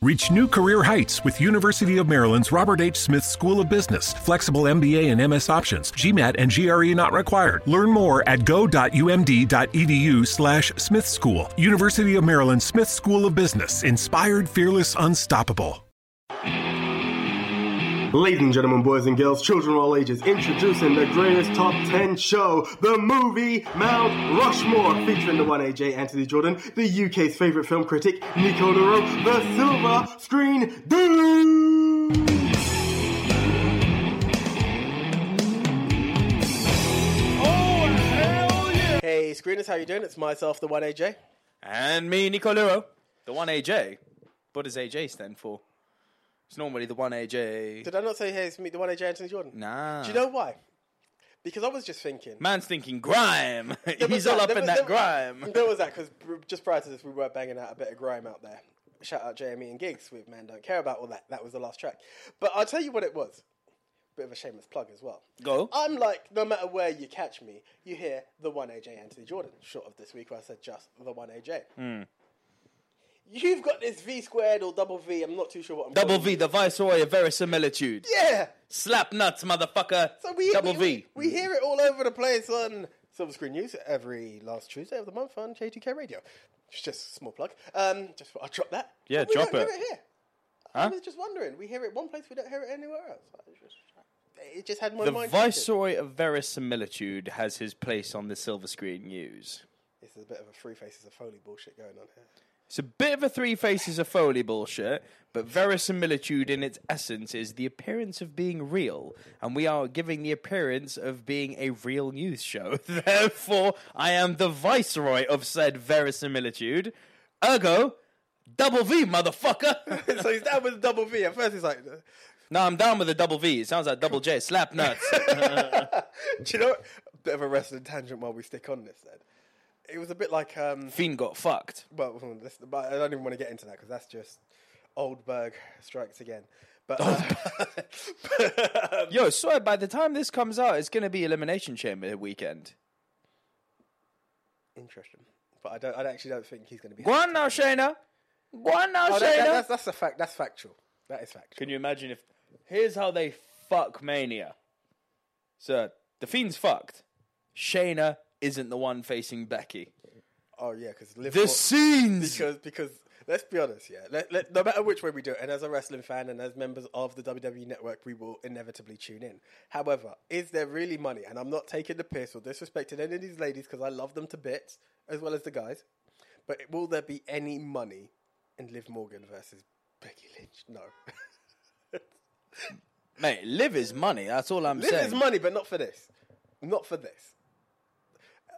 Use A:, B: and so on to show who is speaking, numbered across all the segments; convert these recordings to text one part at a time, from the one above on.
A: Reach new career heights with University of Maryland's Robert H. Smith School of Business. Flexible MBA and MS options. GMAT and GRE not required. Learn more at go.umd.edu slash Smith School. University of Maryland Smith School of Business. Inspired, fearless, unstoppable.
B: Ladies and gentlemen, boys and girls, children of all ages, introducing the greatest top 10 show, the movie Mount Rushmore, featuring the one AJ Anthony Jordan, the UK's favourite film critic, Nico Nero, the Silver Screen Dude!
C: Hey, screeners, how you doing? It's myself, the one AJ.
D: And me, Nico Luro. The one AJ. What does AJ stand for? It's normally the one AJ.
C: Did I not say hey, it's me, the one AJ Anthony Jordan?
D: Nah.
C: Do you know why? Because I was just thinking.
D: Man's thinking grime.
C: There was
D: He's all up
C: there
D: in
C: was-
D: that
C: there-
D: grime.
C: There was that because just prior to this, we were banging out a bit of grime out there. Shout out JME and Gigs with Man Don't Care About all that. That was the last track. But I'll tell you what it was. Bit of a shameless plug as well.
D: Go.
C: I'm like, no matter where you catch me, you hear the one AJ Anthony Jordan. Short of this week, where I said just the one AJ.
D: Hmm.
C: You've got this V squared or double V. I'm not too sure what I'm.
D: Double
C: calling
D: V,
C: it.
D: the viceroy of verisimilitude.
C: Yeah.
D: Slap nuts, motherfucker.
C: So we
D: Double
C: we,
D: V.
C: We hear it all over the place on Silver Screen News every last Tuesday of the month on K2K Radio. It's just a small plug. Um, just thought I'd drop that.
D: Yeah,
C: But we
D: drop
C: don't
D: it.
C: Hear it here. I was just wondering. We hear it one place, we don't hear it anywhere else. I just- It just had my
D: The
C: mind. twisted.
D: viceroy of verisimilitude has his place on the silver screen news.
C: This is a bit of a three faces of Foley bullshit going on here.
D: It's a bit of a three faces of Foley bullshit, but verisimilitude in its essence is the appearance of being real, and we are giving the appearance of being a real news show. Therefore, I am the viceroy of said verisimilitude. Ergo, double V, motherfucker.
C: so he's down with double V. At first, he's like, uh,
D: no, I'm down with a double V. It sounds like double J. Slap nuts.
C: do you know what? Bit of a wrestling tangent while we stick on this then. It was a bit like. um.
D: Fiend got fucked.
C: Well, hmm, this, but I don't even want to get into that because that's just Oldberg strikes again. But uh, um,
D: Yo, swear by the time this comes out, it's going to be Elimination Chamber weekend.
C: interesting. But I don't. I actually don't think he's going to be.
D: Go on now, Shayna. Go on now,
C: Oh,
D: Shayna.
C: that- that- that's, that's a fact. That's factual. That is factual.
D: Can you imagine if? Here's how they fuck Mania. So the Fiend's fucked. Shayna isn't the one facing Becky.
C: Oh yeah, because Liv.
D: The
C: Mor-
D: scenes.
C: because because let's be honest, yeah. Let, let, no matter which way we do it, and as a wrestling fan and as members of the WWE Network, we will inevitably tune in. However, is there really money? And I'm not taking the piss or disrespecting any of these ladies because I love them to bits as well as the guys. But will there be any money in Liv Morgan versus Becky Lynch? No.
D: Mate, live is money. That's all I'm
C: Liv
D: saying.
C: is money, but not for this. Not for this.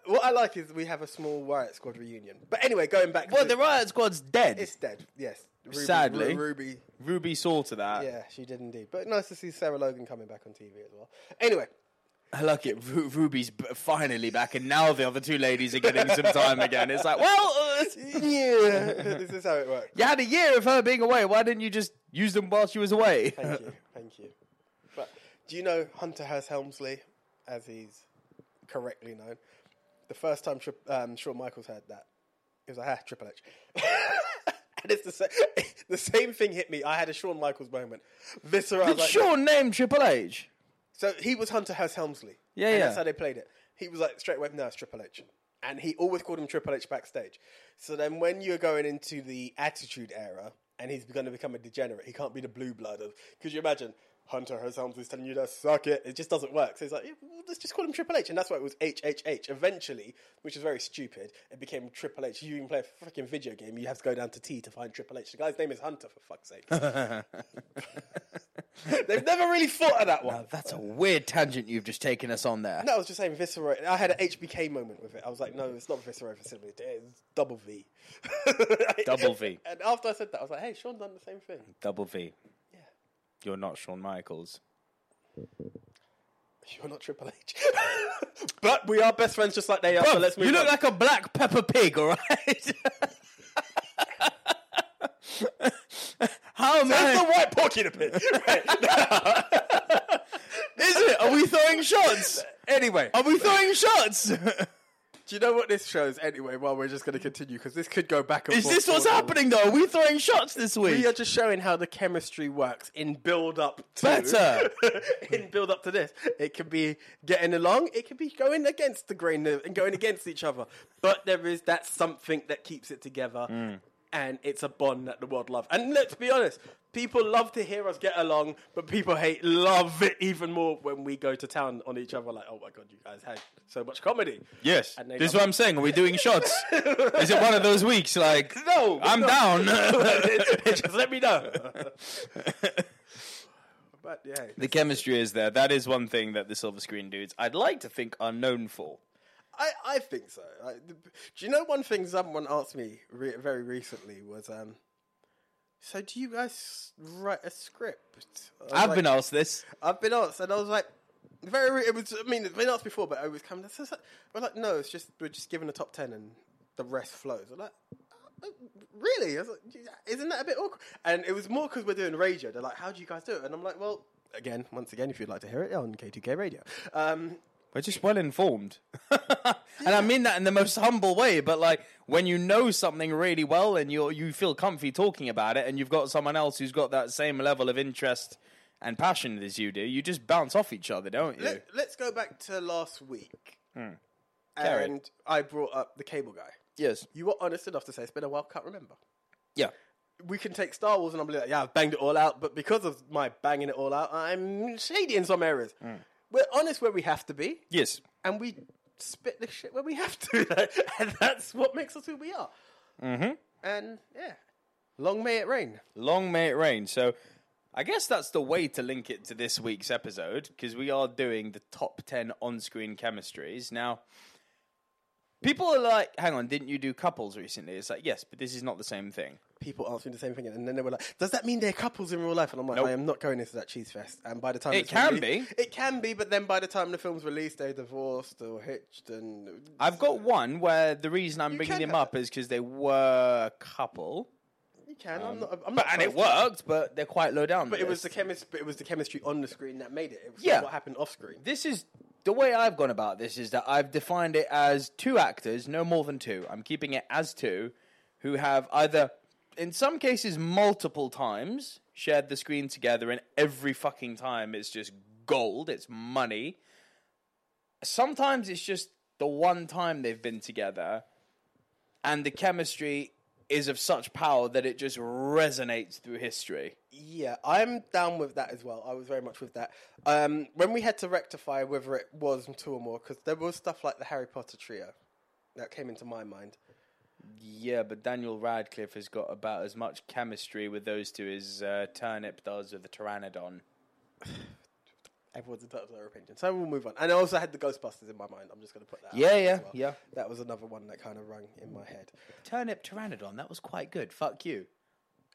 C: What I like is we have a small Riot Squad reunion. But anyway, going back.
D: Well,
C: to-
D: the Riot Squad's dead.
C: It's dead. Yes. Ruby,
D: Sadly.
C: Ruby
D: Ruby saw to that.
C: Yeah, she did indeed. But nice to see Sarah Logan coming back on TV as well. Anyway,
D: I like it. Ru- Ruby's b- finally back, and now the other two ladies are getting some time again. It's like, well, uh,
C: yeah, this is how it works.
D: you had a year of her being away. Why didn't you just use them while she was away?
C: Thank you, thank you. But do you know Hunter Hurst Helmsley, as he's correctly known? The first time Tri- um, Shawn Michaels heard that, it was like, ah, Triple H. and it's the, sa- the same thing hit me. I had a Shawn Michaels moment. Visceral. I was
D: Did
C: like,
D: Sean name Triple H?
C: So he was Hunter Hurst Helmsley.
D: Yeah,
C: and
D: yeah.
C: That's how they played it. He was like straight away, no, it's Triple H. And he always called him Triple H backstage. So then when you're going into the Attitude Era and he's going to become a degenerate, he can't be the blue blood of. Because you imagine Hunter Hurst Helmsley's telling you to suck it. It just doesn't work. So he's like, yeah, well, let's just call him Triple H. And that's why it was HHH. Eventually, which is very stupid, it became Triple H. You even play a freaking video game, you have to go down to T to find Triple H. The guy's name is Hunter, for fuck's sake. They've never really thought of that one.
D: Now, that's a weird tangent you've just taken us on there.
C: No, I was just saying visceral. I had an HBK moment with it. I was like, no, it's not visceral facility. It's double V.
D: Double V.
C: And after I said that, I was like, hey, Sean done the same thing.
D: Double V.
C: Yeah.
D: You're not Shawn Michaels.
C: You're not Triple H. but we are best friends just like they are, so let's move
D: you look
C: on.
D: like a black pepper pig, all right? How
C: That's the
D: man
C: white porky in a pit.
D: is it? Are we throwing shots?
C: Anyway,
D: Are we throwing shots?
C: do Do you know what this shows anyway? Well, we're just going to continue because this could go back and
D: Is
C: forth.
D: this what's
C: forward.
D: happening though? Are we throwing shots this week?
C: We are just showing how the chemistry works in build up to
D: Better.
C: in build up to this. It could be getting along, it could be going against the grain and going against each other. But there is that something that keeps it together
D: Mm.
C: and it's a bond that the world loves. And let's be honest, people love to hear us get along, but people hate love it even more when we go to town on each other like, Oh my god, you guys had so much comedy.
D: Yes.
C: And they
D: This is
C: love
D: what I'm saying. Are we doing shots? is it one of those weeks? Like,
C: No,
D: I'm
C: no.
D: down.
C: just let me know. but yeah,
D: the chemistry is there. That is one thing that the silver screen dudes, I'd like to think, are known for.
C: I, I think so. I, do you know one thing someone asked me re- very recently was, um, so do you guys write a script? I was
D: I've
C: like-
D: been asked this.
C: I've been asked, and I was like, very. re- It was. I mean, it's been asked before, but I was coming. So, so, we're like, no, it's just we're just given a top ten, and the rest flows. I'm like, "Uh, really? I was like, isn't that a bit awkward? And it was more because we're doing radio. They're like, how do you guys do it? And I'm like, well, again, once again, if you'd like to hear it on K2K Radio, um,
D: We're just well informed. and I mean that in the most humble way, but like when you know something really well and you you feel comfy talking about it and you've got someone else who's got that same level of interest and passion as you do, you just bounce off each other, don't you?
C: let, let's go back to last week,
D: Carry.
C: and I brought up the cable guy.
D: yes.
C: You were honest enough to say it's been a while. Can't remember.
D: Yeah.
C: we can take Star Wars, and I'm like, yeah, I've banged it all out, but because of my banging it all out, I'm shady in some areas. We're honest where we have to be,
D: Yes.
C: and we spit the shit where we have to, and that's what makes us who we are. Mm-hmm. And yeah, long may it rain.
D: Long may it rain. So I guess that's the way to link it to this week's episode because we are doing the top 10 on screen chemistries. Now, people are like, hang on, didn't you do couples recently? It's like, yes, but this is not the same thing.
C: People asked me the same thing, and then they were like, "Does that mean they're couples in real life?" And I'm like,
D: Nope.
C: "I am not going into that cheese fest." And by the time
D: It
C: it's
D: can
C: released- it can be, but then by the time the film's released, they're divorced or hitched, and
D: I've got one where the reason I'm bringing
C: can
D: him
C: have
D: up is because they were a couple,
C: you can. I'm not. I'm
D: um, but
C: not
D: and it
C: opposed to
D: worked, but they're quite low down.
C: But
D: the
C: it was
D: list.
C: the chemist. But it was the chemistry on the screen that made it. It was
D: Yeah.
C: yeah. what happened off screen.
D: this is the way I've gone about this is that I've defined it as two actors, no more than two. I'm keeping it as two who have either, in some cases, multiple times shared the screen together, and every fucking time it's just gold, it's money. Sometimes it's just the one time they've been together, and the chemistry is of such power that it just resonates through history.
C: Yeah, I'm down with that as well. I was very much with that. Um, when we had to rectify whether it was two or more, because there was stuff like the Harry Potter trio that came into my mind.
D: Yeah, but Daniel Radcliffe has got about as much chemistry with those two as uh, Turnip does with the Pteranodon.
C: Everyone's entitled to their opinion, so we'll move on. And I also had the Ghostbusters in my mind. I'm just going to put that. out
D: Yeah,
C: there
D: yeah,
C: as well.
D: yeah.
C: That was another one that kind of rang in my head.
D: Turnip Pteranodon, that was quite good. Fuck you.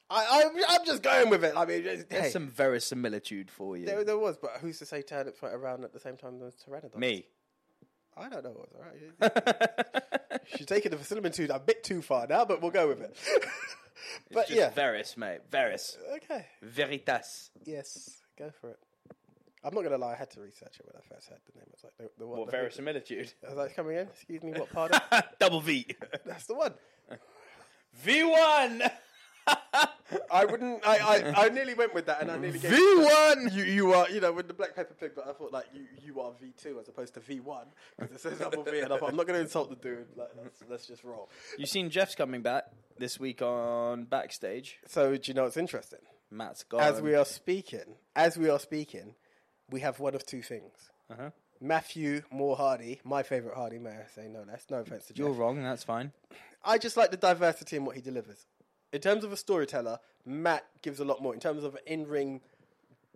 C: I, I I'm just going with it. I mean, it's-
D: There's
C: hey,
D: some verisimilitude for you.
C: there, there was, but who's to say turnips weren't around at the same time as pteranodons?
D: Me.
C: I don't know. All right. She's taking the facility a bit too far now, but we'll go with it. but
D: Just
C: yeah.
D: Veris, mate. Veris.
C: okay.
D: Veritas.
C: Yes. Go for it. I'm not going to lie. I had to research it when I first heard the name. I was like, the, the one.
D: What, verisimilitude?
C: I was like, coming in. Excuse me. What pardon?
D: Double V.
C: That's the one.
D: V1!
C: I wouldn't. I, I, I nearly went with that, and I nearly gave
D: V1!
C: you. You are, you know, with the black pepper pig, but I thought like you, you are V two as opposed to V one because it says double V, and I thought I'm not going to insult the dude. Like, let's, let's just roll.
D: You've seen Jeff's coming back this week on Backstage.
C: So, do you know what's interesting?
D: Matt's gone.
C: as we are speaking, as we are speaking, we have one of two things. Matthew Moore Hardy, my favourite Hardy, may I say no less. No offence to Jeff.
D: You're wrong, that's fine.
C: I just like the diversity in what he delivers. In terms of a storyteller, Matt gives a lot more. In terms of an in-ring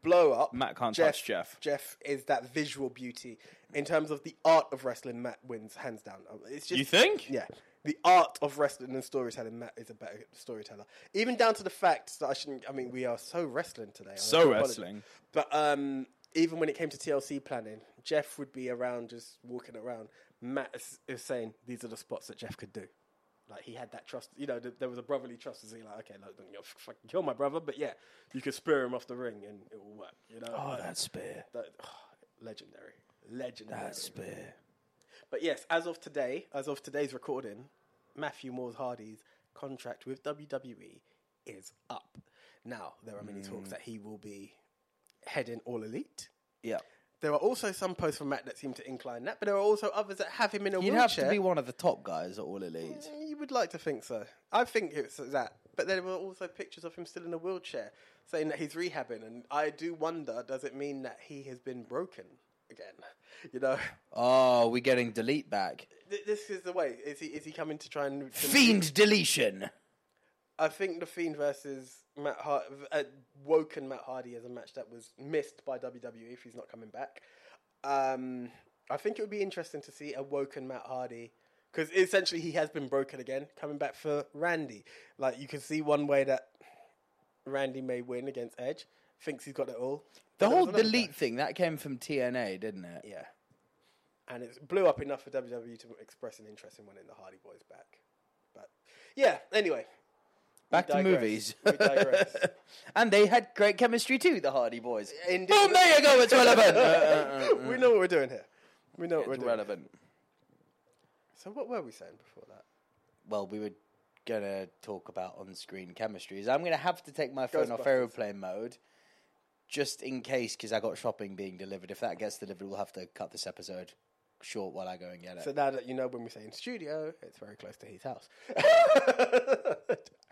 C: blow up,
D: Matt can't touch Jeff.
C: Jeff is that visual beauty. In terms of the art of wrestling, Matt wins hands down. Uh, It's just
D: You think?
C: yeah. The art of wrestling and storytelling, Matt is a better storyteller. Even down to the fact that I shouldn't. I mean, we are so wrestling today. I
D: So
C: apologize.
D: wrestling.
C: But um, even when it came to TLC planning, Jeff would be around just walking around. Matt is, is saying these are the spots that Jeff could do. Like he had that trust. You know, th- there was a brotherly trust. He's like, okay, look, don't you f- fucking kill my brother, but yeah, you could spear him off the ring and it will work. You know,
D: Oh,
C: Like,
D: that spear.
C: that, legendary, legendary.
D: That spear.
C: But yes, as of today, as of today's recording, Matthew Moore's Hardy's contract with WWE is up. Now, there are many talks that he will be heading All Elite.
D: Yeah.
C: There are also some posts from Matt that seem to incline that, but there are also others that have him in a
D: You'd have
C: wheelchair.
D: to be one of the top guys at All Elite.
C: You would like to think so. I think it's that. But there were also pictures of him still in a wheelchair, saying that he's rehabbing. And I do wonder, does it mean that he has been broken again? You know,
D: Oh, we're getting delete back.
C: Th- this is the way. Is he is he coming to try and
D: Fiend deletion.
C: I think the Fiend versus Matt Hardy, uh, Woken Matt Hardy, is a match that was missed by WWE if he's not coming back. Um, I think it would be interesting to see a Woken Matt Hardy because essentially he has been broken again, coming back for Randy. Like you can see one way that Randy may win against Edge. Thinks he's got it all.
D: The
C: But there
D: whole
C: was another
D: delete
C: guy.
D: thing that came from TNA, didn't it?
C: yeah. And it blew up enough for WWE to express an interest in winning the Hardy Boys back. But yeah, anyway,
D: Back to
C: digress.
D: movies.
C: We digress.
D: and they had great chemistry too, the Hardy Boys.
C: Indeed.
D: Boom! There you go. It's relevant. Uh, uh, uh,
C: we know what we're doing here. We know what we're
D: it's
C: doing.
D: relevant.
C: So what were we saying before that?
D: Well, we were gonna talk about on-screen chemistries. I'm gonna have to take my phone off
C: Ghostbusters.
D: aeroplane mode, just in case, because I got shopping being delivered. If that gets delivered, we'll have to cut this episode short while I go and get it.
C: So now that you know when we say in studio, it's very close to his house.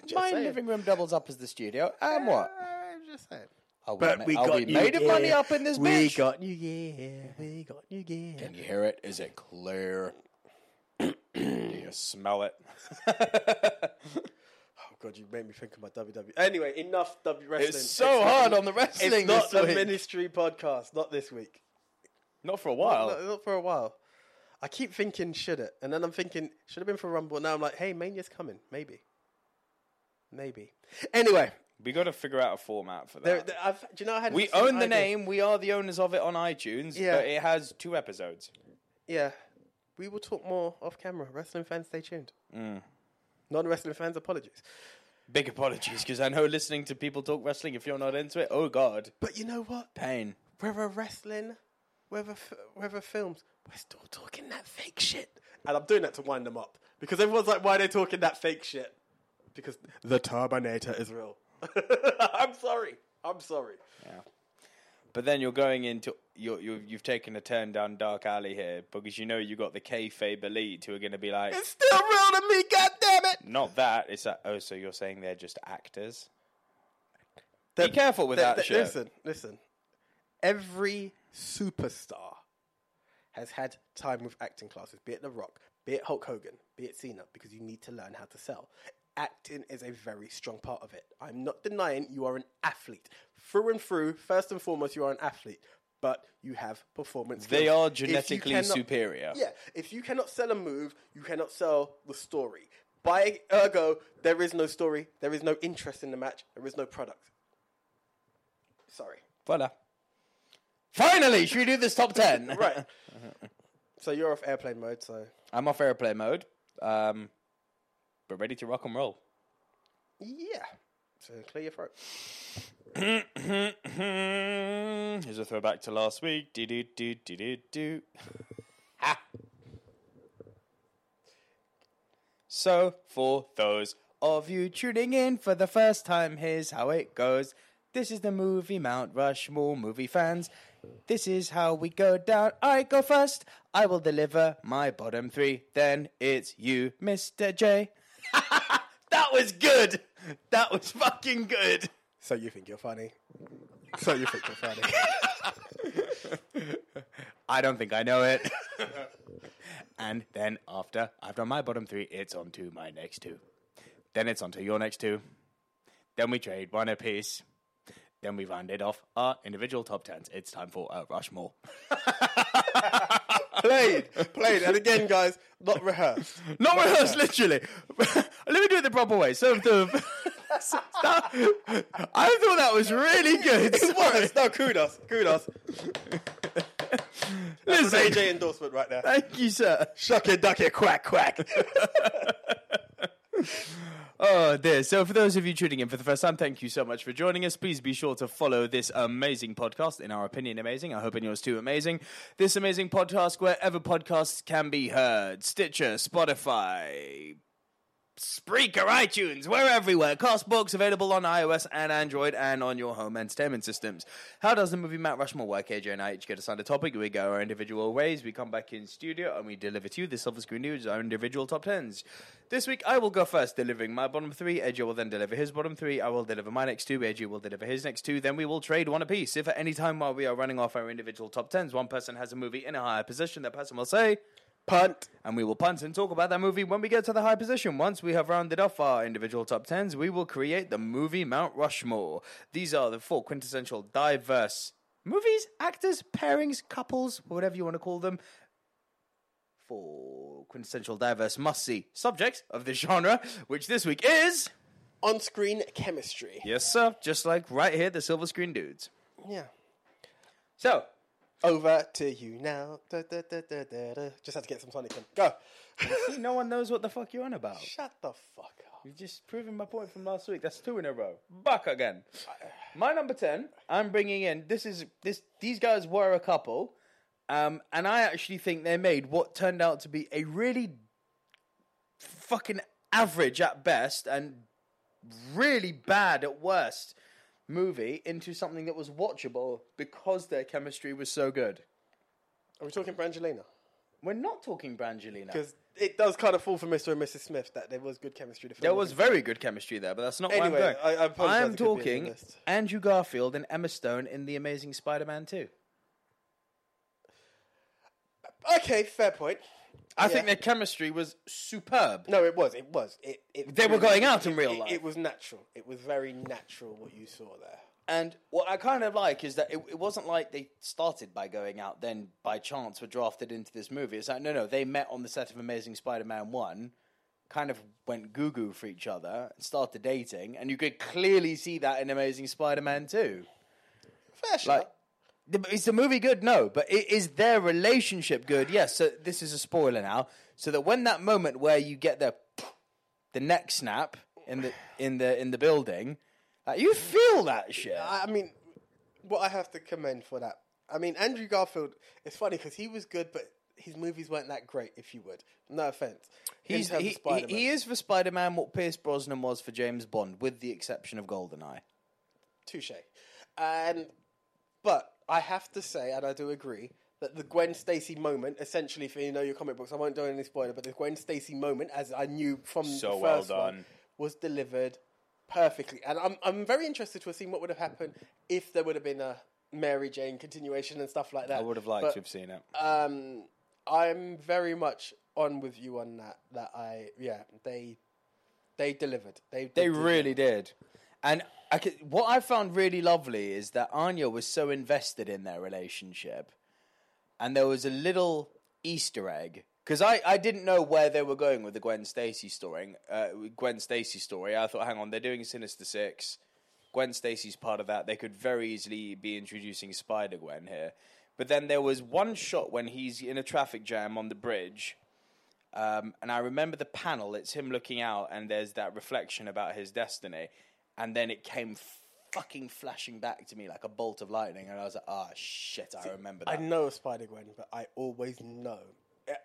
C: Just
D: my
C: saying.
D: living room doubles up as the studio, and what?
C: I'm just saying.
D: Are we,
C: But we
D: are
C: got
D: we
C: you
D: made of money
C: here.
D: up in this
C: we
D: bitch?
C: got new gear. We got new gear.
D: Can you hear it? Is it clear? Do you smell it?
C: Oh god, you made me think of my WWE. E. Anyway, enough W E wrestling.
D: It's so hard on the wrestling.
C: It's not
D: this
C: the
D: week.
C: ministry podcast. Not this week.
D: Not for a while.
C: Not, not for a while. I keep thinking, should it? And then I'm thinking, should have been for Rumble. Now I'm like, hey, Mania's coming. Maybe. Maybe. Anyway,
D: We got to figure out a format for that.
C: there, there- I've, do you know I had
D: we
C: some
D: own the
C: ideas.
D: name. We are the owners of it on iTunes.
C: Yeah.
D: But it has two episodes.
C: Yeah. We will talk more off camera. Wrestling fans, stay tuned.
D: Mm.
C: Non wrestling fans, apologies.
D: Big apologies because I know listening to people talk wrestling. If you're not into it, oh god,
C: But you know what?
D: pain.
C: Whether wrestling, whether, f- whether films, we're still talking that fake shit. And I'm doing that to wind them up because everyone's like, why are they talking that fake shit? Because the Terminator is real. I'm sorry. I'm sorry.
D: But then you're going into you're, you're you've taken a turn down dark alley here because you know you got the kayfabe elite who are going to be like,
C: It's still real to me, God damn it!
D: not that. It's that. Oh, so you're saying they're just actors? Be careful with that shit.
C: Listen, listen. Every superstar has had time with acting classes, be it The Rock, be it Hulk Hogan, be it Cena, because you need to learn how to sell. Acting is a very strong part of it. I'm not denying you are an athlete. Through and through, first and foremost, you are an athlete, but you have performance
D: They
C: skills.
D: are
C: If you
D: genetically superior.
C: Yeah, if you cannot sell a move, you cannot sell the story. By ergo, there is no story, there is no interest in the match, there is no product. Sorry.
D: Voila. Finally, should we do this top ten?
C: Right. so you're off airplane mode, so
D: I'm off airplane mode, um, but ready to rock and roll.
C: yeah. So clear your throat.
D: Mm-hmm. Here's a throwback to last week. Do do do do do do. Ha. So for those of you tuning in for the first time, here's how it goes. This is the movie Mount Rushmore movie fans. This is how we go down. I go first. I will deliver my bottom three. Then it's you, Mr. J. that was good. That was fucking good.
C: So you think you're funny. So you think you're funny.
D: I don't think I know it. and then after I've done my bottom three, it's on to my next two. Then it's on to your next two. Then we trade one apiece. Then we round it off our individual top tens. It's time for a Rushmore.
C: played, played, and again, guys, not rehearsed.
D: Not rehearsed, literally. Let me do it the proper way. So the. so that- I thought that was really good.
C: Yes, no, kudos, kudos. It's an
D: Listen,
C: AJ endorsement right there.
D: thank you, sir.
C: Shuck it, duck it, quack, quack.
D: Oh dear. So for those of you tuning in for the first time, thank you so much for joining us. Please be sure to follow this amazing podcast, in our opinion, amazing. I hope in yours too, amazing. This amazing podcast wherever podcasts can be heard. Stitcher, Spotify, Spreaker, iTunes, we're everywhere. Castbox available on iOS and Android and on your home entertainment systems. How does the movie Mount Rushmore work? AJ and I each get assigned a topic. We go our individual ways. We come back in studio and we deliver to you the silver screen news, our individual top tens. This week I will go first, delivering my bottom three. AJ will then deliver his bottom three. I will deliver my next two. AJ will deliver his next two. Then we will trade one apiece. If at any time while we are running off our individual top tens, one person has a movie in a higher position, that person will say,
C: Punt.
D: and we will punt and talk about that movie when we get to the high position. Once we have rounded off our individual top tens, we will create the movie Mount Rushmore. These are the four quintessential diverse movies, actors, pairings, couples, whatever you want to call them. Four quintessential diverse must see subjects of the genre, which this week is.
C: On screen chemistry.
D: Yes, sir. Just like right here, the Silver Screen Dudes.
C: Yeah.
D: So,
C: Over to you now. Da, da, da, da, da, da. Just had to get some Sonic in. Go.
D: see, no one knows what the fuck you're on about.
C: Shut the fuck up.
D: You've just proven my point from last week. That's two in a row. Back again. My number ten. I'm bringing in. This is this. These guys were a couple, um, and I actually think they made what turned out to be a really fucking average at best and really bad at worst movie into something that was watchable because their chemistry was so good.
C: Are we talking Brangelina?
D: We're not talking Brangelina.
C: Because it does kind of fall for Mr. and Mrs. Smith that there was good chemistry. The film
D: There was very good chemistry there, but that's not
C: Anyway,
D: where I'm
C: I-
D: going.
C: I apologise,
D: am
C: it could be on the
D: talking
C: list.
D: Andrew Garfield and Emma Stone in The Amazing Spider-Man 2.
C: okay. Fair point.
D: I think their chemistry was superb.
C: No, it was. It was. It. it
D: They were going out in
C: it-
D: real
C: it-
D: life.
C: It was natural. It was very natural what you saw there.
D: And what I kind of like is that it, it wasn't like they started by going out, then by chance were drafted into this movie. It's like, no, no, they met on the set of Amazing Spider Man 1, kind of went goo goo for each other, and started dating, and you could clearly see that in Amazing Spider Man 2.
C: Fair shot.
D: Like, the- is the movie good? No, but i- is their relationship good? Yes. So this is a spoiler now. So that when that moment where you get the the neck snap in the in the in the building, like, you feel that shit.
C: I I mean, what I have to commend for that. I mean, Andrew Garfield. It's funny because he was good, but his movies weren't that great. If you would, no offense. In
D: He's,
C: terms of
D: he, he,
C: Spider-Man.
D: he is for Spider Man what Pierce Brosnan was for James Bond, with the exception of Goldeneye.
C: Touche. And but I have to say, and I do agree that the Gwen Stacy moment, essentially, if you know your comic books, I won't do any spoiler, but the Gwen Stacy moment, as I knew from
D: So
C: the
D: well
C: first one,
D: done.
C: was delivered perfectly. And I'm I'm very interested to have seen what would have happened if there would have been a Mary Jane continuation and stuff like that.
D: I would have liked
C: But,
D: to have seen it.
C: Um, I'm very much on with you on that. That I yeah they they delivered.
D: They
C: They did deliver.
D: really did. And I could, what I found really lovely is that Anya was so invested in their relationship. And there was a little Easter egg. Because I, I didn't know where they were going with the Gwen Stacy story. Uh, Gwen Stacy story. I thought, hang on, they're doing Sinister Six. Gwen Stacy's part of that. They could very easily be introducing Spider Gwen here. But then there was one shot when he's in a traffic jam on the bridge um, and I remember the panel. It's him looking out, and there's that reflection about his destiny, and then it came fucking flashing back to me like a bolt of lightning, and I was like, "Ah, shit, I remember
C: I
D: that."
C: know Spider Gwen, but I always know.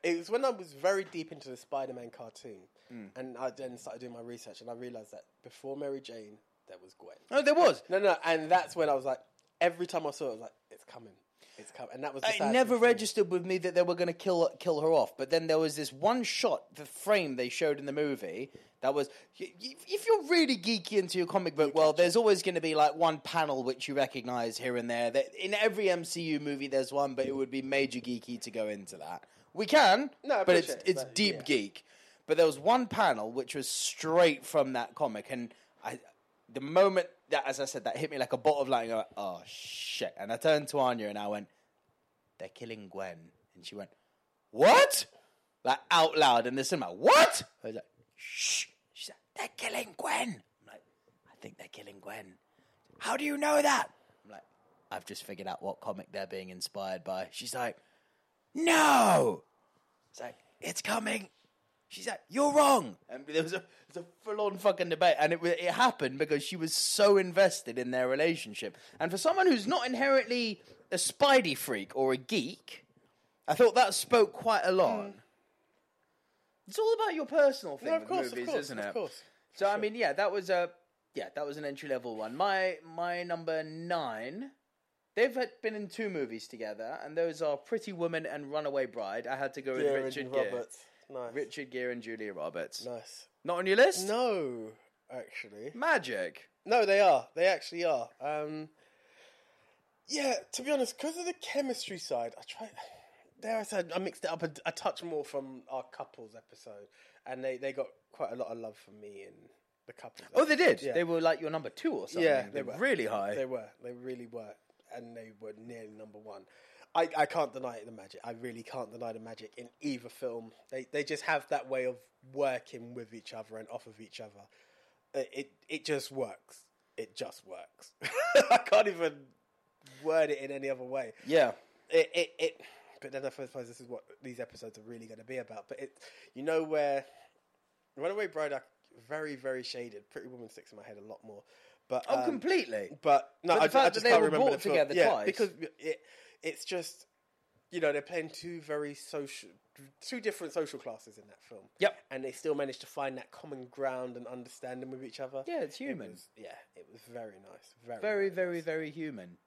C: It was when I was very deep into the Spider Man cartoon,
D: Mm.
C: and I then started doing my research, and I realized that before Mary Jane, there was Gwen.
D: No, there was.
C: No, no, and that's when I was like, every time I saw it, I was like, it's coming, it's coming, and that was. The
D: It
C: sad
D: never
C: thing for me.
D: registered with me that they were going to kill kill her off. But then there was this one shot, the frame they showed in the movie that was. y- y- If you're really geeky into your comic book world, there's always going to be like one panel which you recognise here and there. That in every MCU movie, there's one, but it would be major geeky to go into that. We can,
C: No, I
D: but it's
C: appreciate it,
D: it's
C: but,
D: deep
C: yeah.
D: geek. But there was one panel which was straight from that comic, and I, the moment that, as I said, that hit me like a bolt of lightning. I went, "Oh shit!" And I turned to Anya and I went, "They're killing Gwen," and she went, "What?" Like out loud in the cinema, "What?" I was like, "Shh!" She's like, "They're killing Gwen." I'm like, "I think they're killing Gwen." How do you know that? I'm like, "I've just figured out what comic they're being inspired by." She's like, "No." It's like, it's coming. She's like, "You're wrong," and there was a, there was a full-on fucking debate, and it wa- it happened because she was so invested in their relationship. And for someone who's not inherently a Spidey freak or a geek, I thought that spoke quite a lot. It's all about your personal thing
C: Hmm. No, of
D: with
C: course, of
D: movies,
C: course,
D: isn't
C: of
D: it?
C: course.
D: So I mean, yeah, that was a yeah, that was an entry level one. My my number nine. They've had been in two movies together, and those are Pretty Woman and Runaway Bride. I had to go with
C: Gere
D: Richard
C: and
D: Gere.
C: Roberts. Nice.
D: Richard Gere and Julia Roberts.
C: Nice.
D: Not on your list?
C: No, actually.
D: Magic.
C: No, they are. They actually are. Um, yeah, to be honest, because of the chemistry side, I tried. There I said I mixed it up a, a touch more from our couples episode, and they, they got quite a lot of love from me and the couples.
D: Oh, they did.
C: Yeah.
D: They were like your number two or something.
C: Yeah,
D: they,
C: they
D: were
C: were.
D: really high.
C: They were. They really were, and they were nearly number one. I, I can't deny it, the magic. I really can't deny the magic in either film. They they just have that way of working with each other and off of each other. It it, it just works. It just works. I can't even word it in any other way.
D: yeah.
C: It it. it but then I suppose this is what these episodes are really going to be about. But it, you know, where Runaway Bride are very, very shaded. Pretty Woman sticks in my head a lot more. But
D: Oh,
C: um,
D: completely.
C: but no,
D: But the
C: I,
D: fact
C: I
D: that
C: just
D: they
C: can't
D: were
C: remember
D: brought
C: the film.
D: together
C: yeah,
D: twice.
C: because it, it's just you know they're playing two very social, two different social classes in that film.
D: Yep.
C: and they still managed to find that common ground and understanding with each other.
D: Yeah, it's human.
C: It was, yeah, it was very nice. Very,
D: very,
C: nice.
D: very, very human.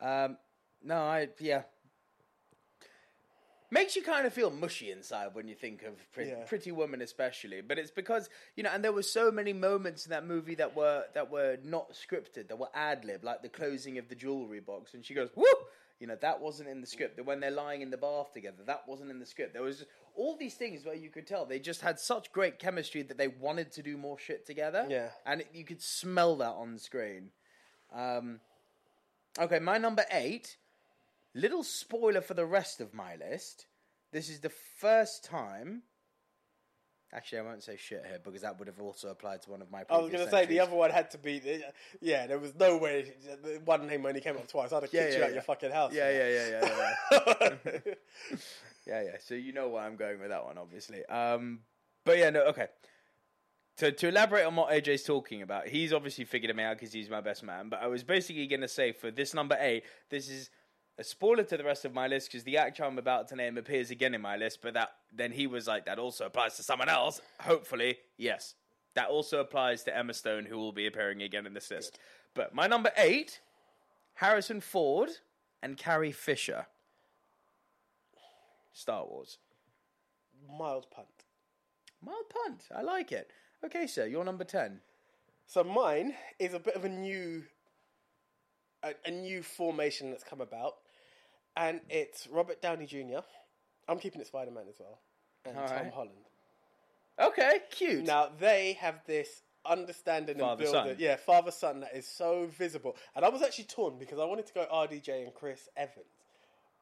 D: Um, no, I yeah. Makes you kind of feel mushy inside when you think of Pretty,
C: Yeah.
D: Pretty Woman, especially. But it's because you know, and there were so many moments in that movie that were that were not scripted, that were ad lib, like the closing of the jewelry box, and she goes, "Woo!" You know, that wasn't in the script. That when they're lying in the bath together, that wasn't in the script. There was just all these things where you could tell they just had such great chemistry that they wanted to do more shit together.
C: Yeah.
D: and it, you could smell that on screen. Um, okay, my number eight. Little spoiler for the rest of my list. This is the first time. Actually, I won't say shit here because that would have also applied to one of my.
C: I
D: Previous
C: was going to say the
D: entries.
C: other one had to be. the- Yeah, there was no way. the One name only came up twice. I'd have
D: Yeah,
C: kicked
D: yeah,
C: you out
D: yeah.
C: your fucking house.
D: Yeah, yeah, yeah, yeah, yeah.
C: yeah.
D: yeah, yeah. So you know where I'm going with that one, obviously. Um, but yeah, no, okay. To to elaborate on what AJ's talking about, he's obviously figured him out because he's my best man. But I was basically going to say for this number eight, this is a spoiler to the rest of my list because the actor I'm about to name appears again in my list. But that then he was like, that also applies to someone else. Hopefully, yes, that also applies to Emma Stone, who will be appearing again in this list. But my number eight, Harrison Ford and Carrie Fisher. Star Wars.
C: Mild punt.
D: Mild punt. I like it. Okay, sir, you're number 10.
C: So mine is a bit of a new, a, a new formation that's come about, and it's Robert Downey Jr. I'm keeping it Spider Man as well, and
D: All
C: Tom
D: right.
C: Holland.
D: Okay, cute.
C: Now they have this understanding and
D: Father-son.
C: building, yeah, father son that is so visible. And I was actually torn because I wanted to go RDJ and Chris Evans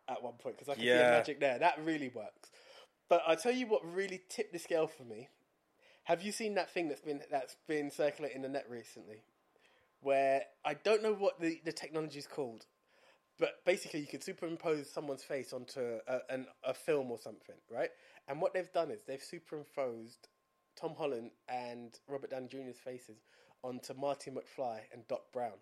C: at one point because I could see
D: Yeah.
C: the magic there. That really works. But I tell you what really tipped the scale for me. Have you seen that thing that's been that's been circulating the net recently, where I don't know what the the technology is called, but basically you can superimpose someone's face onto a, an, a film or something, right? And what they've done is they've superimposed Tom Holland and Robert Downey Jr.'s faces onto Marty McFly and Doc Brown.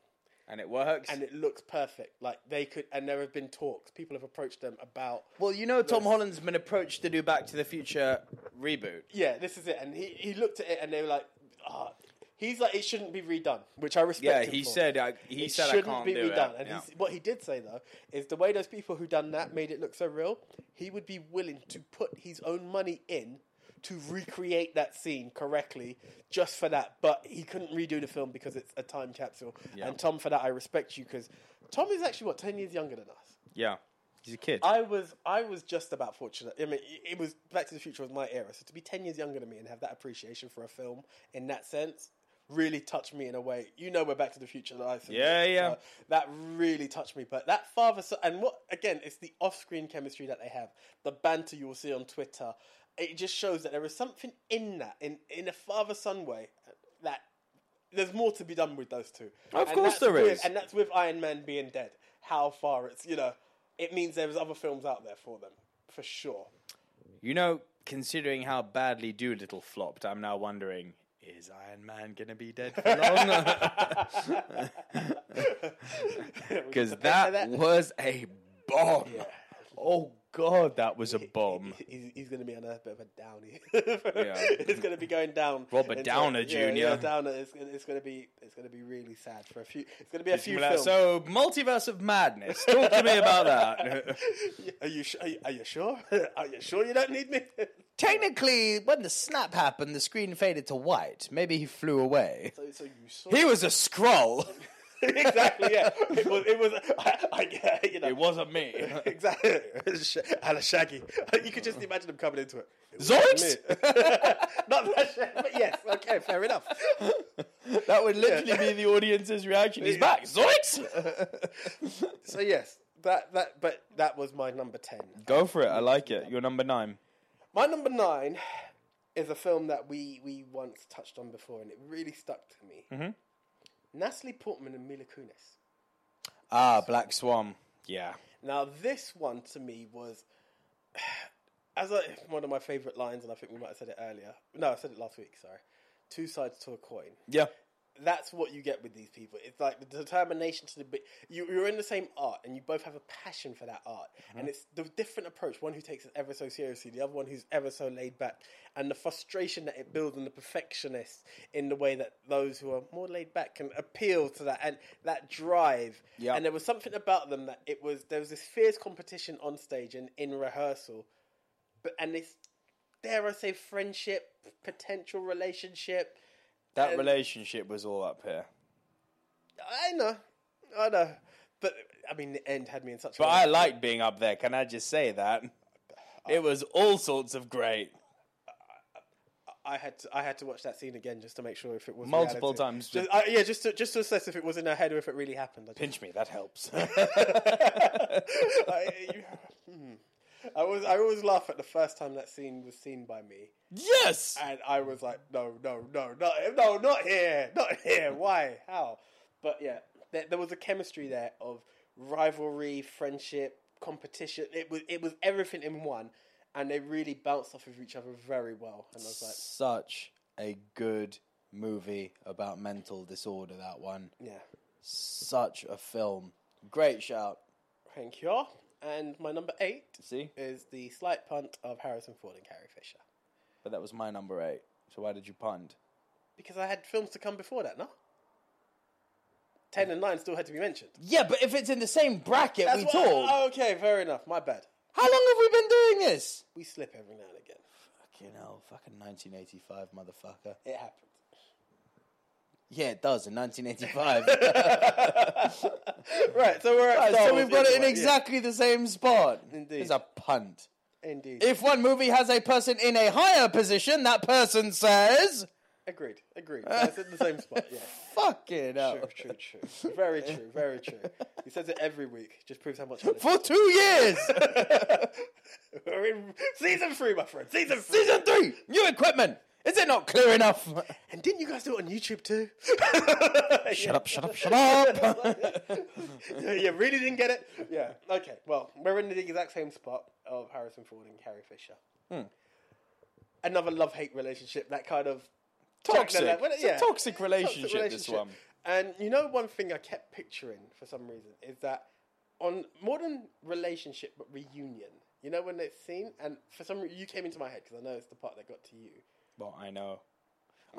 D: and it works.
C: And it looks perfect. Like they could, and there have been talks. People have approached them about,
D: well, you know Tom Holland's been approached to do Back to the Future reboot.
C: yeah, this is it. And he, he looked at it, and they were like, ah, he's like, it shouldn't be redone, which I respect.
D: Yeah,
C: him
D: he
C: for.
D: said I, he
C: it
D: said I
C: shouldn't
D: can't
C: be
D: do
C: redone.
D: it.
C: And
D: Yeah.
C: he's, what he did say though is the way those people who done that made it look so real. He would be willing to put his own money in to recreate that scene correctly just for that. But he couldn't redo the film because it's a time capsule. And Tom, for that, I respect you because Tom is actually what ten years younger than us.
D: Yeah. He's a kid.
C: I was I was just about fortunate. I mean, it- it was Back to the Future was my era, so to be ten years younger than me and have that appreciation for a film in that sense really touched me in a way. You know, we're Back to the Future life.
D: Yeah, yeah.
C: that really touched me. But that father son and what again? It's the off-screen chemistry that they have, the banter you will see on Twitter. It just shows that there is something in that in in a father-son way that. There's more to be done with those two.
D: Of
C: And
D: course
C: that's
D: there
C: with-
D: is.
C: And that's with Iron Man being dead. How far it's you know, it means there's other films out there for them for sure.
D: you know, considering how badly Doolittle flopped, I'm now wondering. Is Iron Man gonna be dead for long? Because that was a bomb. Oh god, that was a bomb.
C: He's, he's going to be on a bit of a downy. it's going to be going down.
D: Robert
C: And so-
D: Downer
C: yeah,
D: Jr..
C: Yeah, Downer. It's, it's going to be it's going to be really sad for a few. It's going to be a few
D: Well,
C: films.
D: So, multiverse of madness. Talk to me about that.
C: Are you su- are you, are you sure? Are you sure you don't need me?
D: Technically, when the snap happened, the screen faded to white. Maybe he flew away.
C: so, so you saw
D: He was a scroll.
C: exactly. Yeah, it was. It was. I, I, you know,
D: It wasn't me.
C: Exactly. Sh- And a shaggy. You could just imagine them coming into it. It was
D: Zoinks!
C: me. Not that shaggy, but yes. Okay, fair enough.
D: That would literally be the audience's reaction. He's back. Zoinks!
C: So yes, that that but that was my number ten.
D: Go for it. I like it. You're number nine.
C: My number nine is a film that we we once touched on before, and it really stuck to me. Natalie Portman and Mila Kunis.
D: Ah, Black Swan. Yeah.
C: Now, this one to me was, as I, one of my favourite lines, and I think we might have said it earlier. No, I said it last week. Sorry, two sides to a coin.
D: Yeah.
C: That's what you get with these people. It's like the determination to the bit. You, you're in the same art, and you both have a passion for that art, and it's the different approach. One who takes it ever so seriously, the other one who's ever so laid back, and the frustration that it builds, and the perfectionists in the way that those who are more laid back can appeal to that and that drive.
D: Yeah.
C: and there was something about them that it was there was this fierce competition on stage and in rehearsal, but and this dare I say friendship, potential relationship.
D: That relationship was all up here.
C: I know, I know, but I mean, the end had me in such.
D: But I liked being up there. Can I just say that? It was all sorts of great.
C: I had to, I had to watch that scene again just to make sure if it was
D: Multiple
C: reality.
D: times.
C: Just, I- yeah, just to just to assess if it was in her head or if it really happened. I just-
D: Pinch me. That helps.
C: I, you- hmm. I was I always laugh at the first time that scene was seen by me,
D: yes.
C: and I was like, no, no, no, no, no, not here, not here. Why? How? But yeah, there, there was a chemistry there of rivalry, friendship, competition. It was it was everything in one, and they really bounced off of each other very well. And I was like.
D: Such a good movie about mental disorder. That one.
C: Yeah.
D: Such a film. Great shout.
C: Thank you. And my number eight
D: See,
C: is the slight punt of Harrison Ford and Carrie Fisher.
D: but that was my number eight. So why did you punt?
C: Because I had films to come before that, no? 10 and 9 still had to be mentioned.
D: Yeah, but if it's in the same bracket,
C: That's
D: we
C: what-
D: talk.
C: okay, fair enough. My bad.
D: How long have we been doing this?
C: We slip every now and again.
D: Fucking hell, fucking 1985, motherfucker.
C: It happens.
D: Yeah, it does in 1985.
C: Right, so we're at
D: Right,
C: Star
D: so
C: Wars
D: we've got it in
C: anyway, yeah.
D: exactly the same spot.
C: Indeed.
D: It's a punt.
C: Indeed.
D: If one movie has a person in a higher position, that person says,
C: Agreed, agreed. So it's in the same spot, yeah.
D: fucking hell.
C: Oh, True, true, true. Very true, very true. He says it every week. Just proves how much. I
D: For two years!
C: We're in season three, my friend. Season three.
D: Season three! New equipment! Is it not clear enough?
C: And didn't you guys do it on YouTube too?
D: shut up, shut up, shut up!
C: you really didn't get it? Yeah. Okay. Well, we're in the exact same spot of Harrison Ford and Carrie Fisher. Another love hate relationship, that kind of
D: Toxic.
C: Jack the Lad-
D: It's a toxic relationship, this one.
C: And you know, one thing I kept picturing for some reason is that on more than relationship, but reunion. You know when it's seen, and for some reason you came into my head because I know it's the part that got to you
D: well, I know.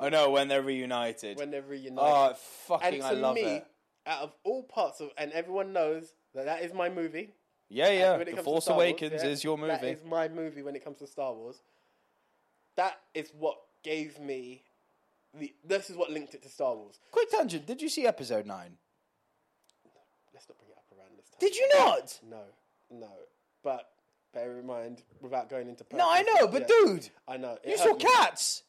D: I know when they're reunited.
C: when they're reunited.
D: oh, fucking,
C: and
D: I
C: to
D: love
C: me,
D: it.
C: out of all parts of, and everyone knows that that is my movie.
D: Yeah, yeah.
C: when it
D: The
C: comes to
D: Force
C: Star Wars,
D: Awakens
C: yeah,
D: is your movie.
C: That is my movie when it comes to Star Wars. That is what gave me the. This is what linked it to Star Wars.
D: Quick tangent. Did you see episode nine?
C: Let's not bring it up around this time.
D: Did you not?
C: No, no. But bear in mind, without going into
D: No, I
C: purpose,
D: know, but
C: yeah,
D: dude,
C: I know. it
D: you
C: hurt
D: saw
C: me.
D: cats.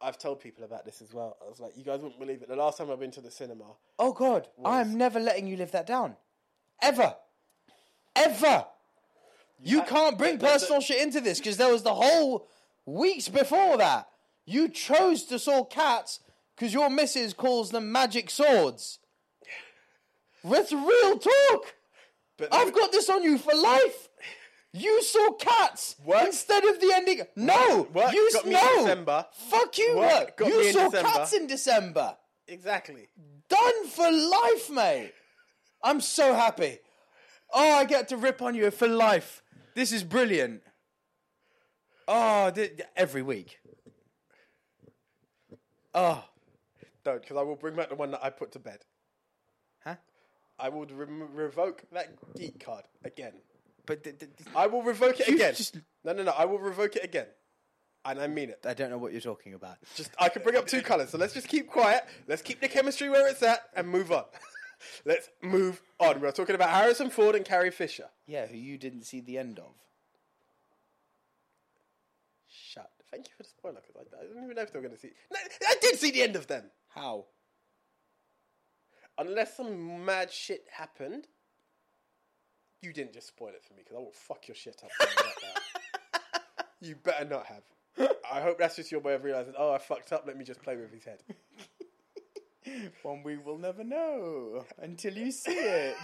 C: I've told people about this as well. I was like, you guys wouldn't believe it. The last time I've been to the cinema,
D: Oh God, I am never letting you live that down, ever, ever. You can't bring personal shit into this because there was the whole weeks before that. You chose to saw cats because your missus calls them magic swords. That's real talk.
C: but
D: I've got this on you for life. You saw cats
C: Work-
D: instead of the ending. No,
C: Work
D: you
C: got me in
D: no.
C: December.
D: Fuck you,
C: Work
D: work.
C: got me
D: You
C: in
D: saw
C: December.
D: cats in December.
C: Exactly.
D: Done for life, mate. I'm so happy. Oh, I get to rip on you for life. This is brilliant. Oh, th- every week. Oh,
C: Don't, because I will bring back the one that I put to bed.
D: huh?
C: I will rem revoke that geek card again.
D: But th- th- th-
C: I will revoke it
D: You
C: again.
D: just-
C: No, no, no. I will revoke it again, and I mean it.
D: I don't know what you're talking about.
C: Just I can bring up two colors. So let's just keep quiet. Let's keep the chemistry where it's at and move on. let's move on. We're talking about Harrison Ford and Carrie Fisher.
D: Yeah, who you didn't see the end of.
C: Shut. Thank you for the spoiler. Cause I, I don't even know if they were going to see. No, I did see the end of them.
D: How?
C: Unless some mad shit happened. You didn't just spoil it for me because I will fuck your shit up. right now. you better not have. I hope that's just your way of realizing. Oh, I fucked up. Let me just play with his head.
D: One we will never know until you see it.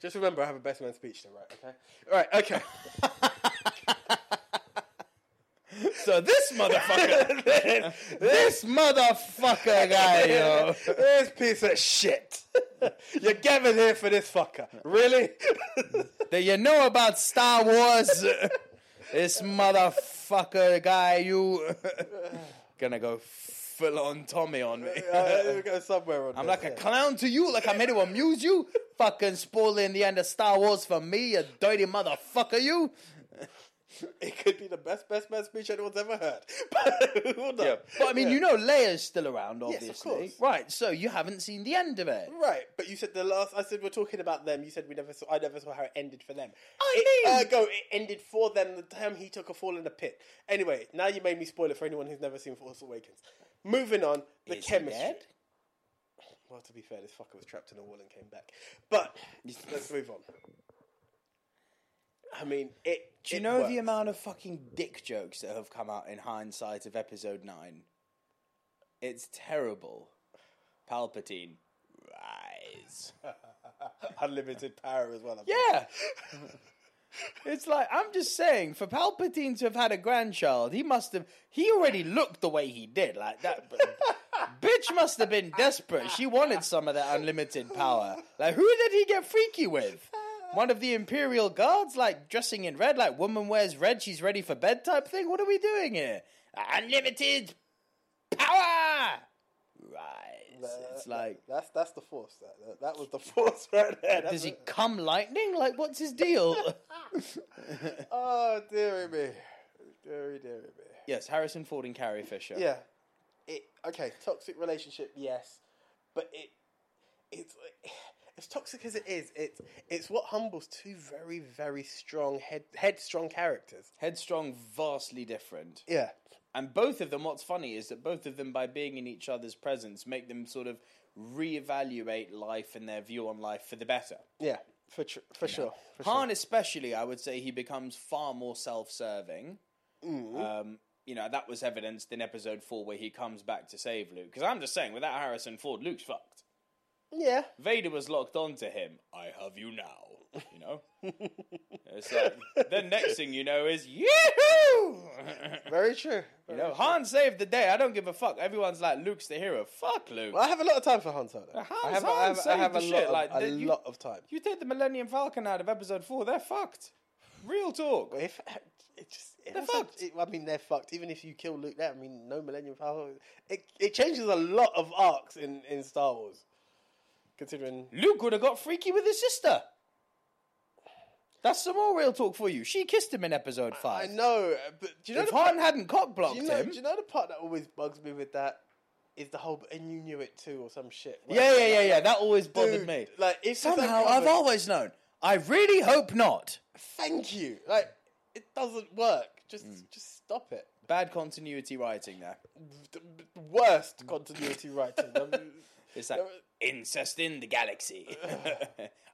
C: Just remember, I have a best man speech though, right? Okay. All right. Okay.
D: so this motherfucker, this motherfucker guy, yo.
C: this piece of shit. You're gathered here for this fucker. Really?
D: that you know about Star Wars. this motherfucker guy, you gonna go full on Tommy on me.
C: Uh, we go somewhere on
D: I'm like a clown to you, like I'm here to amuse you. Fucking spoiling the end of Star Wars for me, you dirty motherfucker, you.
C: It could be the best best man speech anyone's ever heard. But we'll know.
D: But I mean, you know, Leia's still around,
C: Yes,
D: obviously.
C: of course.
D: Right, so you haven't seen the end of it.
C: Right, but you said the last. I said we're talking about them. You said we never saw. I never saw how it ended for them.
D: I mean-
C: it, ergo, it ended for them the time he took a fall in the pit. Anyway, now you made me spoil it for anyone who's never seen Force Awakens. Moving on, the
D: Is he
C: chemistry.
D: dead?
C: Well, to be fair, this fucker was trapped in a wall and came back. But let's move on. I mean, it.
D: Do you
C: it
D: know
C: works.
D: the amount of fucking dick jokes that have come out in hindsight of episode 9? It's terrible. Palpatine, rise.
C: unlimited power as well? I think.
D: Yeah! it's like, I'm just saying, for Palpatine to have had a grandchild, he must have. He already looked the way he did, like that. Bitch must have been desperate. She wanted some of that unlimited power. Like, who did he get freaky with? One of the Imperial guards, like dressing in red, like woman wears red, she's ready for bed type thing. What are we doing here? Unlimited power. Right. it's like,
C: that's that's the force. That that, that was the force right there. That's
D: does he
C: it.
D: come lightning? Like, what's his deal?
C: Oh dearie me, dearie dearie me.
D: yes, Harrison Ford and Carrie Fisher.
C: Yeah. It okay. Toxic relationship, yes, but it it's as toxic as it is. It's it's what humbles two very very strong head headstrong characters.
D: Headstrong, vastly different.
C: Yeah.
D: And both of them, what's funny is that both of them, by being in each other's presence, make them sort of reevaluate life and their view on life for the better.
C: Yeah. For tr- for sure. For sure.
D: Han, especially, I would say he becomes far more self serving.
C: Mm-hmm.
D: Um, you know, that was evidenced in episode four where he comes back to save Luke. Because I'm just saying, without Harrison Ford, Luke's fucked.
C: Yeah.
D: Vader was locked onto him. I have you now. You know? it's like, the next thing you know is, Yahoo!
C: Very true.
D: You know, Han saved the day. I don't give a fuck. Everyone's like, Luke's the hero. Fuck Luke.
C: I have a lot of time for Han Solo. I
D: Han's-
C: have, I
D: Han
C: have, I
D: saved
C: have a
D: the
C: lot,
D: shit,
C: of,
D: like,
C: a
D: the- you-
C: lot of time.
D: You take the Millennium Falcon out of Episode Four, they're fucked. Real talk.
C: If it just, it
D: They're
C: has some-
D: fucked.
C: it- I mean, they're fucked. Even if you kill Luke, that I mean, no Millennium Falcon. It it changes a lot of arcs in in Star Wars. Considering
D: Luke would have got freaky with his sister. That's some more real talk for you. She kissed him in Episode
C: I
D: Five.
C: know, but do you know
D: If
C: the part,
D: Han hadn't cock blocked
C: do you know,
D: him,
C: do you know the part that always bugs me with that is the whole and you knew it too or some shit. Like,
D: yeah, yeah, yeah, yeah. That always bothered
C: dude,
D: me.
C: Like if it's
D: Somehow, I've
C: uncovered-
D: always known. I really hope not.
C: thank you. Like it doesn't work. Just
D: Mm.
C: just stop it.
D: Bad continuity writing there.
C: The- the worst continuity writing. Um,
D: It's like incest in the galaxy,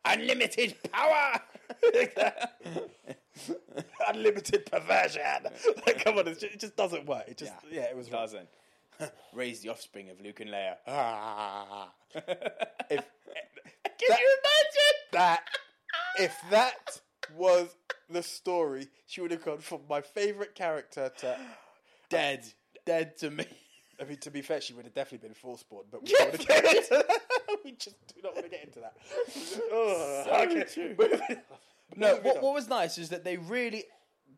D: unlimited power.
C: unlimited perversion. like, come on, it's just, it just doesn't work. It just, yeah, it was wrong.
D: doesn't. Raise the offspring of Luke and Leia.
C: If
D: Can you imagine?
C: that, if that was the story, she would have gone from my favourite character to
D: Dead. Dead to me.
C: I mean, to be fair, she would have definitely been force spawned, but we don't want to get into that. we just do not want to get into that. Oh,
D: So true. No,
C: Moving
D: what,
C: on.
D: what was nice is that they really,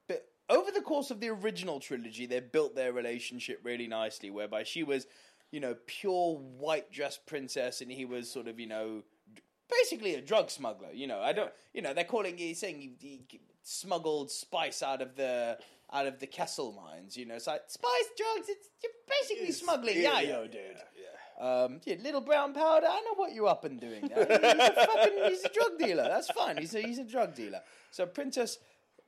D: bu- over the course of the original trilogy, they built their relationship really nicely, whereby she was, you know, pure white dressed princess, and he was sort of, you know, d- basically a drug smuggler. You know, I don't, you know, they're calling he's saying he, he smuggled spice out of the out of the Kessel mines. You know, it's like spice, drugs. It's you're basically smuggling, yeah, yo, dude. Um, yeah, little brown powder. I know what you're up and doing. Now. He's a fucking, he's a drug dealer. That's fine. He's a, he's a drug dealer. So Princess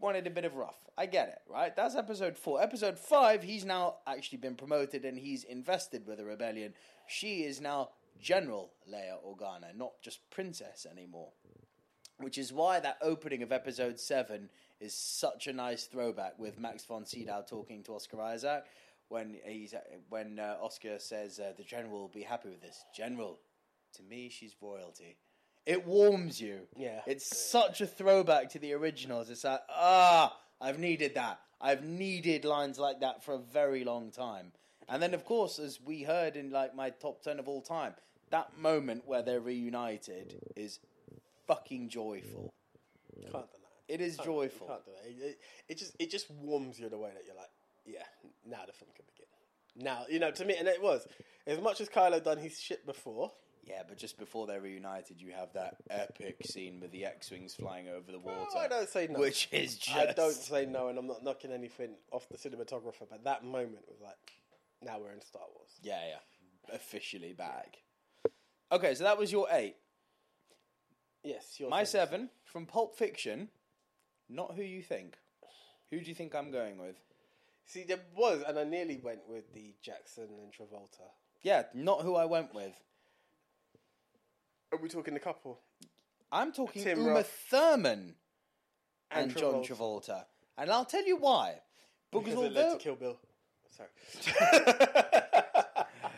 D: wanted a bit of rough. I get it, right? That's episode four. Episode five. He's now actually been promoted and he's invested with the rebellion. She is now General Leia Organa, not just Princess anymore which is why that opening of episode seven is such a nice throwback with Max von Sydow talking to Oscar Isaac when he's when uh, Oscar says uh, the general will be happy with this. General, to me, she's royalty. It warms you.
C: Yeah.
D: it's such a throwback to the originals. It's like ah, I've needed that. I've needed lines like that for a very long time. And then, of course, as we heard in like my top ten of all time, that moment where they're reunited is fucking joyful.
C: Can't deny it.
D: It is joyful.
C: Can't deny it. It, it- it just it just warms you in a way that you're like, yeah, now the film can begin. Now you know to me, and it was as much as Kylo done his shit before.
D: Yeah, but just before they're reunited, you have that epic scene with the X-wings flying over the water.
C: I don't say no.
D: Which is just
C: I don't say no, and I'm not knocking anything off the cinematographer, but that moment was like, now we're in Star Wars.
D: yeah, yeah, officially back. Okay, so that was your eight.
C: Yes, your
D: My
C: turn.
D: seven from Pulp Fiction. Not who you think. Who do you think I'm going with?
C: See, there was, and I nearly went with the Jackson and Travolta.
D: Yeah, not who I went with.
C: Are we talking the couple?
D: I'm talking
C: Tim
D: Uma
C: Roth.
D: Thurman and,
C: And
D: John Travolta, and I'll tell you why. Because,
C: Because it led
D: although
C: to Kill Bill. Sorry.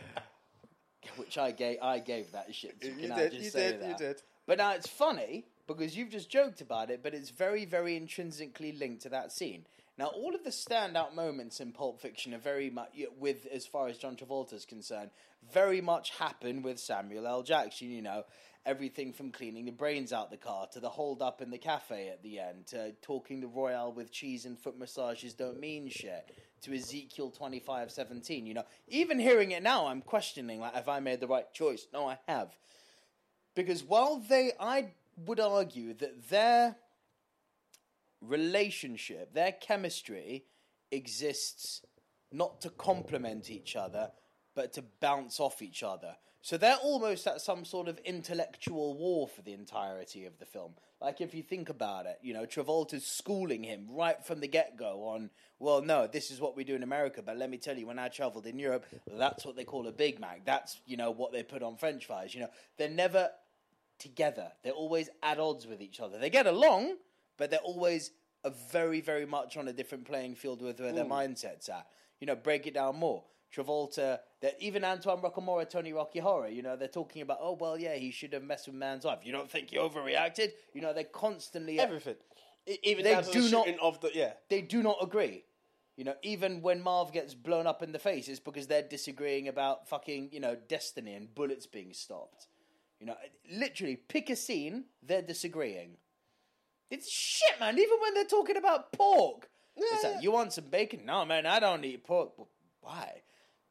D: which I gave I gave that shit. You,
C: You
D: can I
C: did,
D: just
C: you
D: say
C: did, you
D: that?
C: did.
D: But now it's funny because you've just joked about it, but it's very, very intrinsically linked to that scene. Now, all of the standout moments in Pulp Fiction are very much, y- with as far as John Travolta is concerned, very much happen with Samuel L. Jackson. You know, everything from cleaning the brains out the car to the hold up in the cafe at the end to talking the Royale with cheese and foot massages don't mean shit to Ezekiel twenty five seventeen. You know, even hearing it now, I'm questioning like, have I made the right choice? No, I have because while they i would argue that their relationship their chemistry exists not to complement each other but to bounce off each other so they're almost at some sort of intellectual war for the entirety of the film like if you think about it you know travolta's schooling him right from the get-go on well no this is what we do in america but let me tell you when i traveled in europe that's what they call a big mac that's you know what they put on french fries you know they're never together. They're always at odds with each other. They get along, but they're always a very, very much on a different playing field with where their mindsets are. You know, break it down more. Travolta, that even Antoine Rocamora, Tony Rocky Horror, you know, they're talking about, oh well, yeah, he should have messed with man's wife. You don't think he overreacted? You know, they're constantly
C: Everything. E- Even
D: They
C: down to
D: do
C: the
D: not-
C: shooting of the yeah.
D: they do not agree. You know, even when Marv gets blown up in the face, it's because they're disagreeing about fucking, you know, destiny and bullets being stopped. You know, literally, pick a scene, they're disagreeing. It's shit, man, even when they're talking about pork. it's like, you want some bacon? No, man, I don't eat pork. But why?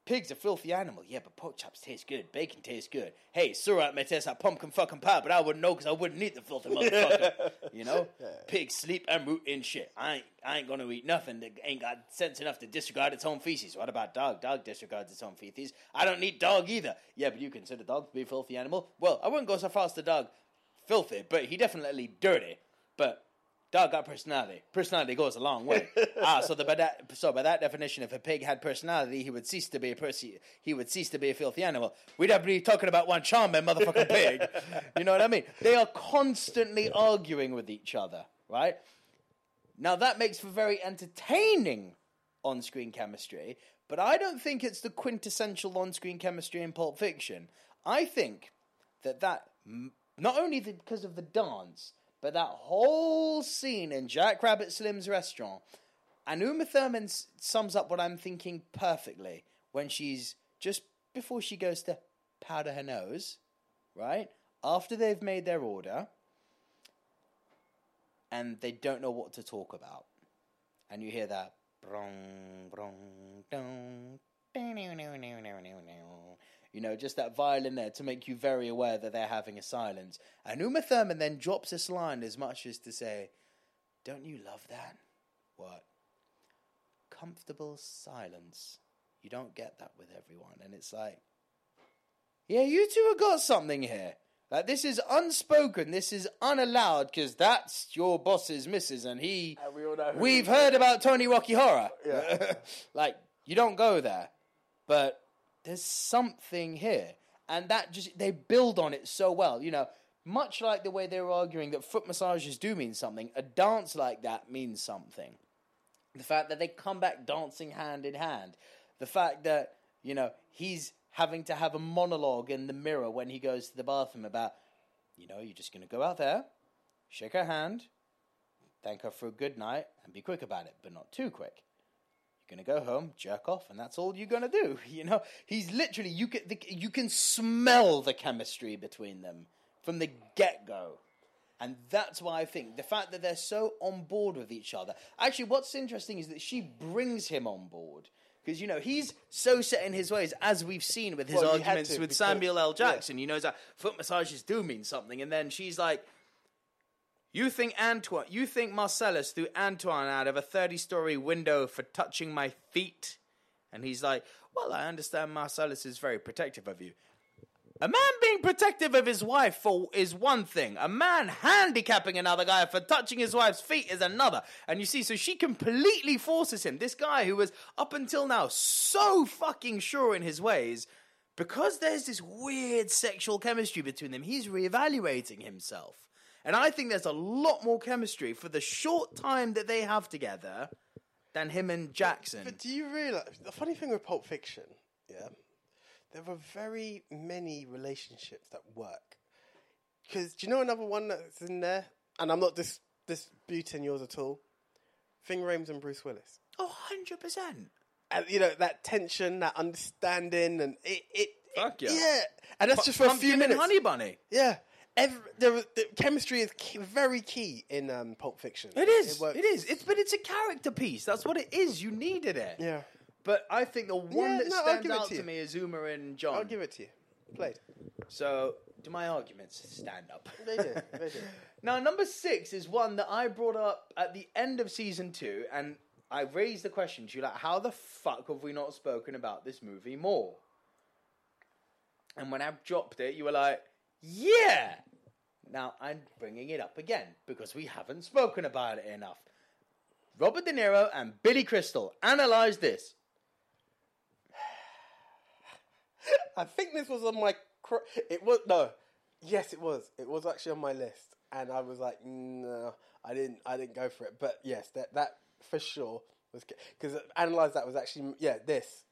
D: Pig's a filthy animal. Yeah, but pork chops taste good. Bacon tastes good. Hey, Surat may taste like pumpkin fucking pie, but I wouldn't know because I wouldn't eat the filthy motherfucker. you know? Pigs sleep and root in shit. I ain't, I ain't going to eat nothing that ain't got sense enough to disregard its own feces. What about dog? Dog disregards its own feces. I don't eat dog either. Yeah, but you consider dog to be a filthy animal? Well, I wouldn't go so far as to dog filthy, but he definitely dirty. But Dog got personality. Personality goes a long way. ah, so the, by that so by that definition, if a pig had personality, he would cease to be a perse- he would cease to be a filthy animal. We'd have to be talking about one charming motherfucking pig. You know what I mean? They are constantly arguing with each other, right? Now that makes for very entertaining on screen chemistry, but I don't think it's the quintessential on screen chemistry in Pulp Fiction. I think that that m- not only the, because of the dance, But that whole scene in Jackrabbit Slim's restaurant, and Uma Thurman s- sums up what I'm thinking perfectly when she's just before she goes to powder her nose, right? After they've made their order, and they don't know what to talk about. And you hear that. brong, brong, dong, you know, just that violin there to make you very aware that they're having a silence. And Uma Thurman then drops this line as much as to say, Don't you love that? What? Comfortable silence. You don't get that with everyone. And it's like, Yeah, you two have got something here. Like, this is unspoken, this is unallowed, because that's your boss's missus, and he.
C: And Uh, we all know who
D: We've
C: he is.
D: heard about Tony Rocky Horror. like, you don't go there but there's something here and that just they build on it so well you know much like the way they were arguing that foot massages do mean something a dance like that means something the fact that they come back dancing hand in hand the fact that you know he's having to have a monologue in the mirror when he goes to the bathroom about you know you're just going to go out there shake her hand thank her for a good night and be quick about it but not too quick you're gonna go home, jerk off, and that's all you're gonna do. You know, he's literally you can the, you can smell the chemistry between them from the get go, and that's why I think the fact that they're so on board with each other. Actually, what's interesting is that she brings him on board because you know he's so set in his ways, as we've seen with his
C: Well, he had
D: arguments
C: to
D: with
C: before-
D: Samuel L. Jackson. You know, it's like foot massages do mean something, and then she's like. You think Antoine, you think Marcellus threw Antoine out of a 30 story window for touching my feet? And he's like, Well, I understand Marcellus is very protective of you. A man being protective of his wife for is one thing. A man handicapping another guy for touching his wife's feet is another. And you see, so she completely forces him. This guy who was up until now so fucking sure in his ways, because there's this weird sexual chemistry between them, he's reevaluating himself. And I think there's a lot more chemistry for the short time that they have together than him and Jackson.
C: But do you realize the funny thing with Pulp Fiction? Yeah, there were very many relationships that work. Because do you know another one that's in there? And I'm not dis- disputing yours at all. Ving Rhames and Bruce Willis.
D: Oh, 100%.
C: And you know that tension, that understanding, and it, it,
E: Fuck
C: it-
E: yeah.
C: And that's just for a few
D: Pumpkin and
C: minutes.
D: Honey Bunny.
C: Yeah. Every, there was, the chemistry is key, very key in um, Pulp Fiction.
D: It is.
C: works.
D: it is. It's but it's a character piece. That's what it is. You needed it.
C: Yeah.
D: But I think the one
C: Yeah,
D: that
C: no, I'll
D: stands
C: give it
D: out
C: to
D: to,
C: you.
D: me is Uma and John.
C: I'll give it to you. Played.
D: So do my arguments stand up?
C: They did. They did.
D: Now, number six is one that I brought up at the end of season two, and I raised the question to you, like, how the fuck have we not spoken about this movie more? And when I dropped it, you were like, yeah! Now, I'm bringing it up again because we haven't spoken about it enough. Robert De Niro and Billy Crystal analyze this.
C: I think this was on my. Cr- it was no. Yes, it was. It was actually on my list, and I was like, no, I didn't. I didn't go for it. But yes, that that for sure was because analyze that was actually yeah this.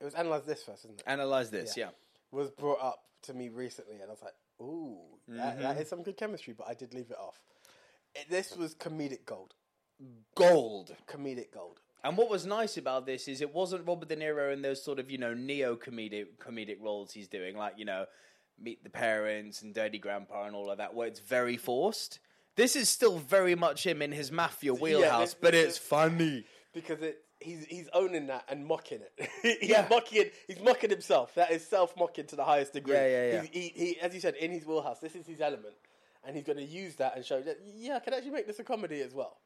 C: It was analyze this first, isn't it?
D: Analyze this,
C: Yeah. Was brought up to me recently, and I was like, ooh, that, that is some good chemistry. But I did leave it off. It, this was comedic gold.
D: Gold.
C: Comedic gold.
D: And what was nice about this is it wasn't Robert De Niro in those sort of you know neo comedic comedic roles he's doing, like you know Meet the Parents and Dirty Grandpa and all of that, where it's very forced. This is still very much him in his mafia wheelhouse,
C: this-
D: but
C: this
D: it's
C: is-
D: funny.
C: because it he's he's owning that and mocking it. he's mocking he's mocking himself. That is self mocking to the highest degree.
D: Yeah, yeah, yeah.
C: He's- He, he, as you said, in his wheelhouse, this is his element, and he's going to use that and show that yeah, I can actually make this a comedy as well.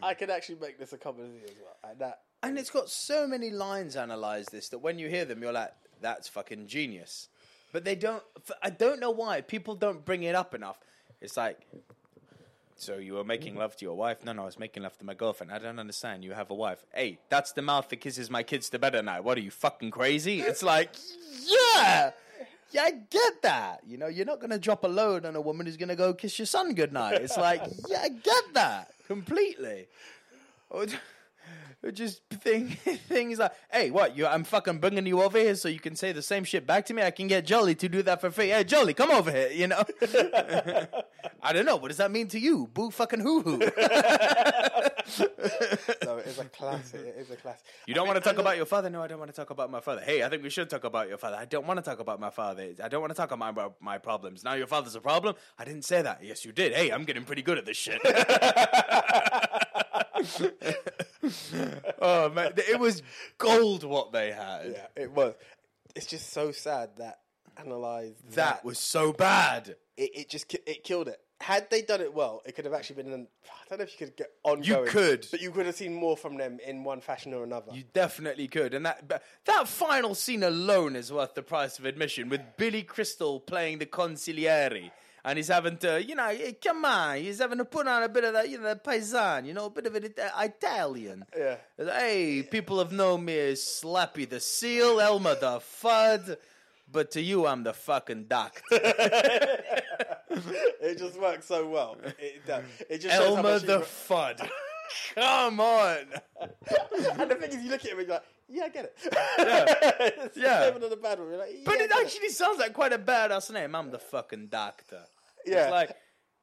C: I can actually make this a comedy as well, and that
D: And it's got so many lines analyzed this that when you hear them, you're like, that's fucking genius. But they don't, f- I don't know why people don't bring it up enough. It's like, so you were making love to your wife? No, no, I was making love to my girlfriend. I don't understand. You have a wife. Hey, that's the mouth that kisses my kids to bed at night. What are you fucking crazy? It's like, yeah, yeah, I get that. You know, you're not going to drop a load on a woman who's going to go kiss your son goodnight. It's like, yeah, I get that completely. Or j- or just thing things like, hey, what? You, I'm fucking bringing you over here so you can say the same shit back to me. I can get Jolly to do that for free. Hey, Jolly, come over here. You know, I don't know. What does that mean to you? Boo fucking hoo hoo.
C: No, it is a classic. It is a classic.
D: You don't want to talk about your father? No, I don't want to talk about my father. Hey, I think we should talk about your father. I don't want to talk about my father. I don't want to talk about my, my problems. Now your father's a problem? I didn't say that. Yes, you did. Hey, I'm getting pretty good at this shit. oh, man. It was gold what they had.
C: Yeah, it was. It's just so sad that analyze
D: That was so bad.
C: it, it just ki- it killed it. Had they done it well, it could have actually been. An, I don't know if you could get ongoing.
D: could.
C: but you could have seen more from them in one fashion or another.
D: You definitely could, and that but that final scene alone is worth the price of admission. With Billy Crystal playing the consigliere, and he's having to, you know, eh, come on, he's having to put on a bit of that, you know, paisan, you know, a bit of it uh, Italian.
C: Yeah.
D: Hey, people have known me as Slappy the Seal, Elmer the Fudd, but to you, I'm the fucking doctor,
C: it just worked so well. It, it, it just shows how
D: Elmer
C: much you
D: the
C: were-
D: Fudd. Come on,
C: and the thing is, you look at him and you're like, "Yeah, I get it." it's
D: Yeah.
C: Even on the bad one, you're like, yeah,
D: but
C: I
D: it
C: get
D: actually sounds like quite a badass name. I'm the fucking doctor.
C: yeah,
D: It's like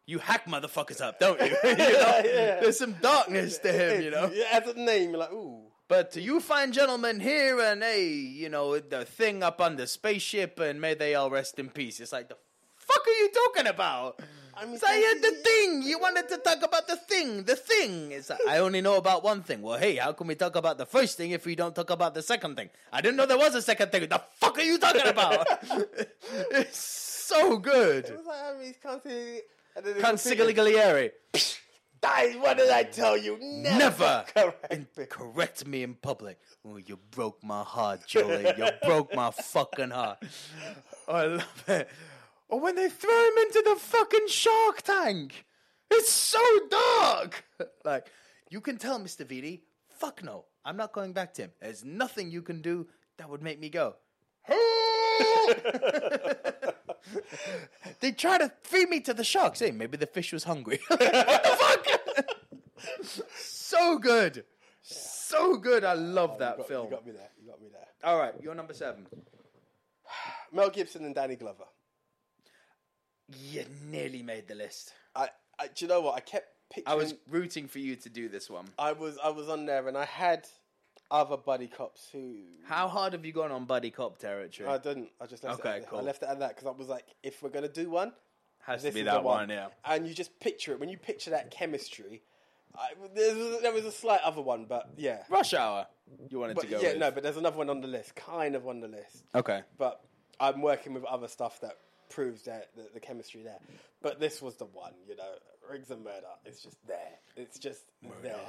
D: you hack motherfuckers up, don't you? You know? There's some darkness to him, you know.
C: Yeah, as a name, you're like, "Ooh,
D: But to you fine gentlemen here and hey, you know, the thing up on the spaceship and may they all rest in peace. It's like the fuck are you talking about?
C: mean,
D: it's like, yeah, the thing. You wanted to talk about the thing, the thing. It's like, I only know about one thing. Well, hey, how can we talk about the first thing if we don't talk about the second thing? I didn't know there was a second thing. The fuck are you talking about? it's so good.
C: it's like, I mean, can't see." And then it's a thing.
D: Consigliere.
C: Guys, what did I tell you? Never.
D: Never
C: Correct.
D: in- correct me in public. Oh, you broke my heart, Jolie. You broke my fucking heart. I love it. Or when they throw him into the fucking shark tank. It's so dark. Like, you can tell Mr. Viti, fuck no, I'm not going back to him. There's nothing you can do that would make me go. Eh. they try to feed me to the sharks. Hey, maybe the fish was hungry. what the fuck? so good. So good. I love that
C: Oh, You got-
D: film.
C: You got me there. You got me there.
D: All right, you're number seven.
C: Mel Gibson and Danny Glover.
D: You nearly made the list.
C: I, I do you know what? I kept picturing.
D: I was rooting for you to do this one.
C: I was, I was on there, and I had other buddy cops who.
D: How hard have you gone on buddy cop territory?
C: I didn't. I just left
D: Okay,
C: it. At,
D: cool.
C: I left it at that because I was like, if we're gonna do one,
D: Has
C: this
D: to be
C: is
D: that
C: the
D: one. yeah.
C: And you just picture it when you picture that chemistry. I, there, was, there was a slight other one, but yeah,
D: Rush Hour. You wanted to
C: but
D: go
C: yeah,
D: with.
C: no, but there's another one on the list, kind of on the list.
D: okay.
C: but I'm working with other stuff that proves that the, the chemistry there. But this was the one, you know, Riggs and Murder. It's just there. It's just there.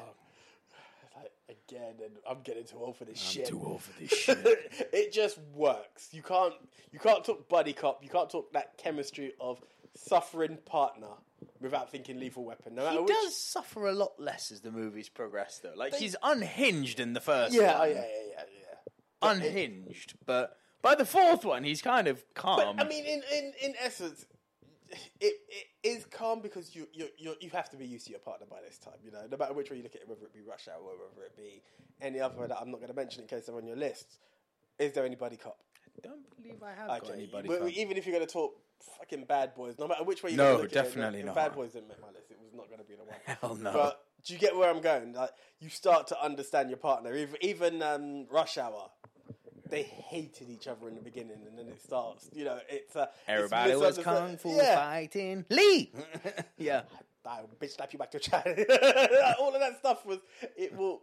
C: It's Like, again, and I'm getting too old for this shit.
D: too old for this shit.
C: it just works. You can't you can't talk buddy cop. You can't talk that chemistry of suffering partner without thinking lethal weapon. No matter
D: He
C: which,
D: does suffer a lot less as the movies progress, though. Like he's unhinged in the first.
C: yeah, oh,
D: one.
C: yeah, yeah, yeah, yeah.
D: unhinged, but by the fourth one, he's kind of calm.
C: I mean, in, in, in essence, it, it is calm because you you you you have to be used to your partner by this time. You know, no matter which way you look at it, whether it be Rush Hour or whether it be any other that I'm not going to mention in case they're on your list. Is there anybody cop?
D: I don't believe I have got
C: Okay,
D: anybody.
C: we- we-
D: calm.
C: even if you're going to talk fucking Bad Boys, no matter which way you
D: No,
C: look
D: definitely
C: at it,
D: not.
C: Bad Boys didn't make my list. It was not going to be the one.
D: Hell no.
C: But do you get where I'm going? Like you start to understand your partner. Even, even um, Rush Hour, they hated each other in the beginning, and then it starts. You know, it's uh,
D: Everybody
C: it's
D: was
C: misunderstood-
D: kung fu
C: Yeah,
D: fighting. Lee. yeah.
C: I bitch slap you back to China. All of that stuff was it will.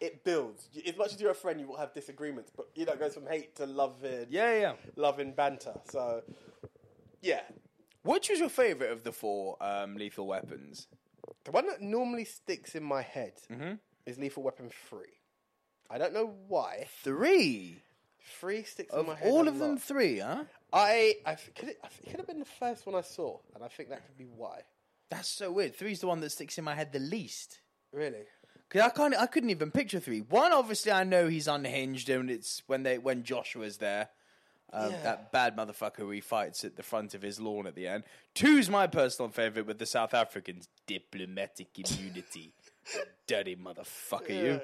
C: It builds. As much as you're a friend, you will have disagreements, but you know it goes from hate to love and
D: Yeah, yeah.
C: love and banter. So, yeah,
D: Which was your favorite of the four um, Lethal Weapons?
C: The one that normally sticks in my head
D: Mm-hmm.
C: is Lethal Weapon 3. I don't know why.
D: Three.
C: 3 sticks in
D: Of
C: my head.
D: all
C: a
D: of them,
C: lot.
D: three, huh?
C: I, I, f- could it, I f- it could have been the first one I saw, and I think that could be why.
D: That's so weird. Three's the one that sticks in my head the least.
C: Really?
D: Cause I can't, I couldn't even picture three. One, obviously, I know he's unhinged, and it's when they when Joshua's there, um,
C: Yeah.
D: that bad motherfucker who he fights at the front of his lawn at the end. Two's my personal favorite with the South Africans, diplomatic immunity, dirty motherfucker, you.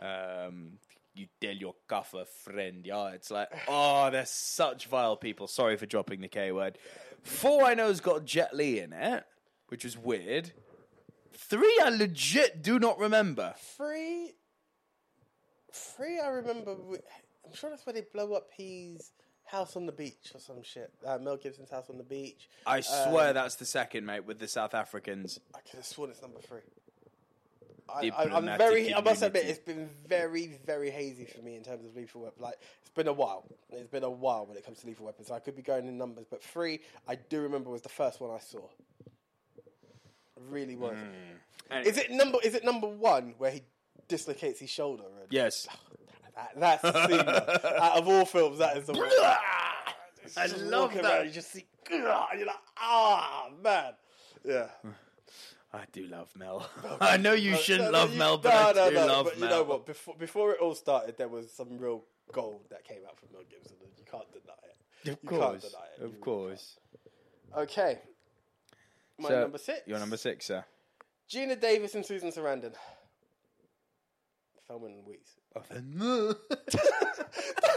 D: Um, you tell your kaffer friend, yeah. It's like, oh, they're such vile people. Sorry for dropping the K word. Four, I know's got Jet Li in it. which was weird. Three, I legit do not remember.
C: Three, three. I remember. w- I'm sure that's where they blow up his house on the beach or some shit. Uh, Mel Gibson's house on the beach.
D: I swear that's the second, mate, with the South Africans.
C: I could have sworn it's number three. I, I, I'm very. I must admit, it's been very, very hazy for me in terms of lethal weapon. Like it's been a while. It's been a while when it comes to lethal weapons. I could be going in numbers, but three, I do remember was the first one I saw. Really was.
D: Hmm.
C: Is it number? Is it number one where he dislocates his shoulder? And
D: Yes.
C: That, that's the scene. though. Out of all films, that is the one.
D: I
C: Just
D: love
C: walking
D: that.
C: around, you just see, and you're like, ah, man. Yeah.
D: I do love Mel. I know you shouldn't
C: No, no,
D: love
C: you-
D: Mel, but
C: no,
D: I
C: no,
D: do
C: no,
D: love
C: but
D: Mel.
C: You know what? Before, before it all started, there was some real gold that came out from Mel Gibson, and you can't deny it.
D: Of
C: you
D: course,
C: can't deny it. You
D: of
C: really
D: course.
C: can't. Okay. My
D: So,
C: number six.
D: You're number six, sir.
C: Gina Davis and Susan Sarandon. Thelma and Louise.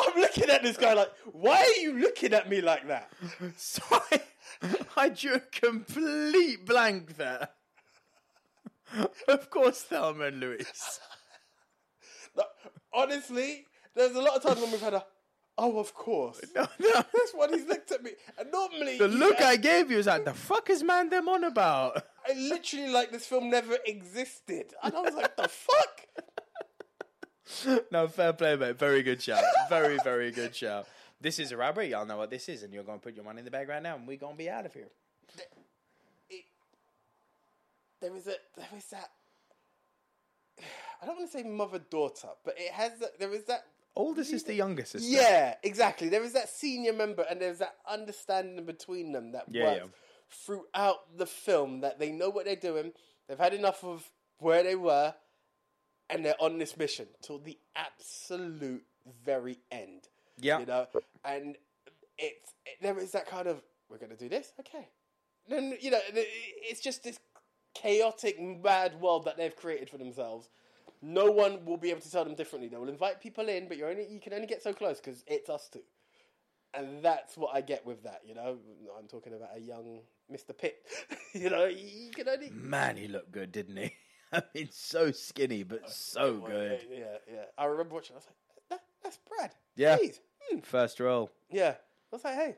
C: I'm looking at this guy like, why are you looking at me like that?
D: Sorry, I drew a complete blank there. of course, Thelma and Louise.
C: Like, honestly, there's a lot of times when we've had a, oh, of course.
D: No, no.
C: That's what he's looked at me. And normally,
D: The
C: you-
D: look I gave you was like, the fuck is man them on about?
C: I literally like this film never existed. And I was like, the fuck?
D: No, fair play, mate. Very good shout. Very, very good shout. This is a robbery. Y'all know what this is, and you're going to put your money in the bag right now, and we're going to be out of here.
C: It, there is a there is that I don't want to say mother daughter, but it has that there is that
D: Oldest is the youngest sister.
C: Yeah, exactly. There is that senior member and there's that understanding between them that
D: Yeah,
C: works throughout the film that they know what they're doing, they've had enough of where they were, and they're on this mission till the absolute very end.
D: Yeah.
C: You know? And it's it, there is that kind of we're gonna do this, okay. Then you know, it- it's just this chaotic, mad world that they've created for themselves. No one will be able to tell them differently. They will invite people in, but you're only you can only get so close because it's us two, and that's what I get with that. You know, I'm talking about a young Mister Pitt. you know, you can only
D: Man, he looked good, didn't he? I mean, so skinny, but so good.
C: Yeah, yeah. I remember watching. I was like, that, that's Brad.
D: Yeah.
C: Jeez. Hmm.
D: First roll.
C: Yeah. I was like, hey.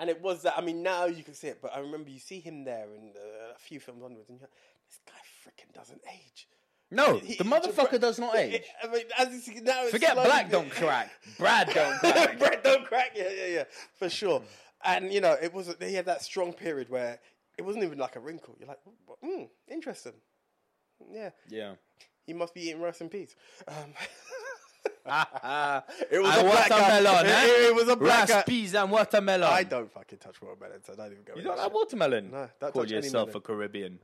C: And it was that. I mean, now you can see it, but I remember you see him there in uh, a few films onwards, and you're like, this guy freaking doesn't age.
D: No,
C: He-
D: the
C: he-
D: motherfucker does not
C: I-
D: age.
C: I mean, as you see now, it's
D: Forget
C: slowly-
D: Black don't crack. Brad don't crack.
C: Brad don't crack. Yeah, yeah, yeah, for sure. And you know, it was he had that strong period where it wasn't even like a wrinkle. You're like, mm, interesting. Yeah,
D: Yeah.
C: he must be eating rice and peas. Um,
D: it
C: It was
D: was
C: a black guy.
D: Uh, watermelon.
C: It-
D: eh?
C: it- it was a black guy.
D: Rice, peas, and watermelon.
C: I don't fucking touch watermelon, so I don't even go.
D: You
C: in
D: don't
C: that
D: like
C: shit.
D: watermelon?
C: No, don't
D: Call
C: touch any
D: yourself
C: melon.
D: a Caribbean.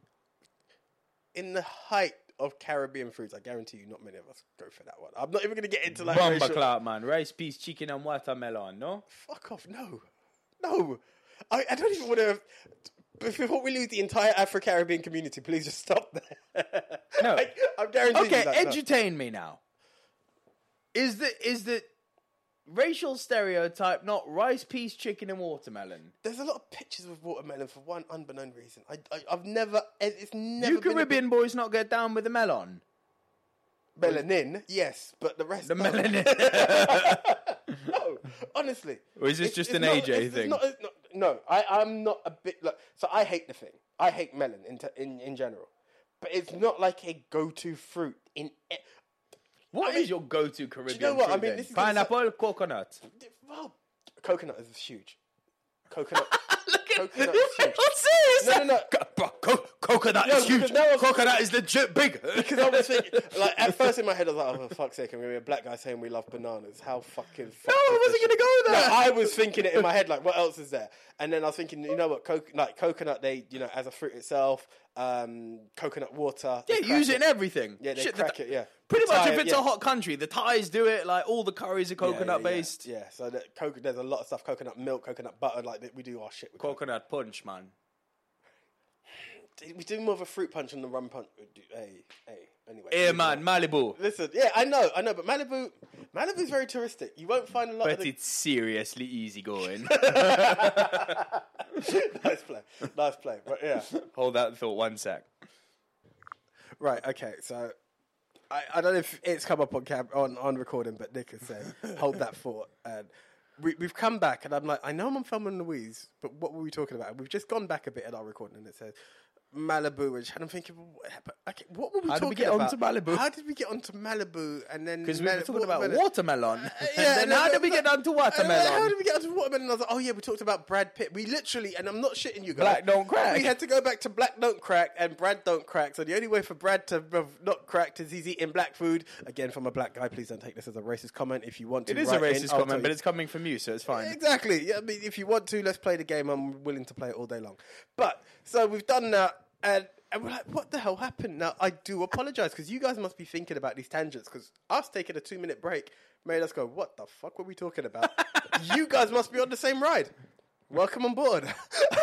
C: in the height of Caribbean foods, I guarantee you, not many of us go for that one. I'm not even going to get into like
D: Bomba
C: racial-
D: clout, man. Rice, peas, chicken, and watermelon. No.
C: Fuck off! No, no, I, I don't even want to. Before we lose the entire Afro Caribbean community, please just stop there.
D: No.
C: I, I'm guaranteeing.
D: Okay,
C: you that, no.
D: entertain me now. Is the is the racial stereotype not rice, peas, chicken, and watermelon?
C: There's a lot of pictures with watermelon for one unbeknown reason. I, I I've never. it- It's never.
D: You
C: been a
D: Caribbean boys not get down with the melon.
C: bit- melanin, yes, but the rest.
D: The
C: no.
D: melanin.
C: no, honestly.
D: Or is this
C: It's-
D: just
C: it's
D: an
C: not-
D: AJ
C: it's- it's
D: thing?
C: not- it's not- no, I, I'm not a bit. Like, so I hate the thing. I hate melon in, t- in in general, but it's not like a go-to fruit in. E-
D: What is
C: I mean,
D: your go-to Caribbean?
C: what? I
D: fruit
C: mean,
D: then?
C: this is gonna
D: pineapple, coconut.
C: well, coconut is huge. Coconut. coconut
D: You're
C: is huge.
D: not serious.
C: No, no, no.
D: Co- bro, co- coconut
C: No,
D: is huge.
C: because now I've-
D: coconut is legit big.
C: Because I was thinking, like at first in my head, I was like, "Oh, for fuck's sake, I'm gonna be a black guy saying we love bananas. How fucking fuck
D: I
C: is
D: wasn't
C: this shit?"
D: gonna go there.
C: No, I was thinking it in my head, like, what else is there? And then I was thinking, you know what, co- like coconut, they, you know, as a fruit itself, um, coconut water. they
D: Yeah,
C: crack
D: use it in everything.
C: Yeah, they
D: Shit, the
C: crack
D: Tha-
C: it. Yeah,
D: Pretty
C: The
D: much,
C: Thai-
D: if it's
C: yeah.
D: a hot country, the Thais do it. Like all the curries are
C: Yeah, yeah,
D: coconut
C: yeah.
D: based.
C: Yeah, so that coco- there's a lot of stuff: coconut milk, coconut butter. Like that we do our shit with coconut.
D: Coconut punch, man.
C: We do more of a fruit punch than the rum punch. Hey, hey. Anyway,
D: Yeah, man, Malibu.
C: Listen, yeah, I know, I know, but Malibu, Malibu's very touristic. You won't find a lot of
D: But
C: the
D: it's seriously easy going.
C: nice play. Nice play. Yeah.
D: Hold that thought one sec.
C: Right. Okay. So I, I don't know if it's come up on cam- on on recording, but Nick has said hold that thought, and we, we've come back, and I'm like, I know I'm on Thelma and Louise, but what were we talking about? We've just gone back a bit in our recording, and it says. Malibu, which and I'm thinking, what, happened? okay, what were we
D: How did
C: talking
D: we get
C: about?
D: onto Malibu?
C: How did we get onto Malibu? And then
D: Because we were
C: Mali-
D: talking about
C: watermelon.
D: watermelon.
C: Uh, Yeah,
D: and then how
C: no,
D: did we
C: no.
D: get down to
C: And then How
D: watermelon?
C: did we get onto watermelon? And I was like, oh yeah, we talked about Brad Pitt. We literally, and I'm not shitting you guys.
D: Black don't crack.
C: We had to go back to Black Don't Crack and Brad Don't Crack. So the only way for Brad to have not cracked is he's eating black food. Again, from a black guy, please don't take this as a racist comment. If you want to,
D: It is a
C: write
D: racist
C: in, I'll tell
D: comment, but
C: you.
D: it's coming from you, so it's fine.
C: Exactly. Yeah, I mean, if you want to, let's play the game. I'm willing to play it all day long. But so we've done that, and, and we're like, what the hell happened? Now I do apologize because you guys must be thinking about these tangents because us taking a two minute break made us go, what the fuck were we talking about? you guys must be on the same ride. Welcome on board.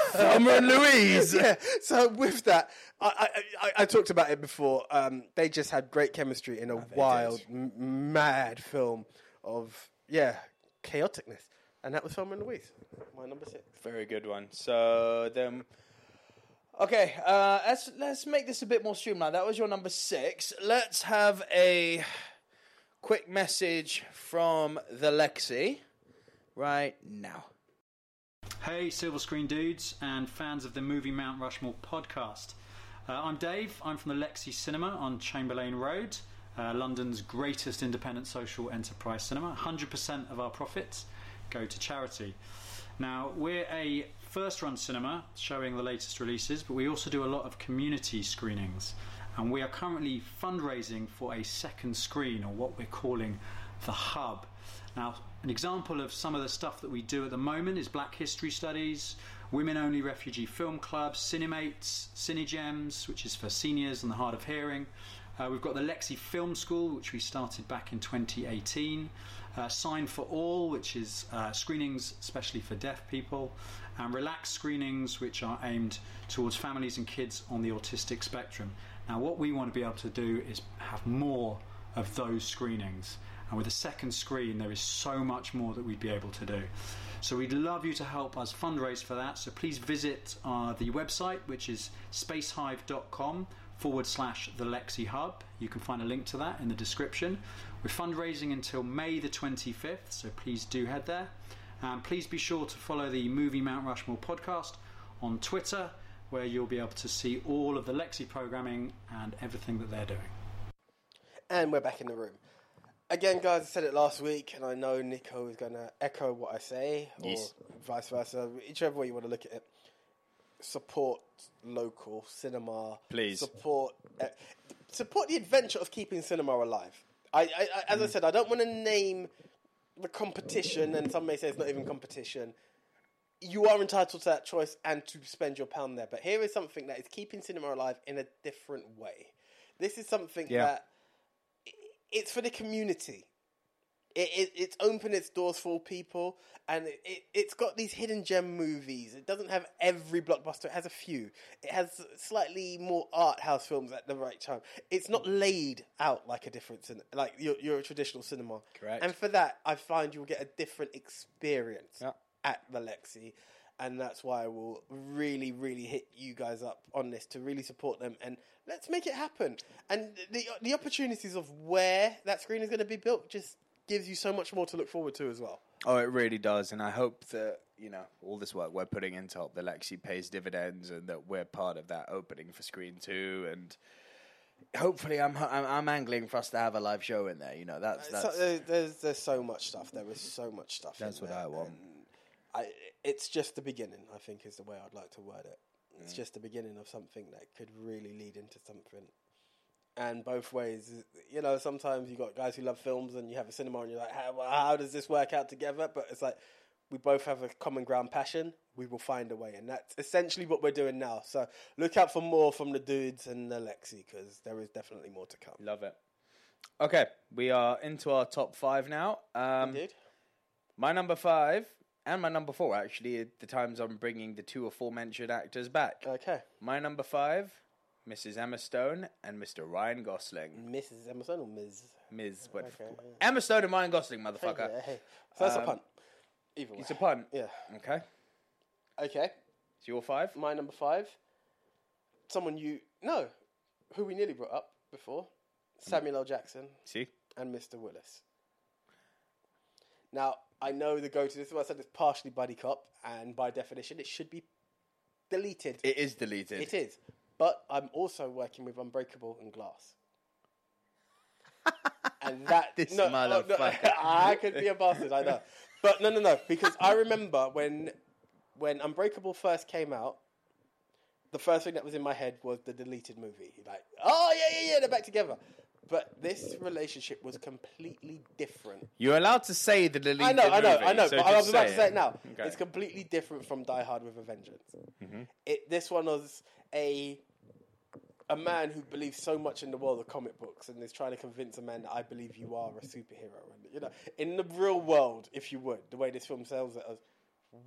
D: Thelma and Louise.
C: yeah. So with that, I, I, I, I talked about it before. Um, they just had great chemistry in a wild, m- mad film of yeah chaoticness, and that was Thelma and Louise, my number six.
D: Very good one. So then,
F: Okay, uh, let's let's make this a bit more streamlined. That was your number six. Let's have a
D: quick message from the Lexi right now.
G: Hey, Silver Screen Dudes and fans of the Movie Mount Rushmore podcast. Uh, I'm Dave. I'm from the Lexi Cinema on Chamberlain Road, uh, London's greatest independent social enterprise cinema. 100% of our profits go to charity. Now, we're a first run cinema showing the latest releases, but we also do a lot of community screenings. And we are currently fundraising for a second screen, or what we're calling the hub. Now, an example of some of the stuff that we do at the moment is Black History Studies, Women Only Refugee Film Club, Cinemates, Cinegems, which is for seniors and the hard of hearing. Uh, we've got the Lexi Film School, which we started back in 2018. Uh, Sign for All, which is uh, screenings especially for deaf people. And Relax screenings, which are aimed towards families and kids on the autistic spectrum. Now, what we want to be able to do is have more of those screenings. And with a second screen, there is so much more that we'd be able to do. So we'd love you to help us fundraise for that. So please visit uh, the website, which is spacehive.com forward slash the Lexi Hub. You can find a link to that in the description. We're fundraising until May the 25th, so please do head there. And please be sure to follow the Movie Mount Rushmore podcast on Twitter, where you'll be able to see all of the Lexi programming and everything that they're doing.
C: And we're back in the room. Again, guys, I said it last week, and I know Nico is going to echo what I say, or vice versa, whichever way you want to look at it. Support local cinema.
D: Please.
C: support uh, support the adventure of keeping cinema alive. I, I, I as I said, I don't want to name the competition, and some may say it's not even competition. You are entitled to that choice and to spend your pound there. But here is something that is keeping cinema alive in a different way. This is something that it's for the community. It, it, it's opened its doors for people, and it, it, it's got these hidden gem movies. It doesn't have every blockbuster; it has a few. It has slightly more art house films at the right time. It's not laid out like a different cin- like your, your traditional cinema.
D: Correct.
C: And for that, I find you'll get a different experience
D: Yeah.
C: at the Lexi, and that's why I will really, really hit you guys up on this to really support them and let's make it happen. And the the opportunities of where that screen is going to be built just gives you so much more to look forward to as well.
D: Oh, it really does, and I hope that you know all this work we're putting into Help the Lexi pays dividends, and that we're part of that opening for Screen Two, and hopefully, I'm I'm, I'm angling for us to have a live show in there. You know, that's
C: So,
D: that's
C: uh, there's there's so much stuff. There is so much stuff.
D: that's
C: in
D: what
C: there,
D: I want.
C: and I, it's just the beginning. I think is the way I'd like to word it. It's
D: Mm.
C: just the beginning of something that could really lead into something and both ways. You know, sometimes you got guys who love films and you have a cinema and you're like, how, how does this work out together? But it's like, we both have a common ground passion. We will find a way. And that's essentially what we're doing now. So look out for more from the dudes and the Lexi because there is definitely more to come.
D: Love it. Okay, we are into our top five now. Um,
C: Dude?
D: My number five and my number four, actually, at the times I'm bringing the two aforementioned actors back.
C: Okay.
D: My number five, Mrs. Emma Stone and Mr. Ryan Gosling.
C: Mrs. Emerson or Ms.
D: Ms. What Emma Stone and Ryan Gosling, motherfucker.
C: Yeah, hey. So that's a
D: Um,
C: punt. Either way.
D: It's a pun.
C: Yeah.
D: Okay,
C: Okay.
D: it's your five.
C: My number five someone you no, who we nearly brought up before, Samuel L. Jackson
D: See?
C: and Mr. Willis. Now I know the go to this. is why I said it's partially buddy cop, and by definition, it should be deleted.
D: It is deleted.
C: it is, but I'm also working with Unbreakable and Glass. And that
D: This
C: no, oh, no,
D: motherfucker.
C: I could be a bastard, I know. But no, no, no, because I remember when when Unbreakable first came out, the first thing that was in my head was the deleted movie. Like, oh yeah, yeah, yeah, they're back together. But this relationship was completely different.
D: You're allowed to say the deleted
C: I know, I know, I
D: movie,
C: know.
D: so
C: but I
D: just
C: was about to say it now.
D: Okay. Mm-hmm.
C: It's completely different from Die Hard with a Vengeance. It, this one was a a man who believes so much in the world of comic books and is trying to convince a man that I believe you are a superhero. And you know, in the real world, if you would, the way this film sells it, as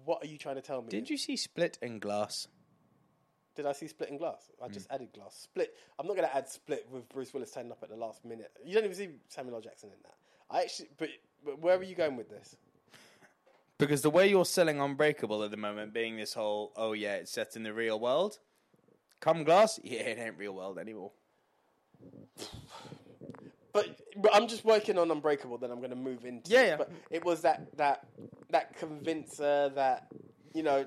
C: what are you trying to tell me?
D: Did you see Split and Glass?
C: Did I see Split and Glass?
D: Mm.
C: I just added Glass. Split. I'm not going to add Split with Bruce Willis turning up at the last minute. You don't even see Samuel L. Jackson in that. I actually, but, but where are you going with this?
D: Because the way you're selling Unbreakable at the moment, being this whole, oh yeah, it's set in the real world. Come Glass, yeah, it ain't real world anymore.
C: but, but I'm just working on Unbreakable. Then I'm going to move into.
D: Yeah,
C: it.
D: yeah.
C: But it was that that that convincer that you know,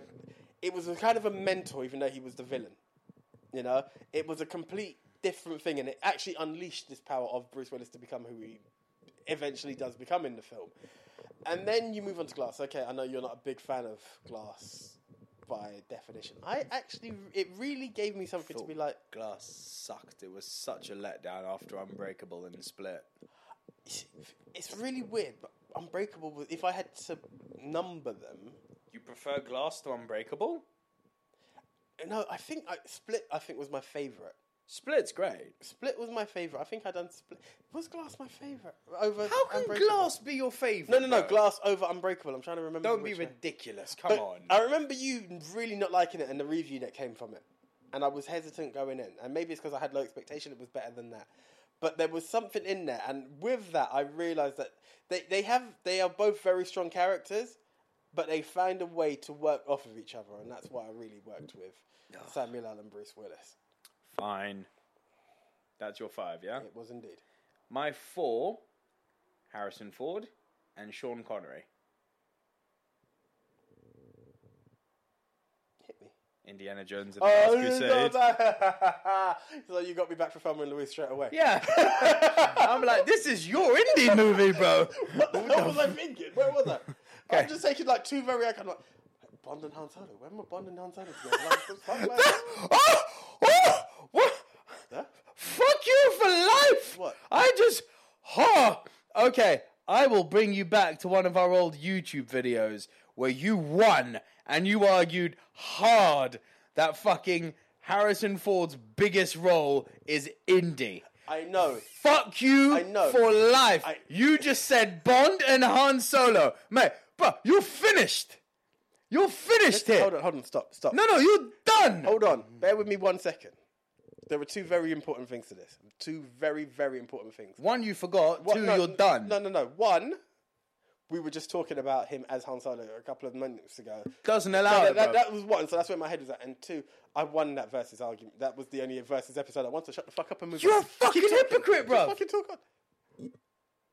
C: it was a kind of a mentor, even though he was the villain. You know, it was a complete different thing, and it actually unleashed this power of Bruce Willis to become who he eventually does become in the film. And then you move on to Glass. Okay, I know you're not a big fan of Glass by definition. I actually, it really gave me something to be like.
D: Glass sucked. It was such a letdown after Unbreakable and Split.
C: It's really weird, but Unbreakable. was- If I had to number them,
D: You prefer Glass to Unbreakable?
C: no, I think I, Split. I think was my favorite.
D: Split's great.
C: Split was my favorite. I think I done Split. Was Glass my favorite over?
D: How can
C: Unbreakable?
D: Glass be your favorite?
C: No, no, no. Glass over Unbreakable. I'm trying to remember.
D: Don't be
C: which one.
D: ridiculous. Come
C: But
D: on.
C: I remember you really not liking it and the review that came from it, and I was hesitant going in, and maybe it's because I had low expectation. It was better than that, but there was something in there, and with that, I realized that they they have they are both very strong characters, but they find a way to work off of each other, and that's why I really worked with Samuel L. and Bruce Willis.
D: Fine. That's your five, yeah?
C: It was indeed.
D: My four Harrison Ford and Sean Connery.
C: Hit me. Oh,
D: Indiana Jones and the Last Crusade.
C: so you got me back for Thelma and Louise straight away.
D: Yeah. I'm like, this is your indie movie, bro.
C: What the hell was I thinking? Where was I? I'm just taking like two very iconic. Like, Bond and Han Solo. When were Bond and Han Solo together? Like, the fuck, like,
D: oh, oh, what?
C: Huh?
D: Fuck you for life.
C: What?
D: I just. Huh. Okay, I will bring you back to one of our old YouTube videos where you won and you argued hard that fucking Harrison Ford's biggest role is indie.
C: I know.
D: Fuck you
C: I know.
D: for life.
C: I-
D: You just said Bond and Han Solo. Mate, bro, you're finished. You're finished here.
C: Hold on, hold on, stop, stop.
D: No, no, you're done.
C: Hold on. Bear with me one second. There are two very important things to this. Two very, very important things.
D: One, you forgot.
C: What-
D: Two,
C: no,
D: you're
C: n-
D: done.
C: No, no, no. One, we were just talking about him as Han Solo a couple of minutes ago.
D: Doesn't allow
C: that,
D: it,
C: that,
D: bro.
C: that was one, so that's where my head was at. And two, I won that versus argument. That was the only versus episode I wanted. So shut the fuck up and move
D: You're
C: on.
D: a fucking
C: Keep talking.
D: hypocrite, bro.
C: Just fucking talk on.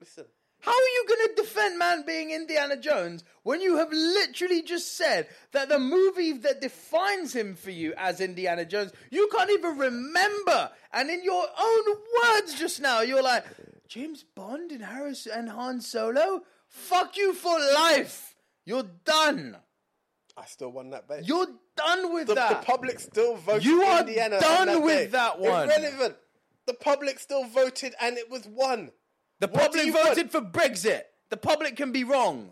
C: Listen.
D: How are you going to defend man being Indiana Jones when you have literally just said that the movie that defines him for you as Indiana Jones, you can't even remember? And in your own words just now, you're like, James Bond and Harris and Han Solo? Fuck you for life. You're done.
C: I still won that bet.
D: You're done with
C: the, the
D: that.
C: public still voted.
D: You are
C: Indiana on
D: done
C: that
D: with
C: day.
D: that one.
C: Irrelevant. The public still voted, and it was one.
D: The
C: What do
D: public
C: you
D: voted for Brexit. The public can be wrong.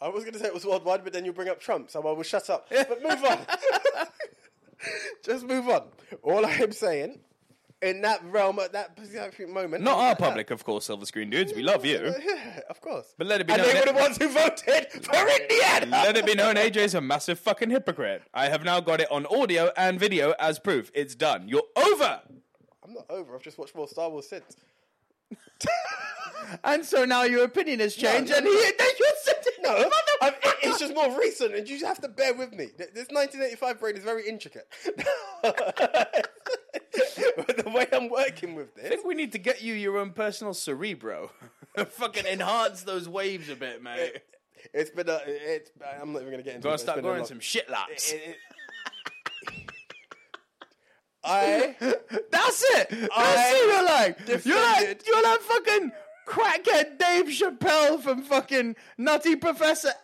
C: I was going to say it was worldwide, but then you bring up Trump, so I will shut up. But move on. Just move on. All I am saying, in that realm, at that specific moment,
D: Not our public, of course, Silver Screen Dudes. We love you.
C: Yeah, of course.
D: But let it be
C: and
D: known
C: they were
D: that-
C: the ones who voted for Indiana.
D: Let it be known AJ's a massive fucking hypocrite. I have now got it on audio and video as proof. It's done. You're over.
C: I'm not over. I've just watched more Star Wars since.
D: And so now your opinion has changed, and he, then you're sitting
C: No, I'm, it- it's just more recent, and you just have to bear with me. Th- This 1985 brain is very intricate. but the way I'm working with
D: I
C: this,
D: think we need to get you your own personal cerebro. Fucking enhance those waves a bit, mate.
C: it's been a. It's, I'm not even going to get into.
D: Gotta
C: it,
D: start
C: it's been a
D: growing
C: long-
D: some shit laps.
C: It- it- I
D: That's it. That's
C: I
D: it. You're like you're like
C: defended-
D: you're like fucking crackhead Dave Chappelle from fucking Nutty Professor.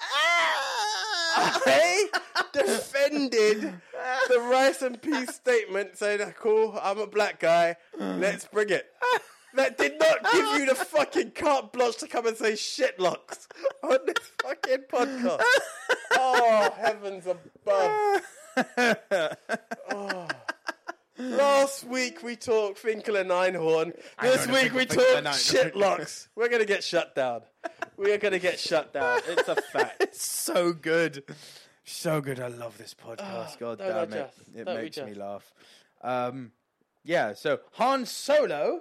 D: Ah!
C: I defended the rice and peas statement, saying, "Cool, I'm a black guy. Let's bring it." That did not give you the fucking carte blanche to come and say shitlocks on this fucking podcast. Oh, heavens above. Oh. Last week we talked Finkel and Einhorn. This
D: don't
C: week we
D: Finkel
C: talked
D: and Einhorn.
C: shitlocks. We're going to get shut down. We are going to get shut down. It's a fact.
D: It's so good, so good. I love this
C: Ah,
D: podcast. God
F: don't
D: damn
F: we
D: it,
F: just?
D: it
F: Don't we
D: makes me
F: just?
D: laugh. Um, yeah. So Han Solo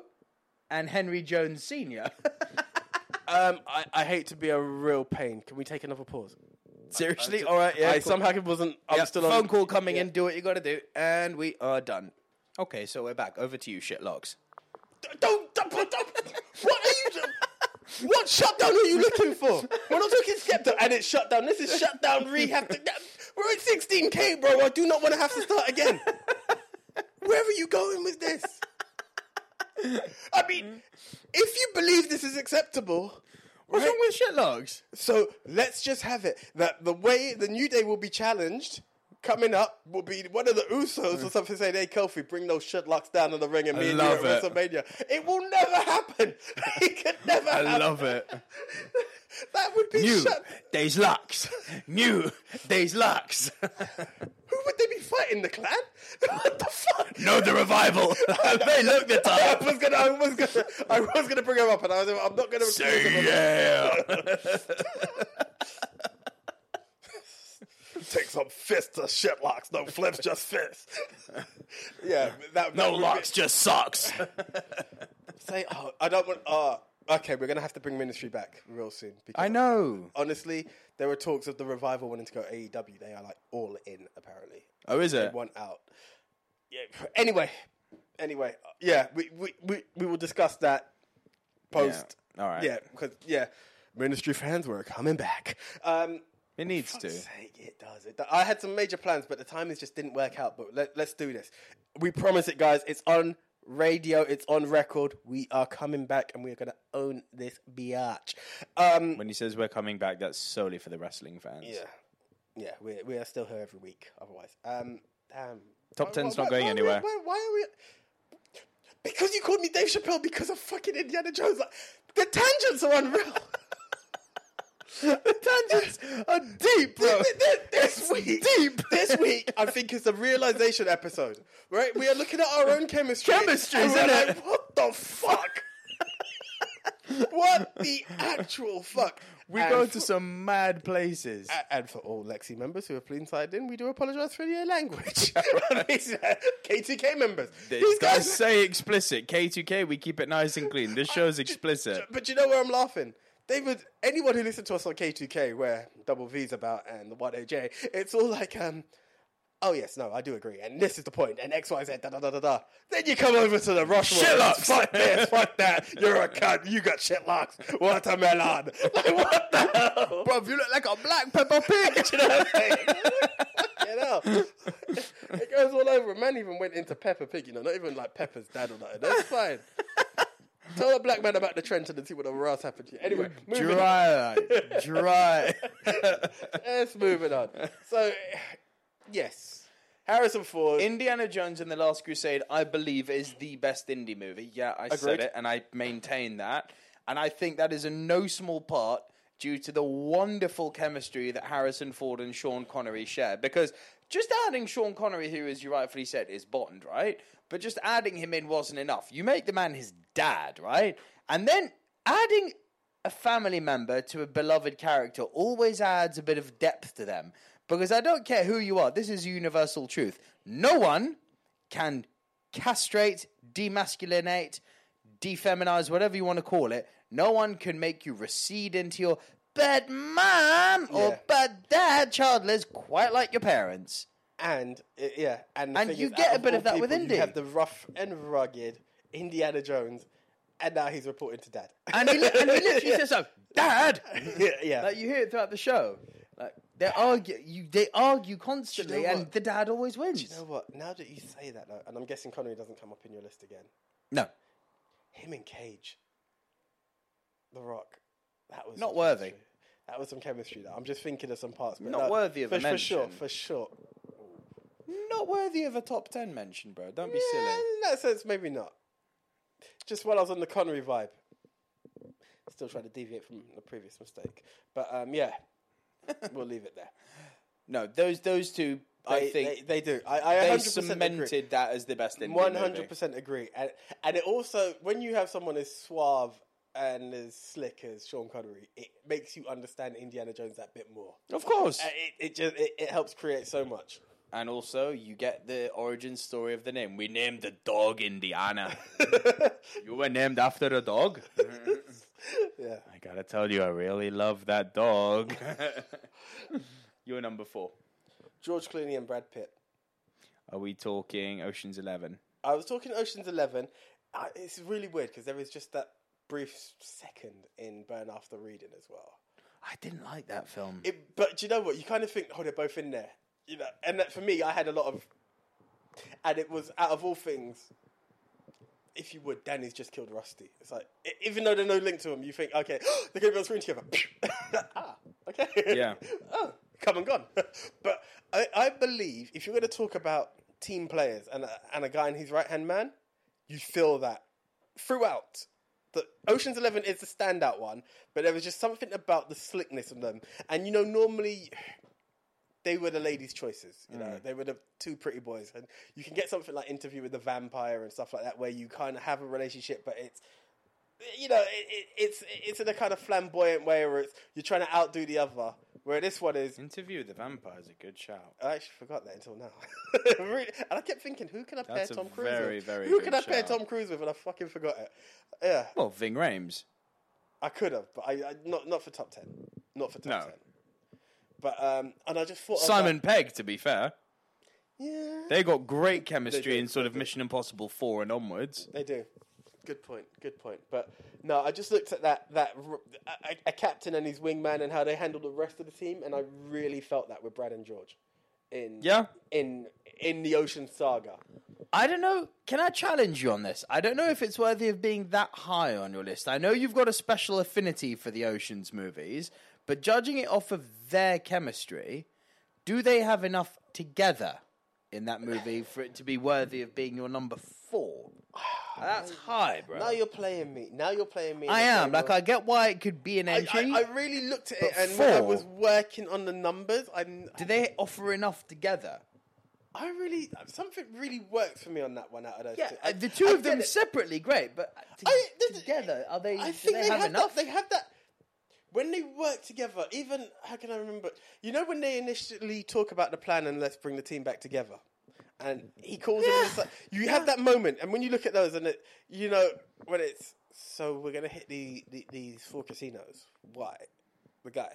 D: and Henry Jones Senior.
C: Um, I, I hate to be a real pain. Can we take another pause?
D: Seriously, all right. Yeah,
C: I
D: cool.
C: somehow wasn't. I'm
D: Yeah,
C: still on.
D: phone call coming in. Do what you got to do, and we are done. Okay, so we're back. Over to you, shitlocks.
C: Don't, don't, don't, What are you? do- What shutdown are you looking for? We're not talking skeptic, and it's shutdown. This is shutdown rehab. To, that- we're at 16k, bro. I do not want to have to start again. Where are you going with this? I mean, if you believe this is acceptable,
D: What's wrong with shitlogs?
C: So let's just have it that the way the New Day will be challenged coming up will be one of the Usos or something saying, Hey, Kofi, bring those shitlocks down in the ring and
D: I
C: me and you at
D: love it.
C: WrestleMania. It will never happen. it could never happen.
D: it.
C: That would be
D: New
C: shut.
D: days locks. New days locks.
C: Who would they be fighting? The clan? what the fuck?
D: no, the revival. they look the
C: I
D: time.
C: was gonna, I was gonna, I was gonna bring him up, and I was, I'm not gonna.
D: Say yeah.
C: Take some fists to shitlocks. No flips, just fists. yeah, that, that
D: No
C: would be-
D: locks, just socks.
C: Say, oh, I don't want. Oh, okay, we're gonna have to bring Ministry back real soon. Because
D: I know.
C: Honestly, there were talks of the revival wanting to go AEW. They are like all in apparently.
D: Oh, is it?
C: They want out. Yeah. Anyway, anyway, uh, yeah, we we we, we will discuss that post.
D: Yeah, all right.
C: Yeah, because yeah, Ministry fans were coming back. Um,
D: It needs to.
C: sake, it does. It do- I had some major plans, but the timings just didn't work out. But let, let's do this. We promise it, guys. It's on radio. It's on record. We are coming back, and we are going to own this biatch. Um,
D: When he says we're coming back, that's solely for the wrestling fans.
C: yeah, yeah. We we are still here every week. Otherwise, um, damn.
D: Top
C: Why-
D: 10's
C: why-
D: not going
C: why are we-
D: anywhere.
C: Why, why are we? Because you called me Dave Chappelle because of fucking Indiana Jones. Like, the tangents are unreal. the tangents
D: A deep, bro.
C: Th- th- This week, This week, I think is the realization episode. Right, we are looking at our own chemistry.
D: Chemistry,
C: and we're
D: isn't
C: like,
D: it?
C: What the fuck? what the actual fuck?
D: We
C: And
D: go
C: for-
D: to some mad places.
C: a- And for all Lexi members who have been signed in, we do apologise for the language. KTK members.
D: These guys say explicit. K2K, we keep it nice and clean. This show's explicit.
C: But you know where I'm laughing? They would anyone who listened to us on K2K, where Double V's about and the One OJ, it's all like, um, oh yes, no, I do agree, and this is the point, and X Y Z da da da da da. Then you come over to the Rush
D: Shit
C: world,
D: locks.
C: fuck this, fuck that. You're a cunt. You got shit locks. Watermelon. Like what the hell,
D: Bro, you look like a black pepper pig.
C: you know what I'm saying? You know? It goes all over. A man even went into Pepper Pig, you know, not even like Pepper's dad or nothing. That's fine. Tell a black man about the trend and see what the rass happened to you. Anyway, moving on.
D: dry, like, dry.
C: Let's move it on. So, yes. Harrison Ford.
D: Indiana Jones and the Last Crusade, I believe, is the best indie movie. Yeah, I said
C: Agreed.
D: it, and I maintain that. And I think that is in no small part due to the wonderful chemistry that Harrison Ford and Sean Connery share. Because just adding Sean Connery, who, as you rightfully said, is Bond, right? But just adding him in wasn't enough. You make the man his dad, right? And then adding a family member to a beloved character always adds a bit of depth to them. Because I don't care who you are, this is a universal truth. No one can castrate, demasculinate, defeminize, whatever you want to call it. No one can make you recede into your
F: bad
C: Yeah.
F: mom or bad dad, childless, quite like your parents.
C: And uh, yeah, and the
F: And
C: thing
F: you
C: is,
F: get
C: out
F: a bit
C: all
F: of that with
C: people,
F: Indy.
C: You have the rough and rugged Indiana Jones, and now he's reporting to Dad.
D: And he, li- and he literally says, so, Dad!
C: yeah, yeah.
F: Like you hear it throughout the show. Like they argue, you they argue constantly, and
C: what?
F: the dad always wins.
C: you know what? Now that you say that, though, and I'm guessing Connery doesn't come up in your list again.
D: No.
C: Him and Cage, The Rock, that was
D: Not
C: some
D: worthy.
C: chemistry. That was some chemistry. Though. I'm just thinking of some parts, but
D: Not
C: no,
D: worthy of
C: for,
D: a
C: for sure,
D: mention.
C: for sure.
D: Not worthy of a top 10 mention, bro. Don't be
C: Yeah,
D: silly.
C: in that sense, maybe not. Just while I was on the Connery vibe, still trying to deviate from the previous mistake, but um, yeah, we'll leave it there.
D: No, those those two, I
C: They-
D: think,
C: they, they do. I, I
D: they
C: 100% agree.
D: cemented that as the best Indian
C: One
D: movie.
C: hundred percent agree, and and it also when you have someone as suave and as slick as Sean Connery, it makes you understand Indiana Jones that bit more.
D: Of course.
C: Uh, It, it just it, it helps create so much.
D: And also, you get the origin story of the name. We named the dog Indiana. you were named after a dog?
C: Yeah,
D: I gotta tell you, I really love that dog. You're number four.
C: George Clooney and Brad Pitt.
D: Are we talking Ocean's Eleven?
C: I was talking Ocean's Eleven. Uh, it's really weird because there is just that brief second in Burn After Reading as well.
D: I didn't like that film.
C: It, but do you know what? You kind of think, oh, they're both in there, you know. And that for me, I had a lot of, and it was out of all things. If you would, Danny's just killed Rusty. It's like e- even though there's no link to him, you think, okay, they're going to be on screen together. ah, okay,
D: Yeah.
C: oh, come and gone. but I, I believe if you're going to talk about team players and a, and a guy and his right hand man, you feel that throughout. The Ocean's Eleven is the standout one, but there was just something about the slickness of them. And you know, normally they were the ladies' choices.
D: Mm.
C: You know, they were the two pretty boys, and you can get something like Interview with the Vampire and stuff like that, where you kind of have a relationship, but it's you know, it, it, it's it's in a kind of flamboyant way where it's you're trying to outdo the other. Where this one is,
D: Interview with the Vampire is a good shout.
C: I actually forgot that until now. Really- and I kept thinking, who can I pair
D: That's a
C: Tom Cruise
D: very,
C: with?
D: very
C: who
D: good
C: can I pair
D: shout.
C: Tom Cruise with? And I fucking forgot it. Yeah,
D: Well, Ving Rhames.
C: I could have, but I, I not not for top ten, not for top
D: No.
C: ten. But um, and I just thought of
D: Simon
C: that-
D: Pegg, to be fair.
C: yeah,
D: They got great chemistry
C: do,
D: in sort of Mission Impossible 4 and onwards.
C: They do. Good point. Good point. But no, I just looked at that that r- a, a captain and his wingman and how they handled the rest of the team, and I really felt that with Brad and George. In
D: Yeah.
C: in in the Ocean Saga.
F: I don't know. Can I challenge you on this? I don't know if it's worthy of being that high on your list. I know you've got a special affinity for the Oceans movies, but judging it off of their chemistry, do they have enough together in that movie for it to be worthy of being your number four? That's high, bro.
C: Now you're playing me. Now you're playing me. in
F: I
C: the
F: am.
C: same
F: Like,
C: way.
F: I get why it could be an
C: I,
F: entry.
C: I, I really looked at it,
F: But
C: and when I
F: four?
C: was working on the numbers, I'm.
F: do they offer enough together?
C: I really something really worked for me on that one out of those.
F: Yeah,
C: two. I-
F: uh, the two
C: I
F: of them
C: get it.
F: separately, great, but to-
C: I- this-
F: together, are they?
C: I
F: do
C: think
F: they,
C: they,
F: have,
C: had
F: enough?
C: That, they had that when they work together. Even how can I remember? You know when they initially talk about the plan and let's bring the team back together, and he calls them. and it's like- You have that moment, and when you look at those, and it, you know when it's so we're gonna hit the, the these four casinos. Why the guy?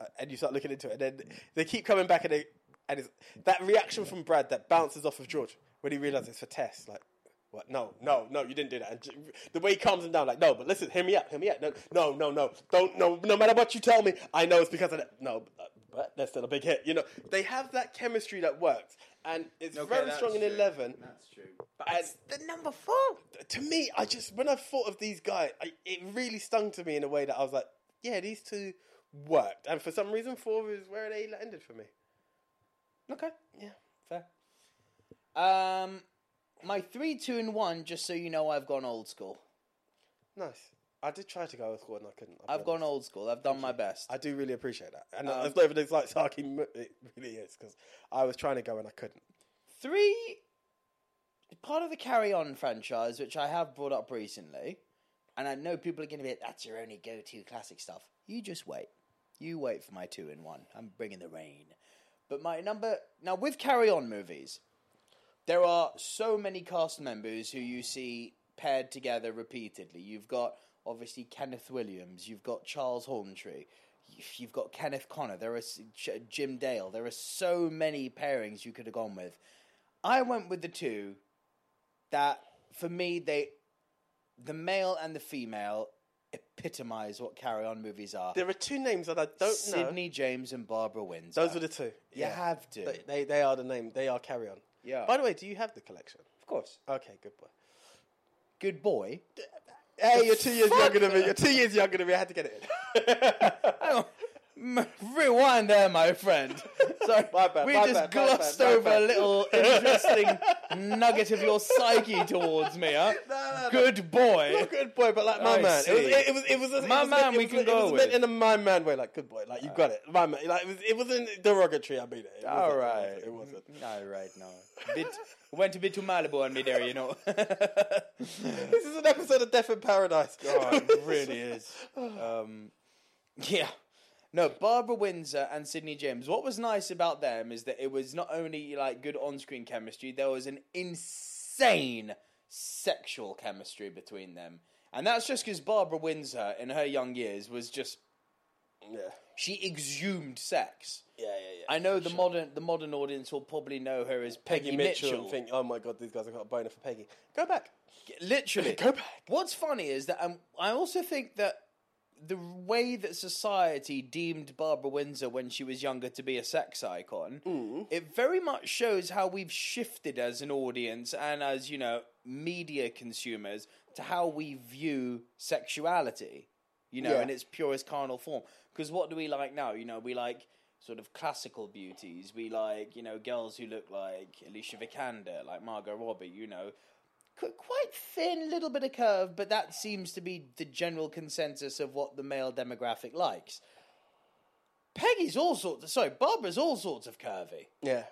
C: Uh, And you start looking into it, and then they keep coming back, and they and it's, that reaction from Brad that bounces off of George when he realizes it's for Tess, like. What? No, no, no! You didn't do that. And j- the way he calms him down, like, no, but listen, hear me out, hear me out. No, no, no, no, don't, no, no matter what you tell me, I know it's because of that. No, but- uh, but that's still a big hit. You know, they have that chemistry that works, and it's very strong in eleven.
D: That's true.
C: And
F: the number four.
C: to me, I just when I thought of these guys, I, it really stung to me in a way that I was like, yeah, these two worked, and for some reason, four is where they ended for me.
F: Okay.
C: Yeah,
F: Fair. Um, my three, two, and one. Just so you know, I've gone old school.
C: nice. I did try to go with squad, and I couldn't.
F: I've gone old school. I've done my best.
C: I do really appreciate that. And as though it's like sarky, mo- it really is because I was trying to go and I couldn't.
F: Three, part of the Carry On franchise, which I have brought up recently, and I know people are going to be like, "That's your only go-to classic stuff." You just wait. You wait for my two and one. I'm bringing the rain. But my number now with Carry On movies, there are so many cast members who you see paired together repeatedly. You've got obviously Kenneth Williams, you've got Charles Horntree,
D: if you've got Kenneth Connor, there are s- J- Jim Dale, there are so many pairings you could have gone with. I went with the two that, for me, they, the male and the female, epitomize what Carry On movies are.
C: There are two names that I don't know.
D: Sydney James and Barbara Windsor.
C: Those were the two.
D: You have to.
C: They, they, they are the name. They are Carry On.
D: Yeah.
C: By the way, do you have the collection?
D: of course.
C: Okay, good boy.
D: Good boy.
C: Hey, you're two years younger than me. You're two years younger than me. I had to get it.
D: M- Rewind there, my friend. So
C: My bad,
D: we
C: my
D: just
C: bad, my
D: glossed
C: bad, my
D: over
C: bad.
D: a little interesting nugget of your psyche towards me, huh? Good boy.
C: in. Good boy, but like my
D: I
C: man. It was,
D: see.
C: it, it was, it was, a- it
H: My
C: was a-
H: man,
C: it
H: we
C: was a-
H: can
C: it
H: go
C: was a bit
H: with.
C: in a my man way, like good boy, like you got it, my man. Like it, was, it wasn't derogatory. I mean it. it
D: All
C: wasn't,
D: right.
C: it wasn't. It wasn't.
D: No, right now. Bit went a bit too Malibu on me there, you know.
C: This is an episode of Death in Paradise.
D: it really is. Um, yeah. No, Barbara Windsor and Sydney James. What was nice about them is that it was not only like good on-screen chemistry, there was an insane sexual chemistry between them. And that's just because Barbara Windsor, in her young years, was just
C: yeah,
D: she exhumed sex.
C: yeah, yeah. yeah.
D: I know the modern the modern audience will probably know her as Peggy,
C: Peggy Mitchell,
D: Mitchell.
C: and think, oh my god, these guys have got a boner for Peggy. Go back.
D: Literally.
C: Go back.
D: What's funny is that um, I also think that the way that society deemed Barbara Windsor when she was younger to be a sex icon,
C: Mm.
D: it very much shows how we've shifted as an audience and as, you know, media consumers to how we view sexuality, you know,
C: Yeah.
D: in its purest carnal form. Because what do we like now? You know, we like sort of classical beauties. We like, you know, girls who look like Alicia Vikander, like Margot Robbie, you know, Qu- quite thin, little bit of curve, but that seems to be the general consensus of what the male demographic likes. Peggy's all sorts. Of, sorry, Barbara's all sorts of curvy.
C: Yeah,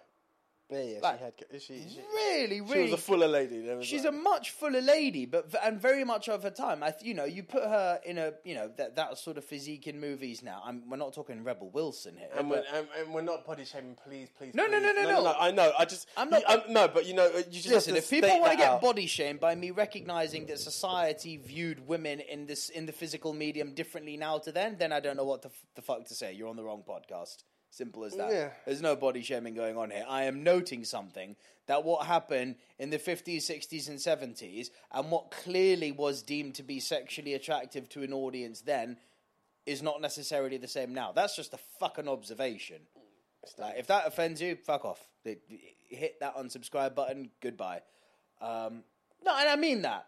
C: yeah, yeah.
D: Like,
C: she had. She, she,
D: Really,
C: she
D: really.
C: was a fuller lady. There was
D: She's a
C: like-
D: much fuller lady, but v- and very much of her time. I, th- you know, you put her in a, you know, that that sort of physique in movies now. I'm, we're not talking Rebel Wilson here.
C: And we're,
D: but-
C: and, and we're not body shaming, please, please.
D: No, no,
C: please.
D: no, no, no.
C: I know. I just.
D: I'm not-
C: you- I'm, no, but you know, uh, you just.
D: Listen,
C: have to
D: if people
C: want
D: want to get body shamed by me recognizing that society viewed women in this in the physical medium differently now to then, then I don't know what the, f- the fuck to say. You're on the wrong podcast. Simple as that.
C: Yeah.
D: There's no body shaming going on here. I am noting something that what happened in the 50s, 60s, and 70s, and what clearly was deemed to be sexually attractive to an audience then, is not necessarily the same now. That's just a fucking observation. Like, if that offends you, fuck off. It- it- Hit that unsubscribe button. Goodbye. Um, no, and I mean that.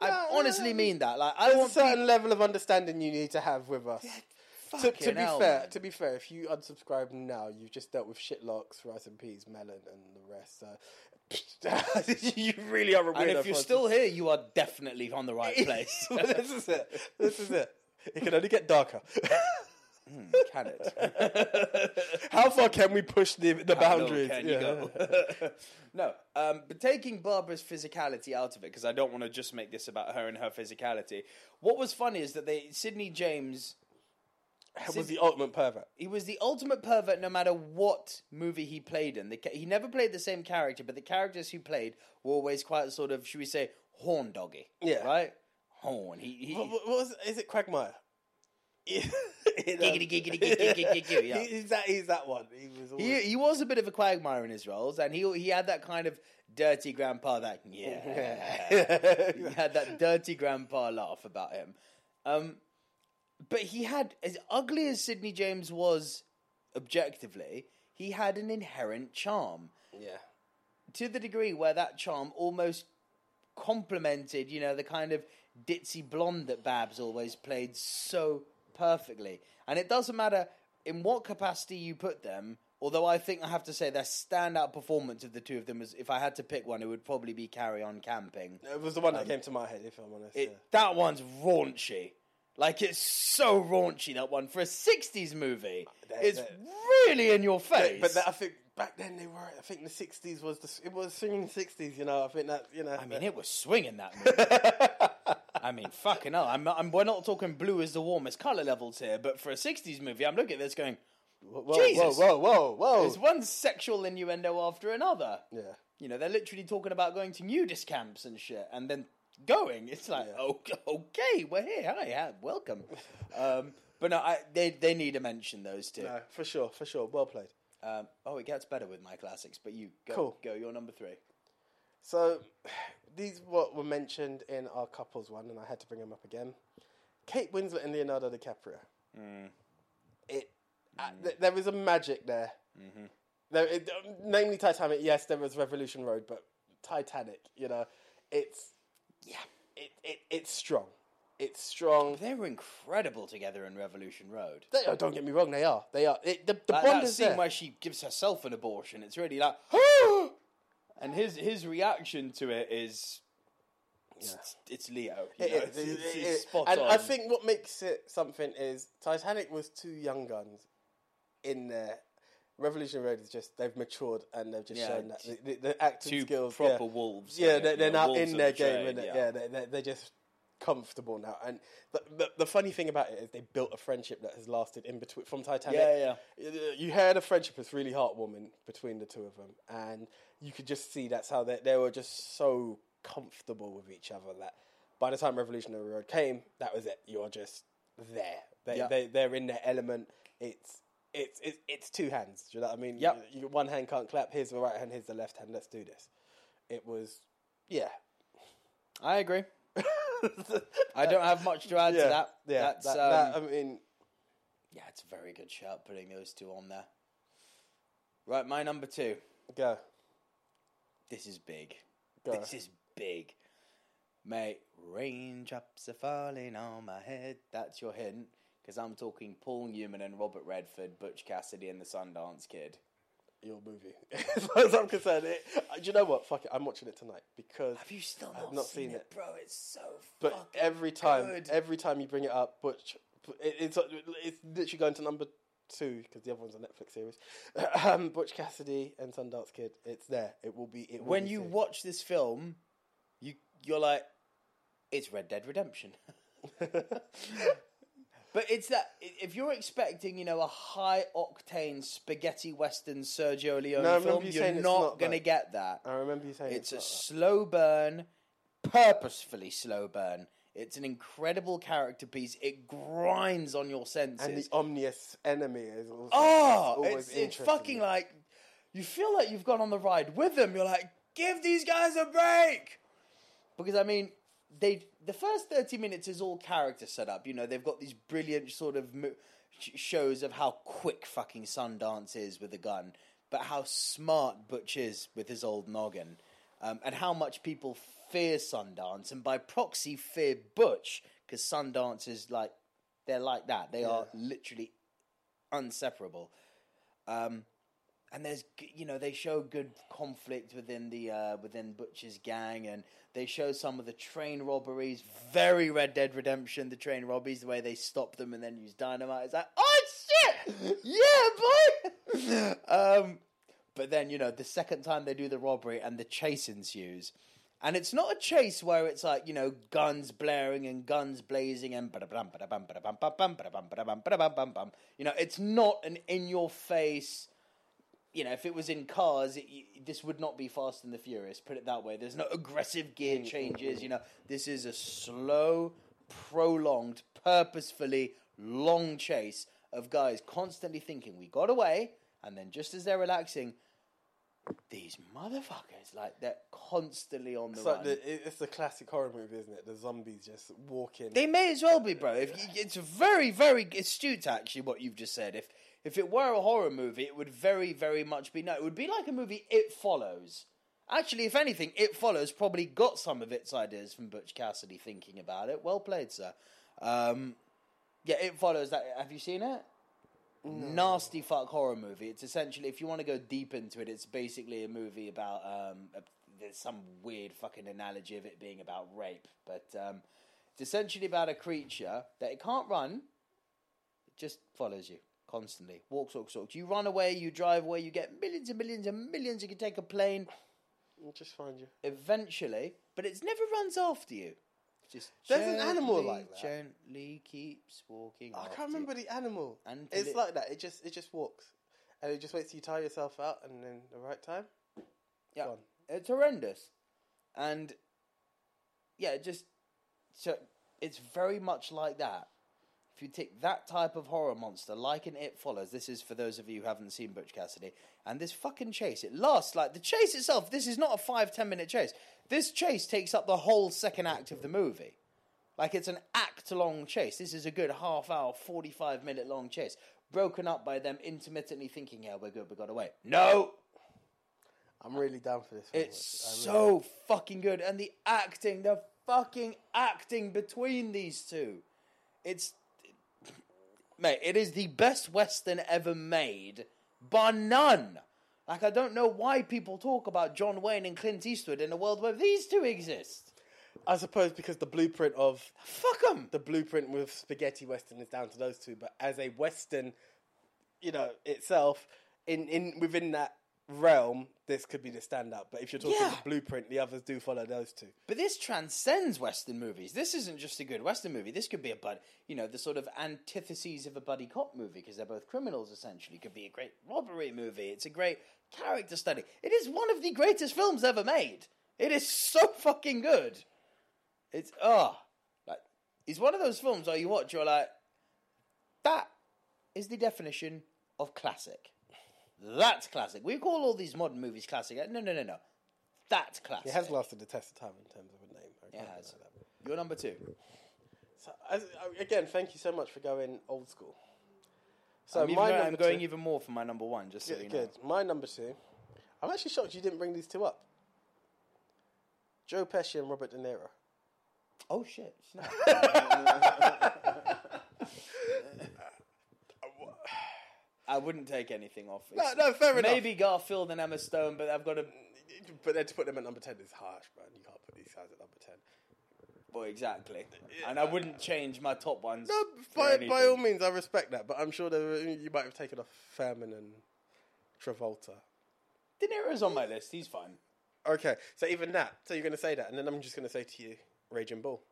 D: I honestly mean that. Like, I
C: There's a
D: want
C: certain
D: people-
C: level of understanding you need to have with us. To, to
D: Fucking
C: be
D: hell,
C: fair,
D: man.
C: to be fair, if you unsubscribe now, you've just dealt with shitlocks, rice and peas, melon, and the rest. So you really are a weirdo.
D: and if you're
C: for
D: still here, you are definitely on the right place.
C: unsubs- this is it. This is it. It can only get darker.
D: Can it?
C: How far can we push the the boundaries?
D: Can
C: Yeah.
D: you go? no, um, but taking Barbara's physicality out of it because I don't want to just make this about her and her physicality. What was funny is that they Sydney James
C: Was the ultimate pervert.
D: he was the ultimate pervert no matter what movie he played in. The, ca- he never played the same character, but the characters he played were always quite sort of, should we say, horn doggy.
C: Yeah.
D: Right? Horn. He, he,
C: What, what was, is it Quagmire? giggity,
D: Giggity, giggity, giggity, giggity, giggity, yeah.
C: He's that, he's that one. He was always,
D: he, he was a bit of a quagmire in his roles, and he, he had that kind of dirty grandpa, that, yeah. he had that dirty grandpa laugh about him. Um, but he had, as ugly as Sidney James was objectively, he had an inherent charm.
C: yeah.
D: to the degree where that charm almost complemented, you know, the kind of ditzy blonde that Babs always played so perfectly. And it doesn't matter in what capacity you put them, although I think I have to say their standout performance of the two of them was if I had to pick one, it would probably be Carry On Camping.
C: It was the one that came to my head, if I'm honest.
D: Um, It, That one's raunchy. Like it's so raunchy that one for a '60s movie.
C: That-
D: it's
C: that-
D: really in your
C: yeah.
D: face.
C: But that, I think back then they were. I think the '60s was the. It was swinging '60s. You know. I think that. You know.
D: I mean, it was swinging that movie. I mean, fucking hell. I'm, I'm, we're not talking blue is the warmest color levels here, but for a 60s movie, I'm looking at this going,
C: whoa, whoa,
D: Jesus.
C: whoa, whoa, whoa,
D: there's one sexual innuendo after another.
C: Oh. Yeah.
D: You know, they're literally talking about going to nudist camps and shit, and then going. It's like, oh, okay, we're here. Hi, yeah, welcome. Um, But no, I, they they need a mention those two.
C: No, for sure, for sure. Well played.
D: Um, oh, it gets better with my classics, but you go
C: Cool.
D: go. You're number three.
C: So these what were mentioned in our couples one, and I had to bring them up again. Kate Winslet and Leonardo DiCaprio.
D: Mm.
C: It uh, th- there is a magic there.
D: Mm-hmm.
C: There, it, um, namely Titanic. Yes, there was Revolution Road, but Titanic. You know, it's yeah, it, it it's strong. It's strong.
D: They were incredible together in Revolution Road.
C: They, oh, don't get me wrong. They are. They are. It, the the
D: Like
C: bond
D: that
C: is
D: scene
C: there.
D: where she gives herself an abortion. It's really like, and his his reaction to it is, it's, it's Leo. you
C: It
D: know,
C: is,
D: it's,
C: it
D: it's-
C: is,
D: it's
C: it is.
D: spot
C: and
D: on.
C: I think what makes it something is Titanic was two young guns in there. Revolution Road is just they've matured and they've just
D: Yeah,
C: shown that the, the, the acting
D: two
C: skills.
D: proper
C: yeah.
D: wolves,
C: Yeah,
D: like,
C: they're,
D: you
C: they're
D: know,
C: now
D: wolves
C: in
D: of
C: their
D: the
C: game.
D: trade,
C: innit?
D: yeah.
C: Yeah, they're, they're, they're just comfortable now. And the, the the funny thing about it is they built a friendship that has lasted in between from Titanic.
D: Yeah,
C: yeah. You had a friendship that's really heartwarming between the two of them, and you could just see that's how they they were just so comfortable with each other that by the time Revolutionary Road came, that was it. You're just there. They
D: Yeah.
C: they they're in their element. It's it's it's, it's two hands. Do you know what I mean?
D: Yep.
C: You, one hand can't clap. Here's the right hand. Here's the left hand. Let's do this. It was, yeah.
D: I agree. I don't have much to add
C: yeah,
D: to that.
C: yeah.
D: That's,
C: that,
D: um,
C: that, I mean,
D: yeah, it's a very good shout putting those two on there. Right, my number two.
C: go,
D: This is big.
C: go.
D: This is big. Mate, raindrops are falling on my head. That's your hint. Because I'm talking Paul Newman and Robert Redford, Butch Cassidy and the Sundance Kid.
C: your movie. as far as I'm concerned, it, uh, do you know what? Fuck it. I'm watching it tonight because
D: Have you still
C: I've
D: not,
C: not
D: seen,
C: seen
D: it,
C: it.
D: bro? It's so
C: But
D: fucking
C: every time,
D: good.
C: every time you bring it up, Butch, it, it's it's literally going to number two because the other one's a Netflix series. um, Butch Cassidy and Sundance Kid. It's there. It will be. It will
D: when
C: be
D: you
C: soon.
D: watch this film, you you're like, it's Red Dead Redemption. but it's that i- if you're expecting, you know, a high octane spaghetti western Sergio Leone
C: No, I remember
D: film,
C: you
D: you're
C: saying
D: not,
C: it's not
D: gonna
C: that.
D: get that.
C: I remember you saying
D: It's
C: it's,
D: a
C: not
D: slow burn, purposefully slow burn. It's an incredible character piece. It grinds on your senses.
C: that. and the omnious enemy is also
D: Oh,
C: always
D: it's, it's
C: interesting.
D: fucking like you feel like you've gone on the ride with them. You're like, give these guys a break, because I mean, they the first thirty minutes is all character setup. You know, they've got these brilliant sort of mo- sh- shows of how quick fucking Sundance is with a gun, but how smart Butch is with his old noggin, um, and how much people fear Sundance and by proxy fear Butch because Sundance is like they're like that. They are literally unseparable. Um, and there's g- you know they show good conflict within the uh, within Butcher's gang, and they show some of the train robberies. Very Red Dead Redemption, the train robberies, the way they stop them and then use dynamite. It's like, oh shit, yeah, boy. um, but then you know the second time they do the robbery and the chase ensues. And it's not a chase where it's like, you know, guns blaring and guns blazing and ba-da-bam, ba-da-bam, ba-da-bam, ba-da-bam, ba-da-bam, ba-da-bam, ba-da-bam, ba-da-bam. You know, it's not an in your face, you know, if it was in cars, it, y- this would not be Fast and the Furious, put it that way. There's no aggressive gear
C: Mm.
D: changes, you know. This is a slow, prolonged, purposefully long chase of guys constantly thinking, we got away, and then just as they're relaxing, these motherfuckers, like they're constantly on the
C: It's like
D: run.
C: the, it- it's the classic horror movie, isn't it? The zombies just walking.
D: They may as well be, bro. If you, it's very, very astute, actually, what you've just said. If if it were a horror movie, it would very, very much be no. It would be like a movie. It follows. Actually, if anything, it follows. Probably got some of its ideas from Butch Cassidy thinking about it. Well played, sir. Um, yeah, it follows that. Have you seen it? Nasty fuck horror movie. It's essentially, if you want to go deep into it, it's basically a movie about um, a, there's some weird fucking analogy of it being about rape, but um, it's essentially about a creature that it can't run, it just follows you constantly. Walks, walks, walks. You run away, you drive away, you get millions and millions and millions. You can take a plane
C: We'll just find you.
D: eventually, but it never runs after you. Just
C: There's an animal
D: gently,
C: like that.
D: Gently keeps walking.
C: I
D: after you.
C: can't remember the animal.
D: And
C: it's
D: it-
C: like that. It just it just walks, and it just waits till you tire yourself out, and then the right time.
D: Yeah,
C: Gone.
D: it's horrendous, and yeah, it just so it's very much like that. If you take that type of horror monster, like in It Follows, this is for those of you who haven't seen Butch Cassidy, and this fucking chase, it lasts like the chase itself. This is not a five, ten minute chase. This chase takes up the whole second act of the movie. Like it's an act long chase. This is a good half hour, 45 minute long chase, broken up by them intermittently thinking, yeah, we're good, we got away. No!
C: I'm really down for this.
D: It's so fucking good. And the acting, the fucking acting between these two. It's. Mate, it is the best Western ever made, bar none. Like, I don't know why people talk about John Wayne and Clint Eastwood in a world where these two exist.
C: I suppose because the blueprint of
D: Fuck them!
C: the blueprint with spaghetti western is down to those two, but as a western, you know itself in in within that realm, this could be the standout. But if you're talking
D: Yeah.
C: the blueprint, the others do follow those two.
D: But this transcends Western movies. This isn't just a good Western movie. This could be a bud, you know, the sort of antitheses of a buddy cop movie because they're both criminals essentially. Could be a great robbery movie. It's a great character study. It is one of the greatest films ever made. It is so fucking good. It's ah, like it's one of those films where you watch, you're like, that is the definition of classic. That's classic. We call all these modern movies classic. No, no, no, no. That's classic.
C: It has lasted the test of time in terms of a name. I
D: It
C: can't
D: has.
C: deny that.
D: You're number two.
C: So, as, uh, again, thank you so much for going old school. So
D: I'm, Um, even
C: my
D: going, I'm
C: number
D: going
C: two-
D: even more for my number one, just so
C: Good,
D: you know.
C: good. My number two. I'm actually shocked you didn't bring these two up. Joe Pesci and Robert De Niro.
D: Oh shit! No. I wouldn't take anything off. It's-
C: no, fair enough.
D: Maybe Garfield and Emma Stone, but I've got a
C: But then to put them at number 10 is harsh, man. You can't put these guys at number 10.
D: boy exactly, and I wouldn't change my top ones.
C: No,
D: for
C: Uh, by, by
D: anything.
C: all means, I respect that, but I'm sure there were, you might have taken off Fairman and Travolta.
D: De Niro's on my list. He's fine.
C: Okay, so even that. So you're going to say that, and then I'm just going to say to you, Raging Bull.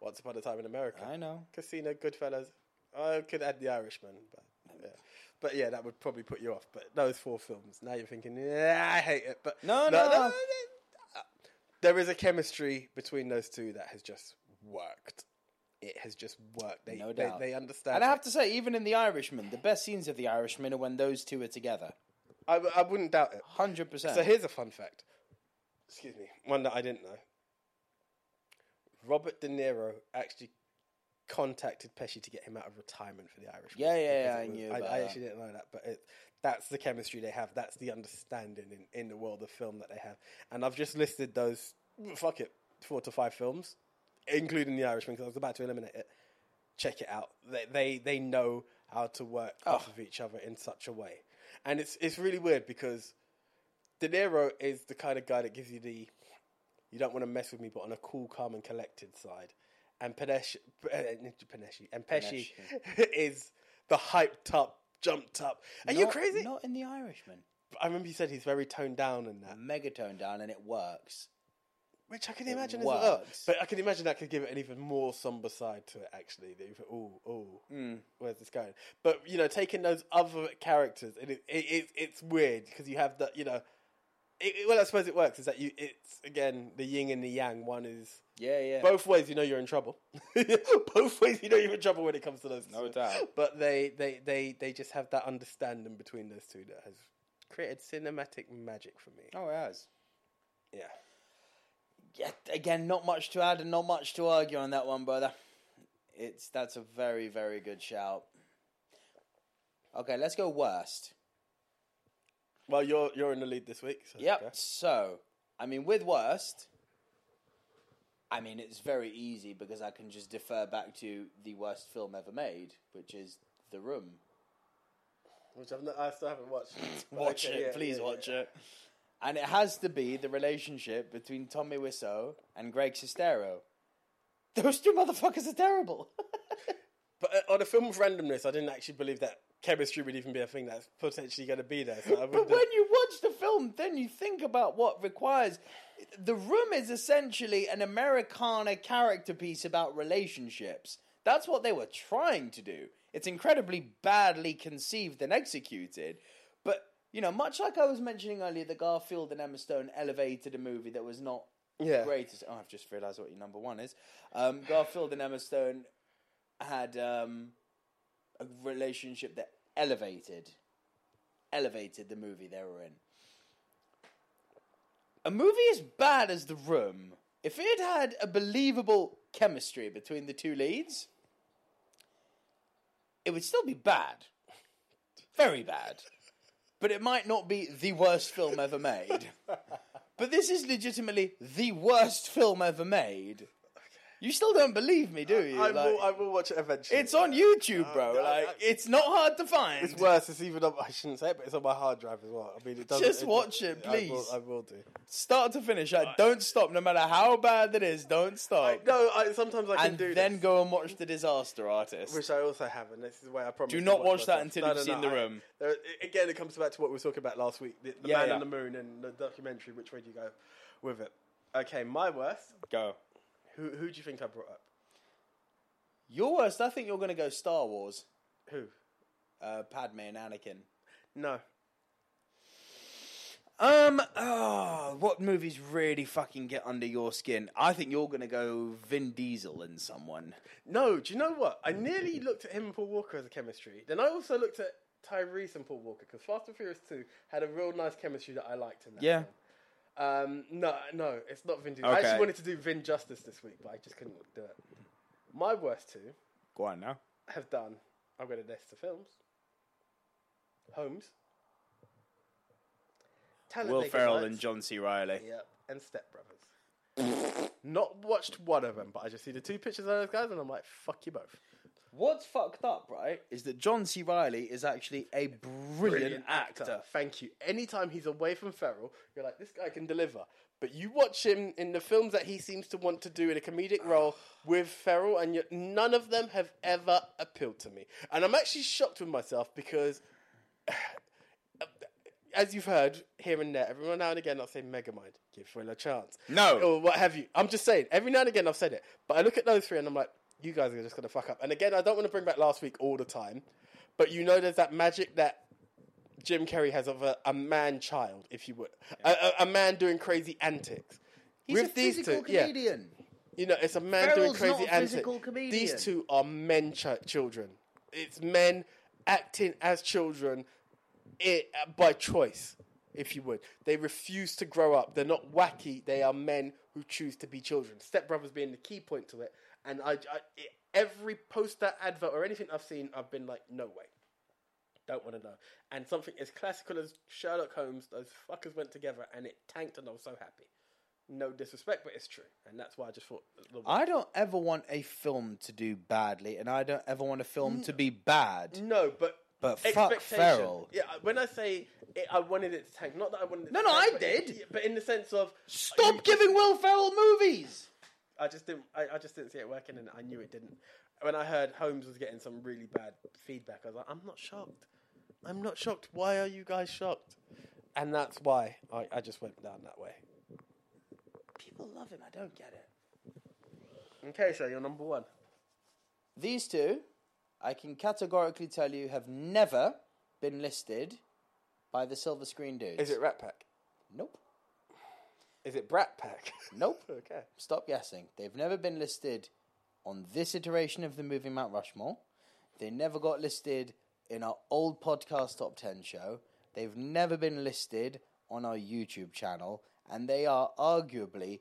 C: Once Upon a Time in America.
D: I know.
C: Casino, Goodfellas. I could add The Irishman, but yeah. But yeah, that would probably put you off. But those four films, now you're thinking, yeah, I hate it. But
D: No, no.
C: There is a chemistry between those two that has just worked. It has just worked. They,
D: No
C: they-
D: doubt.
C: They, understand.
D: And I
C: it.
D: have to say, even in The Irishman, the best scenes of The Irishman are when those two are together.
C: I, w- I wouldn't doubt it.
D: Hundred percent.
C: So here's a fun fact. Excuse me, one that I didn't know. Robert De Niro actually contacted Pesci to get him out of retirement for the Irishman.
D: Yeah, yeah,
C: because
D: yeah, I
C: it
D: knew
C: I,
D: about
C: I
D: that.
C: actually didn't know that, but it, that's the chemistry they have. That's the understanding in, in the world of film that they have. And I've just listed those. Fuck it, four to five films, including the Irishman, because I was about to eliminate it. Check it out. They they, they know how to work
D: Oh.
C: off of each other in such a way, and it's it's really weird because De Niro is the kind of guy that gives you the you don't want to mess with me, but on a cool, calm, and collected side. And Panesh, uh, Paneshi, and Pesci is the hyped up, jumped up. Are you
D: Not-
C: crazy?
D: Not in The Irishman.
C: I remember you said he's very toned down in that,
D: Megatone down, and it works.
C: which I can imagine as well.
D: works.
C: But I can imagine that could give it an even more somber side to it. Actually, that you think, oh, oh,
D: Hmm.
C: where's this going? But you know, taking those other characters, and it, it, it, it's weird because you have that, you know. It, it- well, I suppose it works. Is that you? It's again the yin and the yang. One is
D: Yeah, yeah.
C: both ways you know you're in trouble. both ways you know you're in trouble when it comes to those.
D: No
C: two.
D: doubt.
C: But they, they, they, they just have that understanding between those two that has created cinematic magic for me.
D: Oh, it has.
C: Yeah.
D: Yeah, again, not much to add and not much to argue on that one, brother. It's that's a very, very good shout. Okay, let's go worst.
C: Well, you're you're in the lead this week. So
D: Yep.
C: okay.
D: So, I mean, with worst, I mean, it's very easy because I can just defer back to the worst film ever made, which is The Room.
C: Which I've not, I still haven't watched. But
D: Watch
C: okay,
D: it,
C: yeah,
D: please
C: yeah,
D: watch
C: yeah.
D: it. And it has to be the relationship between Tommy Wiseau and Greg Sestero. Those two motherfuckers are terrible.
C: But uh, on a film of randomness, I didn't actually believe that chemistry would even be a thing that's potentially going to be there. So I
D: but
C: wouldn't-
D: when you watch the film, then you think about what requires. The Room is essentially an Americana character piece about relationships. That's what they were trying to do. It's incredibly badly conceived and executed. But, you know, much like I was mentioning earlier, the Garfield and Emma Stone elevated a movie that was not
C: yeah.
D: greatest. Oh, I've just realised what your number one is. Um, Garfield and Emma Stone had um, a relationship that elevated, elevated the movie they were in. A movie as bad as The Room, if it had a believable chemistry between the two leads, it would still be bad. Very bad. But it might not be the worst film ever made. But this is legitimately the worst film ever made. You still don't believe me, do you?
C: I,
D: Like,
C: will, I will watch it eventually.
D: it's on YouTube, bro.
C: no,
D: like,
C: I-
D: it's not hard to find.
C: It's worse. It's even on. I shouldn't say it, but it's on my hard drive as well. I mean, it doesn't.
D: Just watch it,
C: I will,
D: please.
C: I will do.
D: Start to finish. Like, don't stop, no matter how bad it is. Don't stop.
C: No, I, sometimes I can
D: and
C: do.
D: then
C: this.
D: go and watch The Disaster Artist.
C: Which I also have, and this is why I promise.
D: Do
C: to
D: not watch that
C: myself.
D: until you've seen The Room.
C: I- there- again, it comes back to what we were talking about last week: the, the
D: Yeah,
C: man
D: yeah.
C: on the moon and the documentary. Which way do you go with it? Okay, my worst.
D: go.
C: Who who do you think I brought up?
D: Your worst, I think you're going to go Star Wars.
C: Who?
D: Uh, Padme and Anakin.
C: No.
D: Um, oh, what movies really fucking get under your skin? I think you're going to go Vin Diesel and someone.
C: No, do you know what? I nearly looked at him and Paul Walker as a chemistry. Then I also looked at Tyrese and Paul Walker because Fast and Furious 2 had a real nice chemistry that I liked in that.
D: Yeah.
C: film. Um, no, no, it's not Vin Diesel. I
D: Okay.
C: actually wanted to do Vin Justice this week, but I just couldn't do it. My worst two
D: Go on now.
C: have done, I've got a list of films Holmes,
D: Will
C: Talladega
D: Ferrell
C: Nights,
D: and John C. Riley.
C: Yep, and Step Brothers. Not watched one of them, but I just see the two pictures of those guys and I'm like, fuck you both.
D: What's fucked up, right, is that John C. Riley is actually a brilliant, actor.
C: Thank you. Anytime he's away from Ferrell, you're like, this guy can deliver. But you watch him in the films that he seems to want to do in a comedic
D: Ah.
C: role with Ferrell, and you none of them have ever appealed to me. And I'm actually shocked with myself because, as you've heard here and there, every now and again I'll say Megamind, give Will a chance.
D: No.
C: Or what have you. I'm just saying, every now and again I've said it. But I look at those three and I'm like, you guys are just going to fuck up. And again, I don't want to bring back last week all the time. But you know there's that magic that Jim Carrey has of a, a man child, if you would, a, a, a man doing crazy antics.
D: He's a physical
C: yeah.
D: comedian.
C: you know, it's a man
D: Ferrell's
C: doing
D: not
C: crazy
D: a
C: antics.
D: physical comedian.
C: These two are men ch- children. It's men acting as children i by choice, if you would. They refuse to grow up. They're not wacky. They are men who choose to be children. Step Brothers being the key point to it. And I, I it, every poster, advert, or anything I've seen, I've been like, no way. Don't want to know. And something as classical as Sherlock Holmes, those fuckers went together and it tanked, and I was so happy. No disrespect, but it's true. And that's why I just thought. the-
D: I don't ever want a film to do badly, and I don't ever want a film to be bad.
C: no, but.
D: But fuck
C: expectation.
D: Ferrell.
C: Yeah, when I say it, I wanted it to tank, not that I wanted it
D: No,
C: to
D: no,
C: tank,
D: I
C: but it-
D: did.
C: but in the sense of.
D: Stop
C: you-
D: giving Will Ferrell movies.
C: I just didn't. I, I just didn't see it working, and I knew it didn't. When I heard Holmes was getting some really bad feedback, I was like, "I'm not shocked. I'm not shocked. Why are you guys shocked?" And that's why I, I just went down that way.
D: People love him. I don't get it.
C: Okay, so you're number one.
D: These two, I can categorically tell you, have never been listed by the Silver Screen dudes.
C: Is it Rat Pack?
D: Nope.
C: Is it Brat Pack?
D: Nope.
C: okay.
D: Stop guessing. They've never been listed on this iteration of the movie Mount Rushmore. They never got listed in our old podcast top 10 show. They've never been listed on our YouTube channel. And they are arguably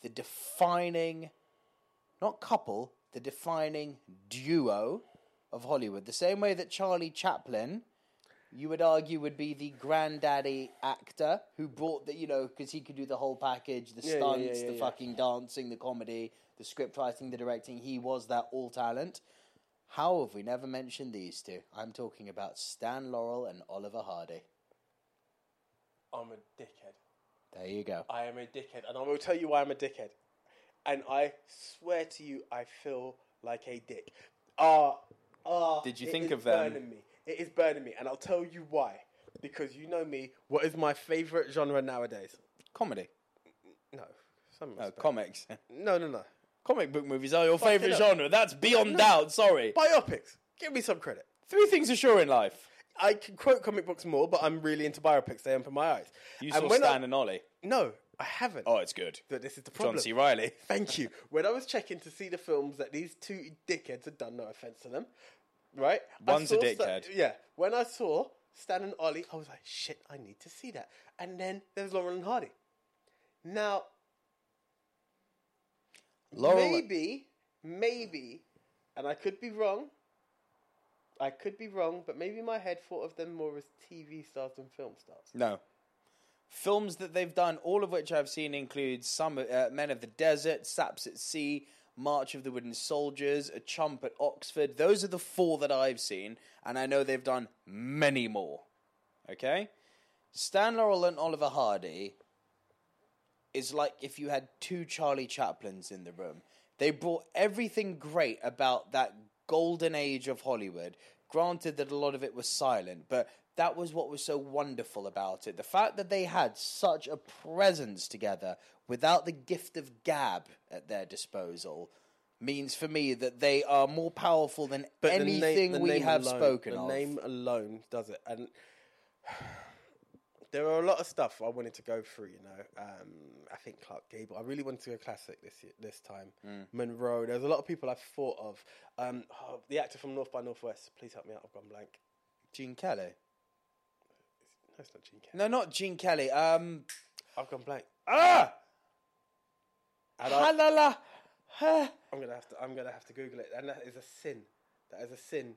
D: the defining, not couple, the defining duo of Hollywood. The same way that Charlie Chaplin you would argue would be the granddaddy actor who brought the you know because he could do the whole package the
C: yeah, yeah,
D: stunts
C: yeah,
D: the
C: yeah.
D: fucking dancing the comedy the script writing the directing he was that all talent how have we never mentioned these two i'm talking about stan laurel and oliver hardy
C: I'm a dickhead.
D: there you go
C: I am a dickhead, and I will tell you why I'm a dickhead. And I swear to you, I feel like a dick. Ah, ah.
I: Did you
C: it
I: think
C: is
I: of them?
C: Burning me. It is burning me, and I'll tell you why. Because you know me. What is my favorite genre nowadays?
D: comedy
C: No, some
I: Oh,
C: respect.
I: comics.
C: no, no, no.
I: Comic book movies are your favourite
C: up.
I: genre. That's beyond doubt. Sorry.
C: Biopics. Give me some credit.
I: Three things are sure in life.
C: I can quote comic books more, but I'm really into biopics. They open my eyes.
D: You
C: And
D: saw
C: when I-
D: Stan and Ollie.
C: No, I haven't.
D: Oh, it's good.
C: But this is the problem.
D: John C. Riley.
C: Thank you. When I was checking to see the films that these two dickheads had done, no offense to them, right? I
D: One's a
C: saw
D: dickhead.
C: Sta- yeah. When I saw Stan and Ollie, I was like, shit, I need to see that. And then there's Laurel and Hardy. Now,
D: Laurel-
C: maybe, maybe, and I could be wrong. I could be wrong, but maybe my head thought of them more as TV stars than film stars.
D: No. Films that they've done, all of which I've seen, include some uh, Men of the Desert, Saps at Sea, March of the Wooden Soldiers, A Chump at Oxford. Those are the four that I've seen, and I know they've done many more. Okay? Stan Laurel and Oliver Hardy is like if you had two Charlie Chaplins in the room. They brought everything great about that golden age of Hollywood. Granted that a lot of it was silent, but that was what was so wonderful about it. The fact that they had such a presence together without the gift of gab at their disposal means for me that they are more powerful than
C: But the na-
D: anything
C: the
D: we
C: name
D: have
C: alone-
D: spoken
C: the
D: of.
C: name alone does it, and there are a lot of stuff I wanted to go through. You know, um, I think Clark Gable. I really wanted to go classic this year, this time.
D: Mm.
C: Monroe. There's a lot of people I've thought of. Um, oh, the actor from North by Northwest. Please help me out. I've gone blank.
D: Gene Kelly.
C: No, it's not Gene Kelly.
D: No, not Gene Kelly. Um,
C: I've gone blank.
D: ah,
C: And I,
D: halala. Ha.
C: I'm gonna have to. I'm gonna have to Google it, and that is a sin. That is a sin.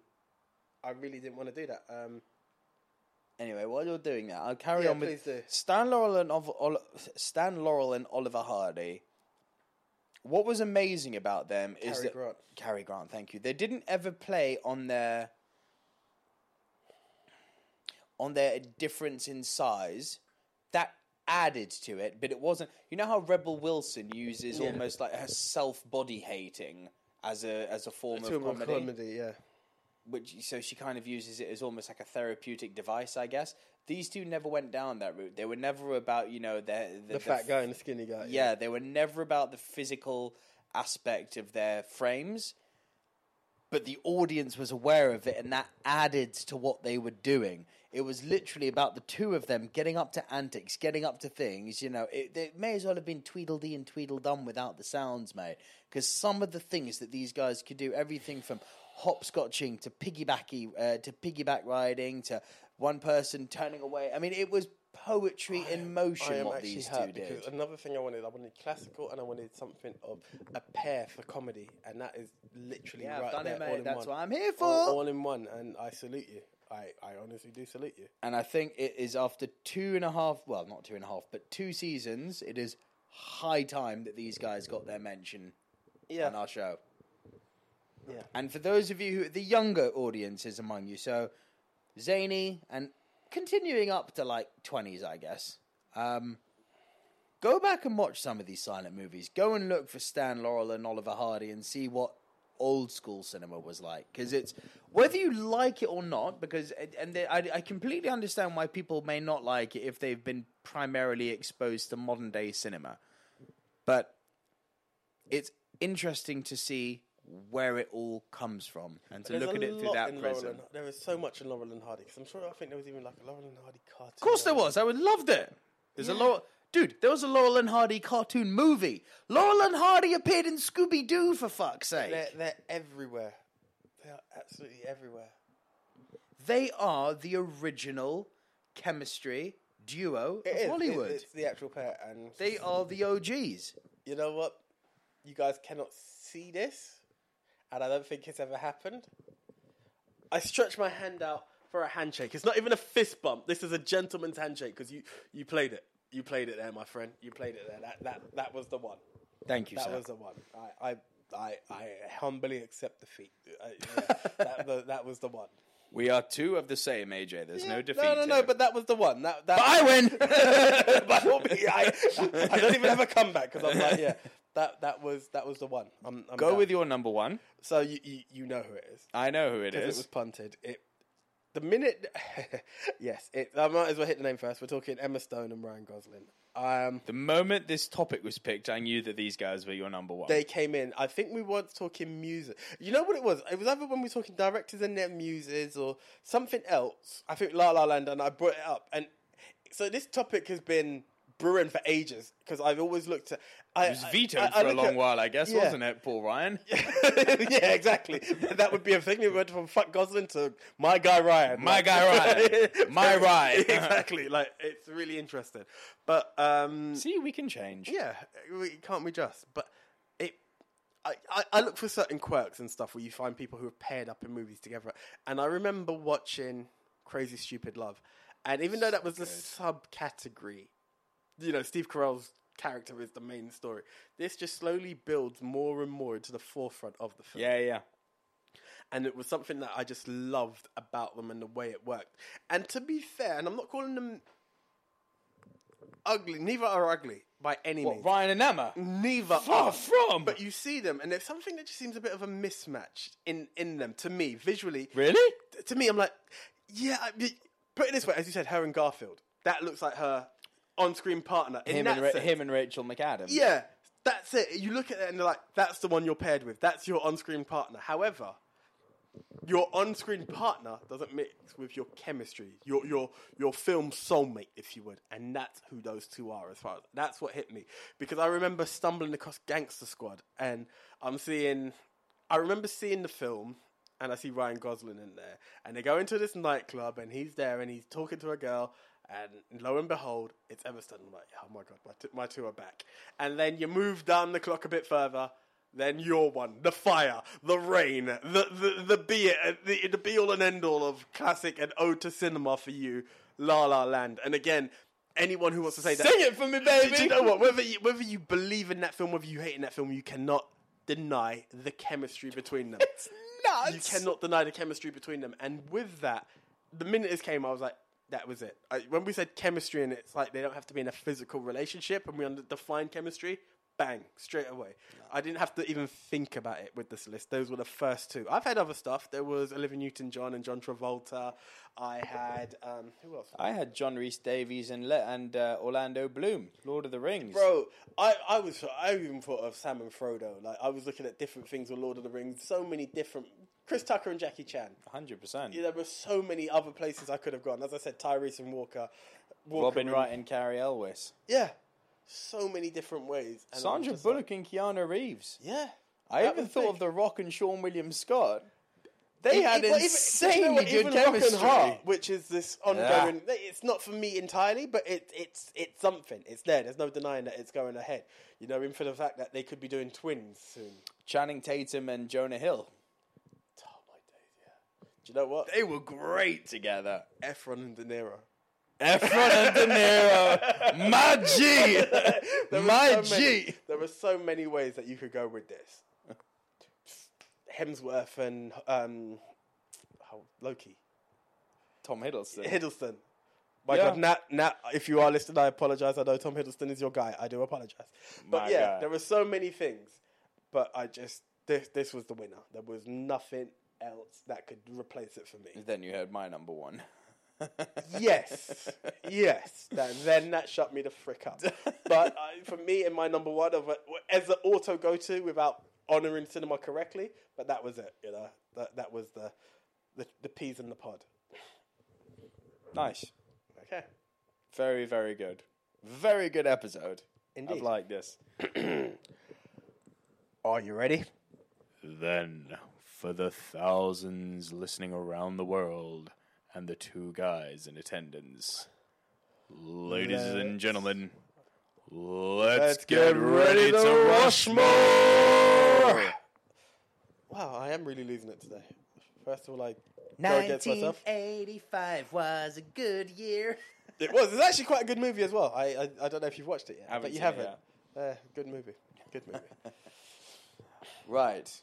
C: I really didn't want to do that. Um,
D: Anyway, while you're doing that, I'll carry
C: Yeah,
D: on with
C: please do.
D: Stan Laurel and Ov- Ol- Stan Laurel and Oliver Hardy. What was amazing about them is
C: Cary
D: that
C: Grant.
D: Cary Grant, thank you. They didn't ever play on their on their difference in size. That added to it, but it wasn't. You know how Rebel Wilson uses almost like her self body hating as a as a form
C: to
D: of
C: a
D: comedy
C: comedy. Yeah.
D: which so she kind of uses it as almost like a therapeutic device, I guess. These two never went down that route. They were never about you know their, the,
C: The fat guy and the skinny guy.
D: Yeah, they were never about the physical aspect of their frames, but the audience was aware of it, and that added to what they were doing. It was literally about the two of them getting up to antics, getting up to things. You know, it, it may as well have been Tweedledee and Tweedledum without the sounds, mate. Because some of the things that these guys could do, everything from hopscotching to piggybacky uh, to piggyback riding to one person turning away. I mean, it was poetry in motion. what these two
C: hurt
D: did.
C: another thing I wanted, I wanted classical and I wanted something of a pair for comedy, and that is literally
D: Yeah, I've
C: right
D: done
C: there,
D: it, mate.
C: all in
D: That's
C: one.
D: what I'm here
C: All,
D: for.
C: all in one, and I salute you. I, I honestly do salute you.
D: and I think it is after two and a half, well, not two and a half, but two seasons, it is high time that these guys got their mention
C: Yeah,
D: on our show.
C: Yeah.
D: And for those of you who, the younger audiences among you, so Zany and continuing up to like 20s, I guess, um, go back and watch some of these silent movies. Go and look for Stan Laurel and Oliver Hardy and see what old school cinema was like because it's whether you like it or not because and they, I, I completely understand why people may not like it if they've been primarily exposed to modern day cinema but it's interesting to see where it all comes from and to
C: There's
D: look
C: a
D: at it through
C: lot
D: that
C: in Laurel
D: prism.
C: and- there is so much in Laurel and Hardy. Because I'm sure I think there was even like a Laurel and Hardy cartoon.
D: Of course there was. I would loved it. There's a Laurel, dude. There was a Laurel and Hardy cartoon movie. Laurel and Hardy appeared in Scooby Doo for fuck's sake.
C: They're, they're everywhere. They are absolutely everywhere.
D: They are the original chemistry duo
C: It
D: of
C: is. It-
D: Hollywood.
C: it's the actual pair, and
D: they are the OGs.
C: you know what? You guys cannot see this, and I don't think it's ever happened. I stretch my hand out for a handshake. It's not even a fist bump. This is a gentleman's handshake because you, you played it. You played it there, my friend. You played it there. That that that was the one.
D: Thank you,
C: That
D: sir.
C: was the one. I I, I, I humbly accept defeat. I, yeah, that, the, that was the one.
D: we are two of the same, AJ. There's no defeat.
C: No, no, no. But that was the one. That, that
D: I win.
C: By all means, I, I don't even have a comeback because I'm like, yeah, that that was that was the one. I'm, I'm
D: Go
C: down.
D: with your number one.
C: So you, you you know who it is.
D: I know who it
C: Because
D: is.
C: it was punted. It The minute, yes, it, I might as well hit the name first. We're talking Emma Stone and Ryan Gosling. Um,
D: The moment this topic was picked, I knew that these guys were your number one.
C: they came in. I think we were talking music. You know what it was? It was either when we were talking directors and their muses or something else. I think La La Land, and I brought it up. And so this topic has been brewing for ages because I've always looked at. I,
D: it was
C: I-
D: vetoed
C: I- I
D: for a
C: look
D: long
C: at-
D: while, I guess,
C: yeah.
D: wasn't it, Paul Ryan?
C: yeah, exactly. That would be a thing. We went from fuck Gosling to my guy Ryan.
D: My guy Ryan. My Ryan.
C: exactly. Like it's really interesting. But um,
D: See, we can change.
C: yeah, we, can't we just? But it, I, I, I look for certain quirks and stuff where you find people who are paired up in movies together. And I remember watching Crazy Stupid Love, and even though that was a subcategory, you know, Steve Carell's character is the main story. This just slowly builds more and more into the forefront of the film
D: Yeah, yeah.
C: and it was something that I just loved about them and the way it worked. And to be fair, and I'm not calling them ugly. Neither are ugly by any
D: What,
C: means.
D: Ryan and Emma?
C: Neither
D: Far
C: are.
D: from.
C: Mm-hmm. But you see them, and there's something that just seems a bit of a mismatch in in them to me visually.
D: Really?
C: T- To me, I'm like, yeah. I, y- put it this way, as you said, her and Garfield. That looks like her on-screen partner. in
D: Him
C: that
D: and, Ra-
C: sense.
D: him and Rachel McAdams.
C: Yeah, that's it. You look at it and they're like, that's the one you're paired with. That's your on screen partner. However, your on screen partner doesn't mix with your chemistry, your, your, your film soulmate, if you would. And that's who those two are, as far as that's what hit me. Because I remember stumbling across Gangster Squad and I'm seeing, I remember seeing the film. And I see Ryan Gosling in there, and they go into this nightclub, and he's there, and he's talking to a girl, and lo and behold, it's Everston. I'm like, oh my god, my, t- my two are back. And then you move down the clock a bit further. Then your one, the fire, the rain, the the the be it, the, the be all and end all of classic and ode to cinema for you, La La Land. And again, anyone who wants to say that,
D: Sing it for me,
C: Do- Do
D: baby.
C: you know what? Whether you, whether you believe in that film, whether you hate in that film, you cannot deny the chemistry between them you cannot deny the chemistry between them. And with that, the minute this came, I was like, that was it. I, when we said chemistry, and it's like they don't have to be in a physical relationship, and we under- define chemistry, bang, straight away. I didn't have to even think about it with this list. Those were the first two. I've had other stuff. There was Olivia Newton John and John Travolta. I had, um, who else?
D: I had John Reese Davies and Le- and uh, Orlando Bloom, Lord of the Rings.
C: Bro, I, I was I even thought of Sam and Frodo. Like I was looking at different things with Lord of the Rings, so many different Chris Tucker and Jackie Chan.
D: 100%.
C: Yeah, there were so many other places I could have gone. As I said, Tyrese and Walker, Walker
D: Robin
C: and-
D: Wright and Carrie Elwes.
C: Yeah, so many different ways. And I was
D: Sandra
C: just like,
D: Bullock and Keanu Reeves.
C: yeah,
D: I
C: that
D: even
C: was
D: thought
C: big.
D: of The Rock and Sean William Scott. They had
C: Even- even-
D: insanely
C: you know what,
D: good
C: even Rock and
D: chemistry.
C: Heart, which is this ongoing. It's not for me entirely, but it, it's it's something. It's there. There's no denying that it's going ahead. You know, even for the fact that they could be doing twins soon.
D: Channing Tatum and Jonah Hill.
C: Oh my days, yeah. Do you know what?
D: They were great together.
C: Efron and De Niro.
D: Efron and De Niro. My G.
C: There were
D: My
C: so many-
D: G.
C: there were so many ways that you could go with this. Hemsworth and um, oh, Loki,
D: Tom Hiddleston.
C: Hiddleston. My
D: Yeah.
C: God, Nat, Nat, if you are listening, I apologize. I know Tom Hiddleston is your guy. I do apologize. But
D: My
C: yeah,
D: God.
C: there were so many things, but I just this this was the winner. There was nothing else that could replace it for me.
D: Then you heard my number one.
C: yes, yes. That, then that shut me the frick up. But I, for me, in my number one of a, as an auto go to without honouring cinema correctly, but that was it. You know, that that was the the, the peas in the pod.
D: Nice.
C: Okay.
D: Very, very good. Very good episode.
C: Indeed.
D: I've liked this.
C: Are you ready?
J: Then, for the thousands listening around the world and the two guys in attendance, ladies and gentlemen, let's, get, ready, to rush more!
C: Wow, I am really losing it today. First of all, I go against myself.
F: 1985 was a good year.
C: It was. It's actually quite a good movie as well. I I, I don't know if you've watched it yet,
D: Haven't
C: but you
D: seen it
C: haven't. Uh, good movie. Good movie.
D: Right.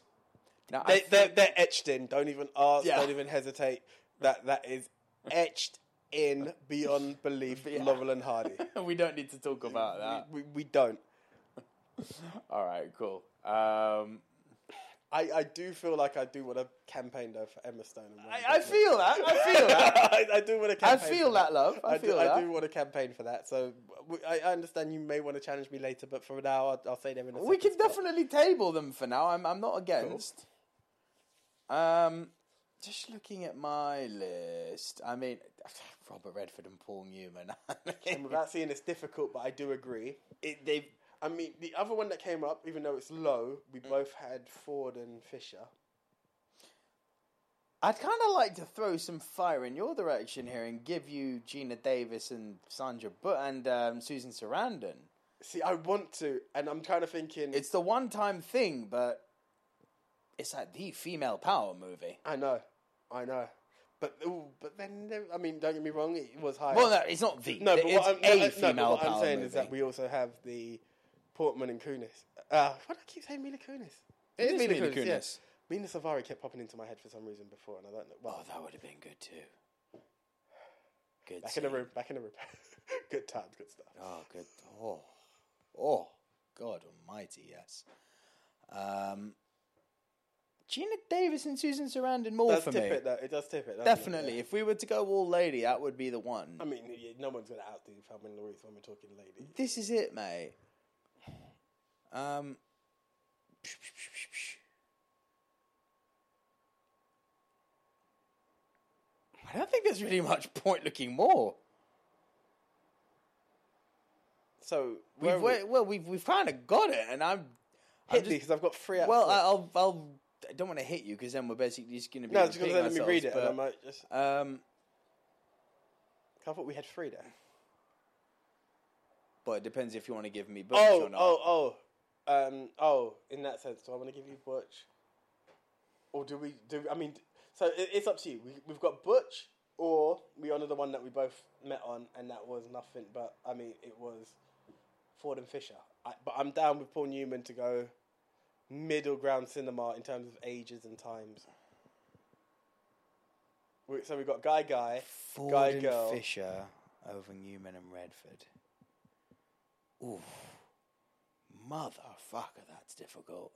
D: Now, I
C: they,
D: think-
C: they're, they're etched in. Don't even ask.
D: Yeah.
C: Don't even hesitate. That that is etched in beyond belief. Lovell and Hardy.
D: we don't need to talk about that.
C: We, we don't.
D: All right, cool. Um,
C: I, I do feel like I do want to campaign though for Emma Stone. And Ryan
D: I
C: Gosling.
D: feel that. I feel that.
C: I, I do want to.
D: I
C: Campaign
D: feel
C: for
D: that, love. I,
C: do,
D: feel that.
C: I do want to campaign for that. So w- I, I understand you may want to challenge me later, but for now, I'll, I'll say them in a
D: We
C: second
D: can
C: spot.
D: definitely table them for now. I'm, I'm not against. Um, just looking at my list, I mean, Robert Redford and Paul Newman.
C: And without seeing it's difficult, but I do agree. It, they've. I mean, the other one that came up, even though it's low, we
D: Mm.
C: both had Ford and Fisher.
D: I'd kind of like to throw some fire in your direction here and give you Gina Davis and Sandra But and um, Susan Sarandon.
C: See, I want to, and I'm kind of thinking.
D: It's the one time thing, but it's like the female power movie.
C: I know, I know, but ooh, but then there- I mean, don't get me wrong, it was higher.
D: Well, no, it's not the.
C: no, but
D: it's
C: what I'm,
D: a
C: no, no,
D: female
C: but what
D: power
C: I'm saying
D: movie.
C: is that we also have the Portman and Kunis. Uh, why do I keep saying Mila Kunis?
D: It is Mila
C: yeah.
D: Kunis.
C: Mina Savari kept popping into my head for some reason before, and I don't know. Well,
D: Oh, that would have been good too. Good.
C: back in the
D: scene.
C: room, back in the room. good times, good stuff.
D: Oh, good. Oh, oh, God Almighty, yes. Um, Gina Davis and Susan Sarandon more
C: It
D: for
C: does
D: me.
C: tip it though. It does tip it. doesn't it?
D: Definitely.
C: Yeah.
D: If we were to go all lady, that would be the one.
C: I mean, yeah, no one's gonna outdo Thelma Louise when we're talking lady.
D: this is it, mate. Um. I don't think there's really much point looking more.
C: So
D: We've,
C: where are we
D: we- well, we've we've kind of got it, and I'm I'm
C: hit
D: just-
C: me because I've got three out.
D: Well,
C: of four.
D: I- I'll, I'll, I don't want to hit you because then we're basically just going to be.
C: no, I was just gonna say, let
D: repeating
C: me read it. and I
D: ourselves,
C: might just.
D: but, um,
C: I thought we had three there.
D: but it depends if you want to give me books
C: Oh,
D: or not.
C: oh, oh, um, oh. In that sense, do I want to give you Butch, or do we? Do I mean? So it, it's up to you. We, we've got Butch, or we honour the one that we both met on, and that was nothing. But I mean, it was Ford and Fisher. I, but I'm down with Paul Newman to go middle ground cinema in terms of ages and times. We- So we've got Guy Guy,
D: Ford
C: Guy
D: and
C: Girl.
D: Fisher over Newman and Redford. Ooh, motherfucker, that's difficult.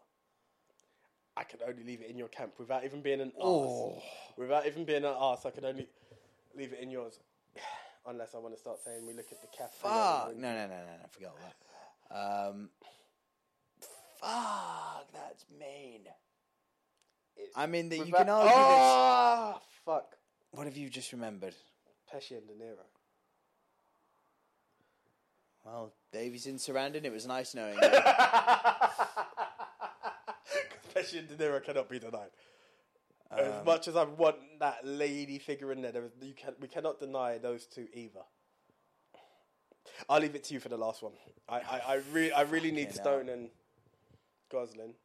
C: I could only leave it in your camp without even being an
D: Oh.
C: arse. Without even being an arse, I could only leave it in yours. Unless I want to start saying we look at the cafe.
D: Fuck! No, no, no, no, no. Forget all that. Um, fuck, that's mean. I mean that you
C: Without-
D: can argue. this-
C: Ah, fuck.
D: What have you just remembered?
C: Pesci and De Niro.
D: Well, Davies in Sarandon. It was nice knowing you.
C: Pesci and De Niro cannot be denied.
D: Um,
C: as much as I want that lady figure in there, there is, you can, we cannot deny those two either. I'll leave it to you for the last one. I, I, I, re- I really need Stone and Gosling.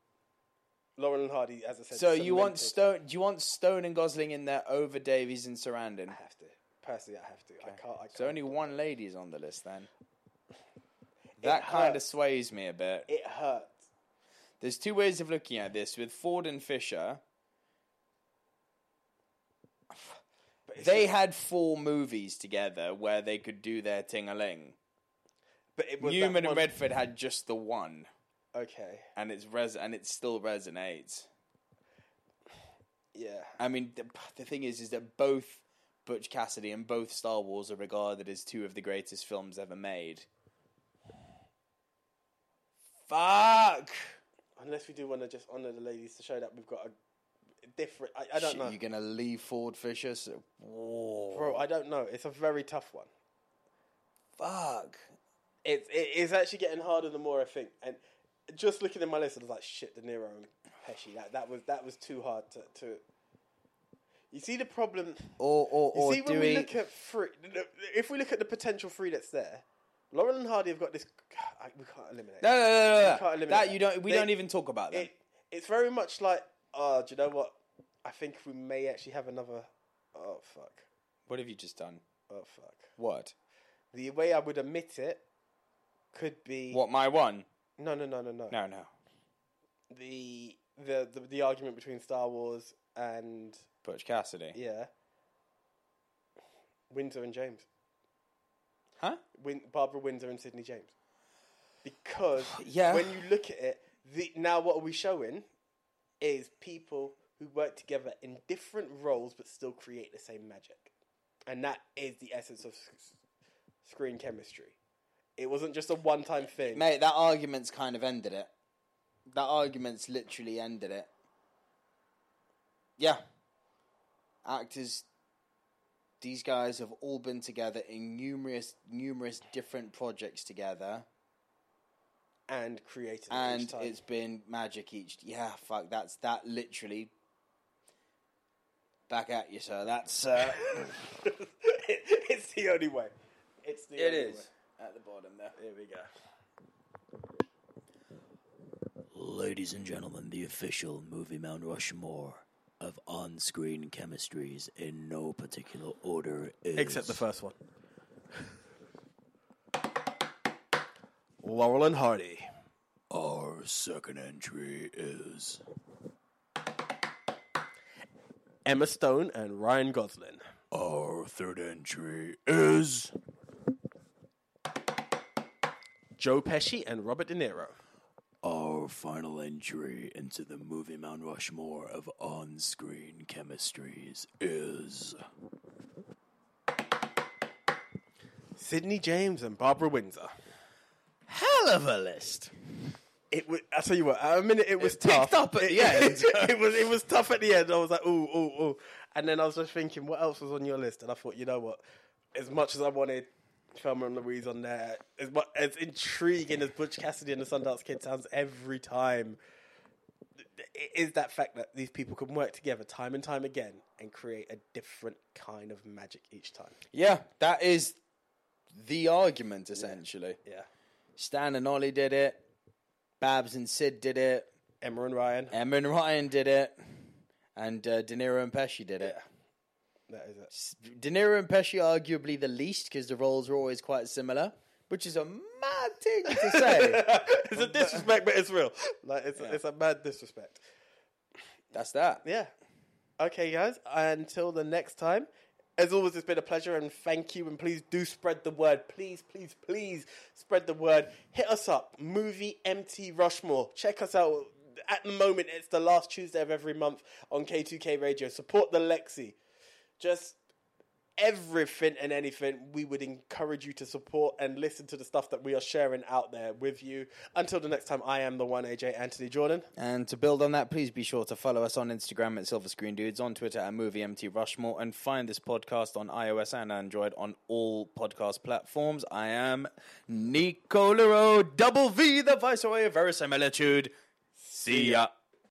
C: Lauren and Hardy, as I said.
D: so you want
C: cemented.
D: Stone? Do you want Stone and Gosling in there over Davies and Sarandon?
C: I have to. Personally, I have to. I can't. I can't.
D: So only one lady's on the list then. That kind of
C: hurts.
D: sways me a bit.
C: It hurts.
D: There's two ways of looking at this. With Ford and Fisher, they had four movies together where they could do their ting a ling.
C: But it was that
D: Newman and
C: one-
D: Redford had just the one,
C: Okay.
D: and it's res and it still resonates.
C: Yeah.
D: I mean, the, the thing is, is that both Butch Cassidy and both Star Wars are regarded as two of the greatest films ever made. Fuck!
C: Unless we do want to just honour the ladies to show that we've got a different. I, I don't
D: Shit,
C: know.
D: You're gonna leave Ford Fisher? So, whoa!
C: Bro, I don't know. It's a very tough one.
D: Fuck!
C: It's it is actually getting harder the more I think. And just looking at my list, I was like, shit, De Niro and Pesci. That that was that was too hard to. to... You see the problem.
D: Or or
C: You
D: or
C: see when
D: do
C: we,
D: we?
C: look at three, if we look at the potential three that's there, Lauren and Hardy have got this. I, we can't eliminate.
D: No, no, no, no, no.
C: You can't eliminate
D: That you don't. We
C: They-
D: don't even talk about that.
C: it, it's very much like, oh, do you know what? I think we may actually have another. Oh fuck!
D: What have you just done?
C: Oh fuck!
D: What?
C: The way I would admit it could be
D: What? My one?
C: No, no, no, no, no.
D: No, no.
C: The, the the the argument between Star Wars and
D: Butch Cassidy.
C: yeah, Windsor and James,
D: Huh?
C: Win- Barbara Windsor and Sydney James, because
D: Yeah.
C: when you look at it, the now what are we showing? is people who work together in different roles but still create the same magic. And that is the essence of s- screen chemistry. It wasn't just a one time thing.
D: Mate, that argument's kind of ended it. That argument's literally ended it. Yeah. Actors, these guys have all been together in numerous, numerous different projects together,
C: and created it each
D: and
C: time.
D: it's been magic each. Yeah, fuck, that's that literally. Back at you, sir. That's uh,
C: it's the only way. It's the only way.
D: at the bottom there.
C: Here we go.
K: Ladies and gentlemen, the official movie Mount Rushmore of on screen chemistries in no particular order is.
C: Except the first one. Laurel and Hardy.
K: Our second entry is.
C: Emma Stone and Ryan Gosling.
K: Our third entry is.
C: Joe Pesci and Robert De Niro.
K: Our final entry into the movie Mount Rushmore of on screen chemistries is.
C: Sidney James and Barbara Windsor.
L: Hell of a list.
C: It was, I tell you what, at a minute it was tough.
L: picked up at
C: it,
L: the end.
C: it was it was tough at the end. I was like, ooh, ooh, ooh. And then I was just thinking, what else was on your list? And I thought, you know what? As much as I wanted Thelma and Louise on there, as much, as intriguing as Butch Cassidy and the Sundance Kid sounds every time, it is that fact that these people can work together time and time again and create a different kind of magic each time.
D: Yeah, that is the argument essentially.
C: Yeah.
D: Stan and Ollie did it. Babs and Sid did it.
C: Emma and Ryan.
D: Emma and Ryan did it. And uh, De Niro and Pesci did it.
C: That is it.
D: De Niro and Pesci arguably the least because the roles are always quite similar, which is a mad thing to say.
C: it's a disrespect, but it's real. Like it's a, it's a mad disrespect.
D: That's that.
C: Yeah. Okay, guys. Until the next time. As always, it's been a pleasure, and thank you. And please do spread the word. Please, please, please spread the word. Hit us up, movie MT Rushmore. Check us out. At the moment, it's the last Tuesday of every month on K2K Radio. Support the Lexi. Just everything and anything, we would encourage you to support and listen to the stuff that we are sharing out there with you. Until the next time, I am the one AJ Anthony Jordan.
D: And to build on that, please be sure to follow us on Instagram at Silver Screen Dudes, on Twitter at Movie MT Rushmore, and find this podcast on iOS and Android on all podcast platforms. I am Nicolero Double V, the Viceroy of Verisimilitude. See ya.